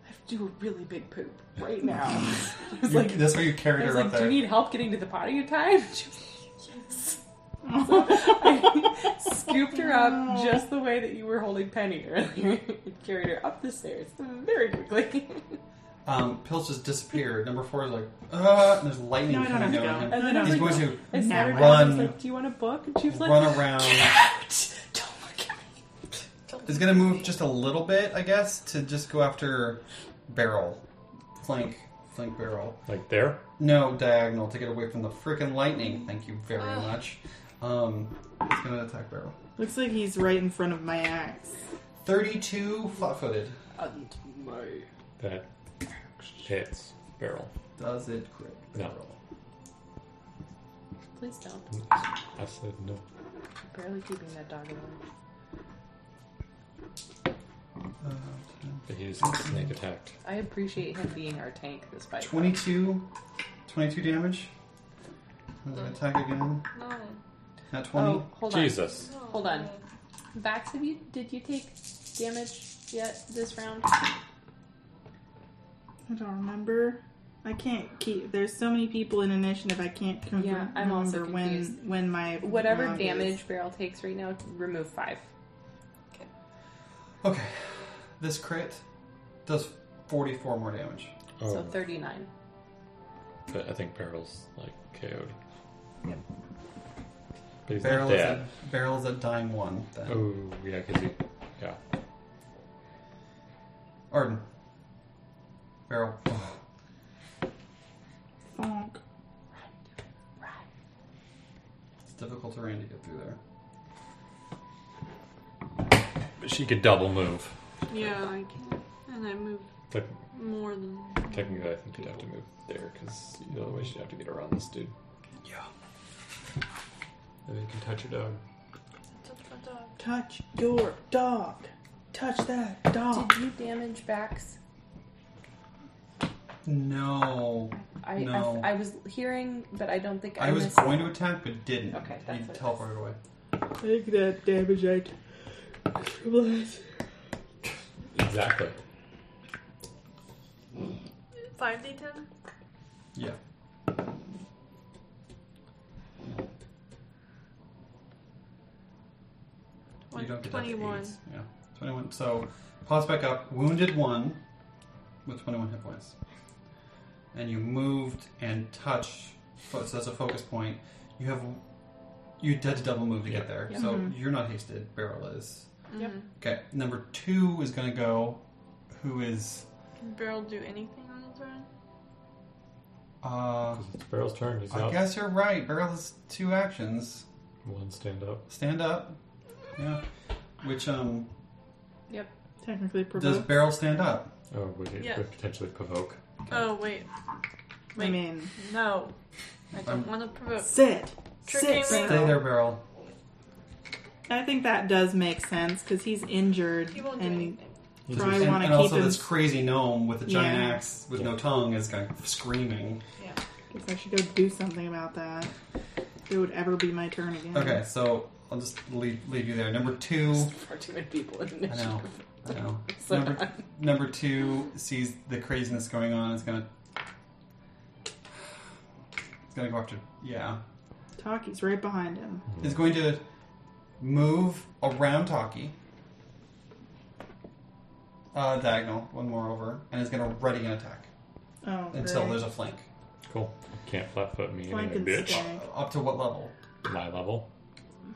I have to do a really big poop right now. I was You- like, that's where you carried I was her up like, do there. you need help getting to the potty in time? She was like, yes. So I scooped her up just the way that you were holding Penny earlier and carried her up the stairs very quickly. um, Pilch just disappeared. Number four is like, uh, and there's lightning No, I don't coming have to down. go. at No, him. And no, then I no. was He's like, going to I sat her down. I was Run. like, do you want a book? And she was like, run around. out! Don't look at me. It's gonna move just a little bit, I guess, to just go after barrel, flank, flank barrel. Like there? No diagonal to get away from the frickin' lightning. Thank you very much. Um, it's gonna attack barrel. Looks like he's right in front of my axe. Thirty-two flat-footed. And my That hits barrel. Does it crit? No. Barrel. Please don't. I said no. I'm barely keeping that dog alive. Uh, But he's snake attacked. I appreciate him being our tank this fight. 22, 22 damage. And then Attack again. No, Not twenty. Mm. Oh, hold on. Jesus. no. Hold on. Vax, have you did you take damage yet this round? I don't remember. I can't keep. There's so many people in initiative. I can't com- Yeah, I'm also remember when confused. when my Whatever round is. damage Barrel takes right now, remove five. Okay. This crit does forty-four more damage. Oh, So thirty nine. but I think barrel's like KO'd. But he's Barrel not is dead. at, barrel is at dying one. Then. Oh, yeah, because he. Yeah. Arden. Barrel. Bonk. It's difficult terrain to get through there. But she could double move. Yeah, I can. And I move Tec- more than. technically, I think you'd have to move there because the other way she'd have to get around this dude. Yeah. And you can touch your dog. Touch my dog. Touch your dog. Touch that dog. Did you damage Vax? No. I, No. I I was hearing, but I don't think I, I was missed. going to attack, but didn't. Okay, that's he what it teleported away. Take that damage I Exactly. 5d10? Yeah. You don't get that to 21. eights. Yeah, twenty-one. So, pause back up. Wounded one with twenty-one hit points, and you moved and touched. fo- So that's a focus point. You have you had to double move to Yeah. get there. So you're not hasted. Barrel is Yep. okay. Number two is going to go. Who is? Can Beryl do anything on his turn? Uh, It's barrel's turn. He's I up. guess you're right. Barrel has two actions. One stand up. Stand up. Yeah. Which um Technically does provoke. barrel stand up? Oh, would it Yeah. would potentially provoke? Oh, wait. Wait. I mean, No. I don't Um, want to provoke. sit. Tricking me. Sit. Stay Barrel. there, barrel. I think that does make sense because he's injured He won't do and anything. so I and, want to and keep also him. this crazy gnome with a giant Yeah. axe with no tongue is going screaming. Guess I should go do something about that. If it would ever be my turn again. Okay, so I'll just leave, leave you there. Number two, Far too many people in I initiative. know, I know. So Number, number two sees the craziness going on. It's gonna, it's gonna go after. Yeah, Taki's right behind him. it's going to move around Taki. Uh, diagonal, one more over, and it's gonna ready an attack Oh, until great. there's a flank. Cool. Can't flat foot me Flank anyway, and bitch. stay. Up to what level? My level?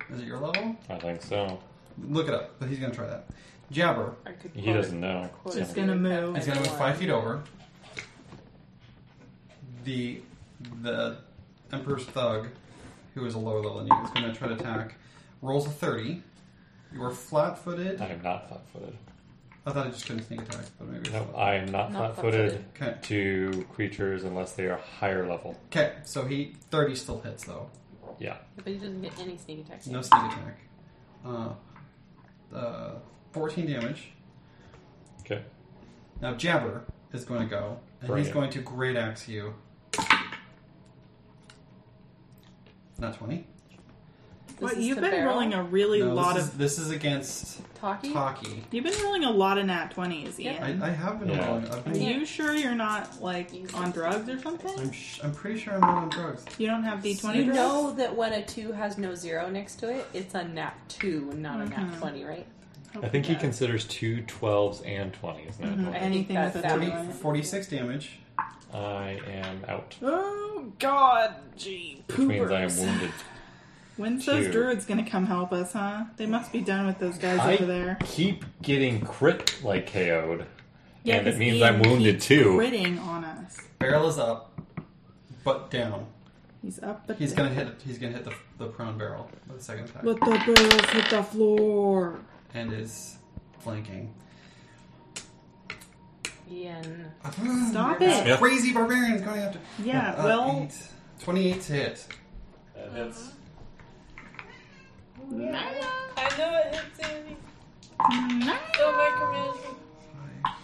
Is it your level? I think so. Look it up, but he's gonna try that. Jabber. I could He quote doesn't it. know. Quote Damn it. it. gonna move. He's gonna move five feet over. the the Emperor's thug, who is a lower level than you, is going to try to attack. Rolls a thirty. You are flat-footed. I am not flat footed. I thought I just couldn't sneak attack, but maybe. No, uh, I am not, Not flat footed Okay. to creatures unless they are higher level. Okay, so he thirty still hits though. Yeah. But he doesn't get any sneak attacks. No sneak attack. Uh, uh, fourteen damage. Okay. Now Jabber is going to go, and Bring he's it. going to great axe you. Not twenty. This What is you've to been barrel? rolling a really No, lot this of is, this is against Talkie? Taki. you've been rolling a lot of nat twenties, Yeah. I, Ian. I have been Yeah. rolling. I've Are been, you sure you're not like on drugs or something? I'm, sh- I'm pretty sure I'm not on drugs. You don't have D twenty You drugs. know that when a two has no zero next to it, it's a nat two, not a nat Mhm. twenty, right? I think he considers two 12s and 20s now. Mhm. Anything I think with a that's 40, Right. 46 damage. I am out, Oh God, gee, which means I am poopers. wounded. When's those Two. druids gonna come help us, huh? They must be done with those guys I over there. keep getting crit like KO'd, and it 'cause means Ian I'm wounded keeps too. Critting on us. Barrel is up, but down. He's up, but He's down. gonna hit. He's gonna hit the, the prone barrel with the second attack, Let the barrels hit the floor. and is flanking. Ian. Stop This it. Yeah. Crazy barbarian going after. Yeah, Uh, well, eight. 28 to hit. That hits. I know it hits Andy. Don't micromanage me. Five,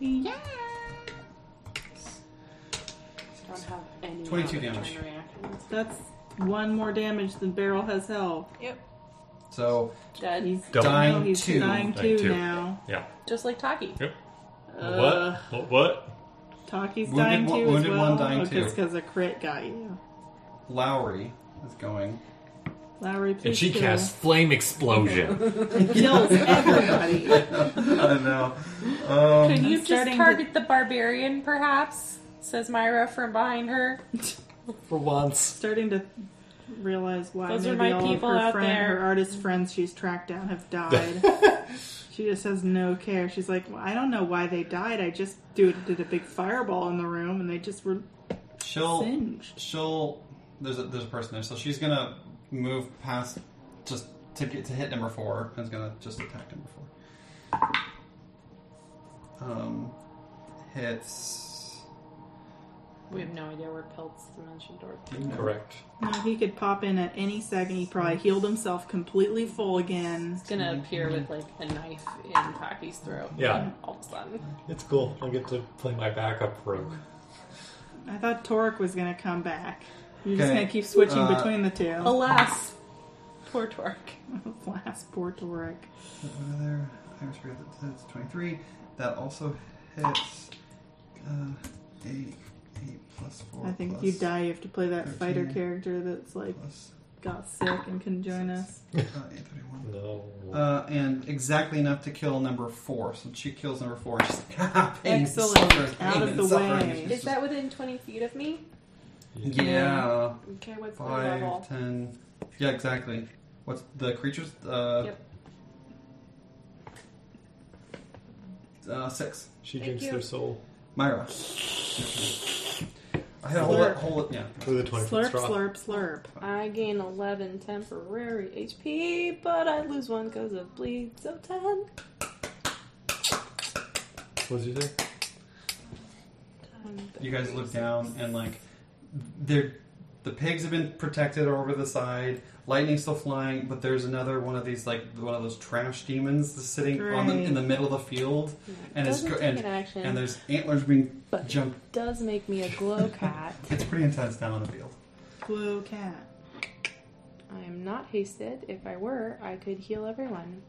yeah. Don't have any 22 knowledge on damage. reactions. That's one more damage than Barrel has health. Yep. So Dead. He's Double. Dying no, he's two. dying Dying two, two. now. Yeah. Just like Taki. Uh, what? What? What? Taki's Wounded dying one- two wounded as one, well. dying oh, two. because a crit got you. Lowry is going. Lowry, please And she kill. casts flame explosion. kills everybody. I know. Um, Can you just starting to- target the barbarian, perhaps? Says Myra from behind her. For once. Starting to realize why Those maybe are my all people of her, out friend, there. her artist friends she's tracked down have died. she just has no care. She's like, well, I don't know why they died. I just do, did a big fireball in the room and they just were she'll singed. she'll there's a there's a person there, so she's gonna move past just to get to hit number four and is gonna just attack number four. Um, hits. We have no idea where Pelt's dimension door. Correct. No, he could pop in at any second. He probably healed himself completely full again. It's Mm-hmm. gonna appear with like a knife in Taki's throat. Yeah. All of a sudden. It's cool. I get to play my backup rogue. I thought Torek was gonna come back. You're just Okay, gonna keep switching uh, between the two. Alas, poor Torque. Last poor Torek. What other Irish spirit that hits twenty three? That also hits. Uh, eight, eight plus four. I think plus- if you die, you have to play that fighter 13. character that's like plus, got sick and couldn't join us. uh, eight thirty one. No. Uh, and exactly enough to kill number four. So she kills number four. She's like, ah, pain, Excellent. suffering, Out pain of and the suffering." way. It's Is just- that within 20 feet of me? Yeah. Okay, what's the level? Five, ten. Yeah, exactly. What's the creatures? Uh, Yep. uh, six. she Thank drinks you. their soul Myra. I had a whole, lot- whole lot- yeah. with a Slurp, slurp, slurp. I gain 11 temporary HP, but I lose one because of bleed, so 10. What did you say? Um, You guys look down and like, they're the pigs have been protected over the side. Lightning's still flying, but there's another one of these like one of those trash demons that's sitting on the, in the middle of the field, and it's Doesn't go- take and an action, and there's antlers being But- jumped. does make me a glow cat. It's pretty intense down on the field. Blue cat. I am not hasted. If I were, I could heal everyone.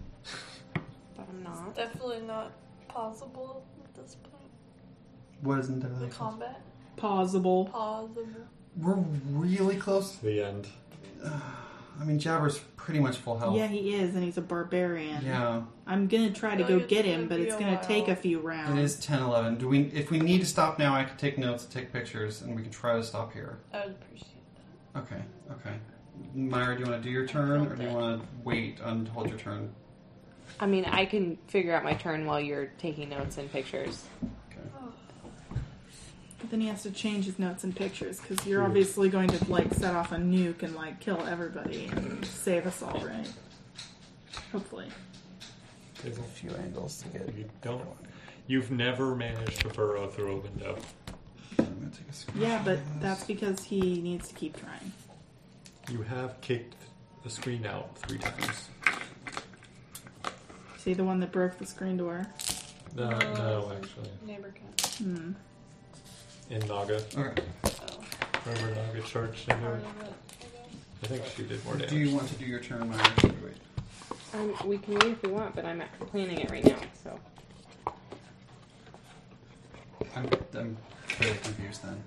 But I'm not. Definitely not possible at this point. What is entirely The possible? combat. Pausable. Possible. We're really close. The end. I mean, Jabber's pretty much full health. Yeah, he is, and he's a barbarian. Oh. Yeah. I'm gonna try to I go feel like get it's him, gonna but be it's a gonna while. take a few It rounds. is 10, 11. Do we? If we need to stop now, I could take notes, take pictures, and we can try to stop here. I would appreciate that. Okay. Okay. Myra, do you want to do your turn, or do you Okay. want to wait and hold your turn? I mean, I can figure out my turn while you're taking notes and pictures. Okay. But then he has to change his notes and pictures because you're obviously going to like set off a nuke and like kill everybody and save us all, right? Hopefully. There's a few angles to get. You don't. You've never managed to burrow through a window. I'm gonna take a screenshot Yeah, but of this. that's because he needs to keep trying. You have kicked the screen out three times. See the one that broke the screen door? No, Uh, No. Uh, no, actually. Neighbor cat. Hmm. In Naga. Okay. Oh, Remember Naga charged into part it? of it. I think she did more damage. Do you want to do your turn or should we wait? Um, we can wait if we want, but I'm actually planning it right now, so. I'm, I'm really confused then.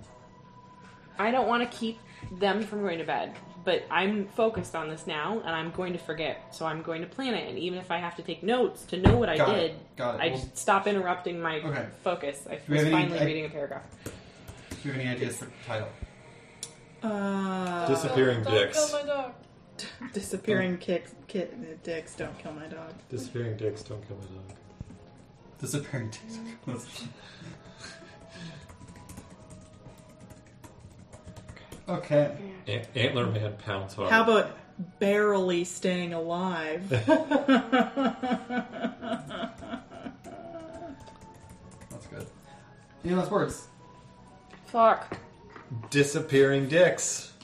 I don't want to keep them from going to bed, but I'm focused on this now, and I'm going to forget. So I'm going to plan it, and even if I have to take notes to know what I Got did, it. Got it. I Well, just stop interrupting my Okay. focus. I we was have any- finally I- reading a paragraph. do you have any ideas for title? Uh, Disappearing Don't dicks. kill my dog. disappearing kick, kit, dicks. Don't kill my dog. Disappearing dicks don't kill my dog. Disappearing TikTok. okay. Ant- Antler man pounds hard. How about barely staying alive? That's good. Any last words? Fuck. disappearing dicks?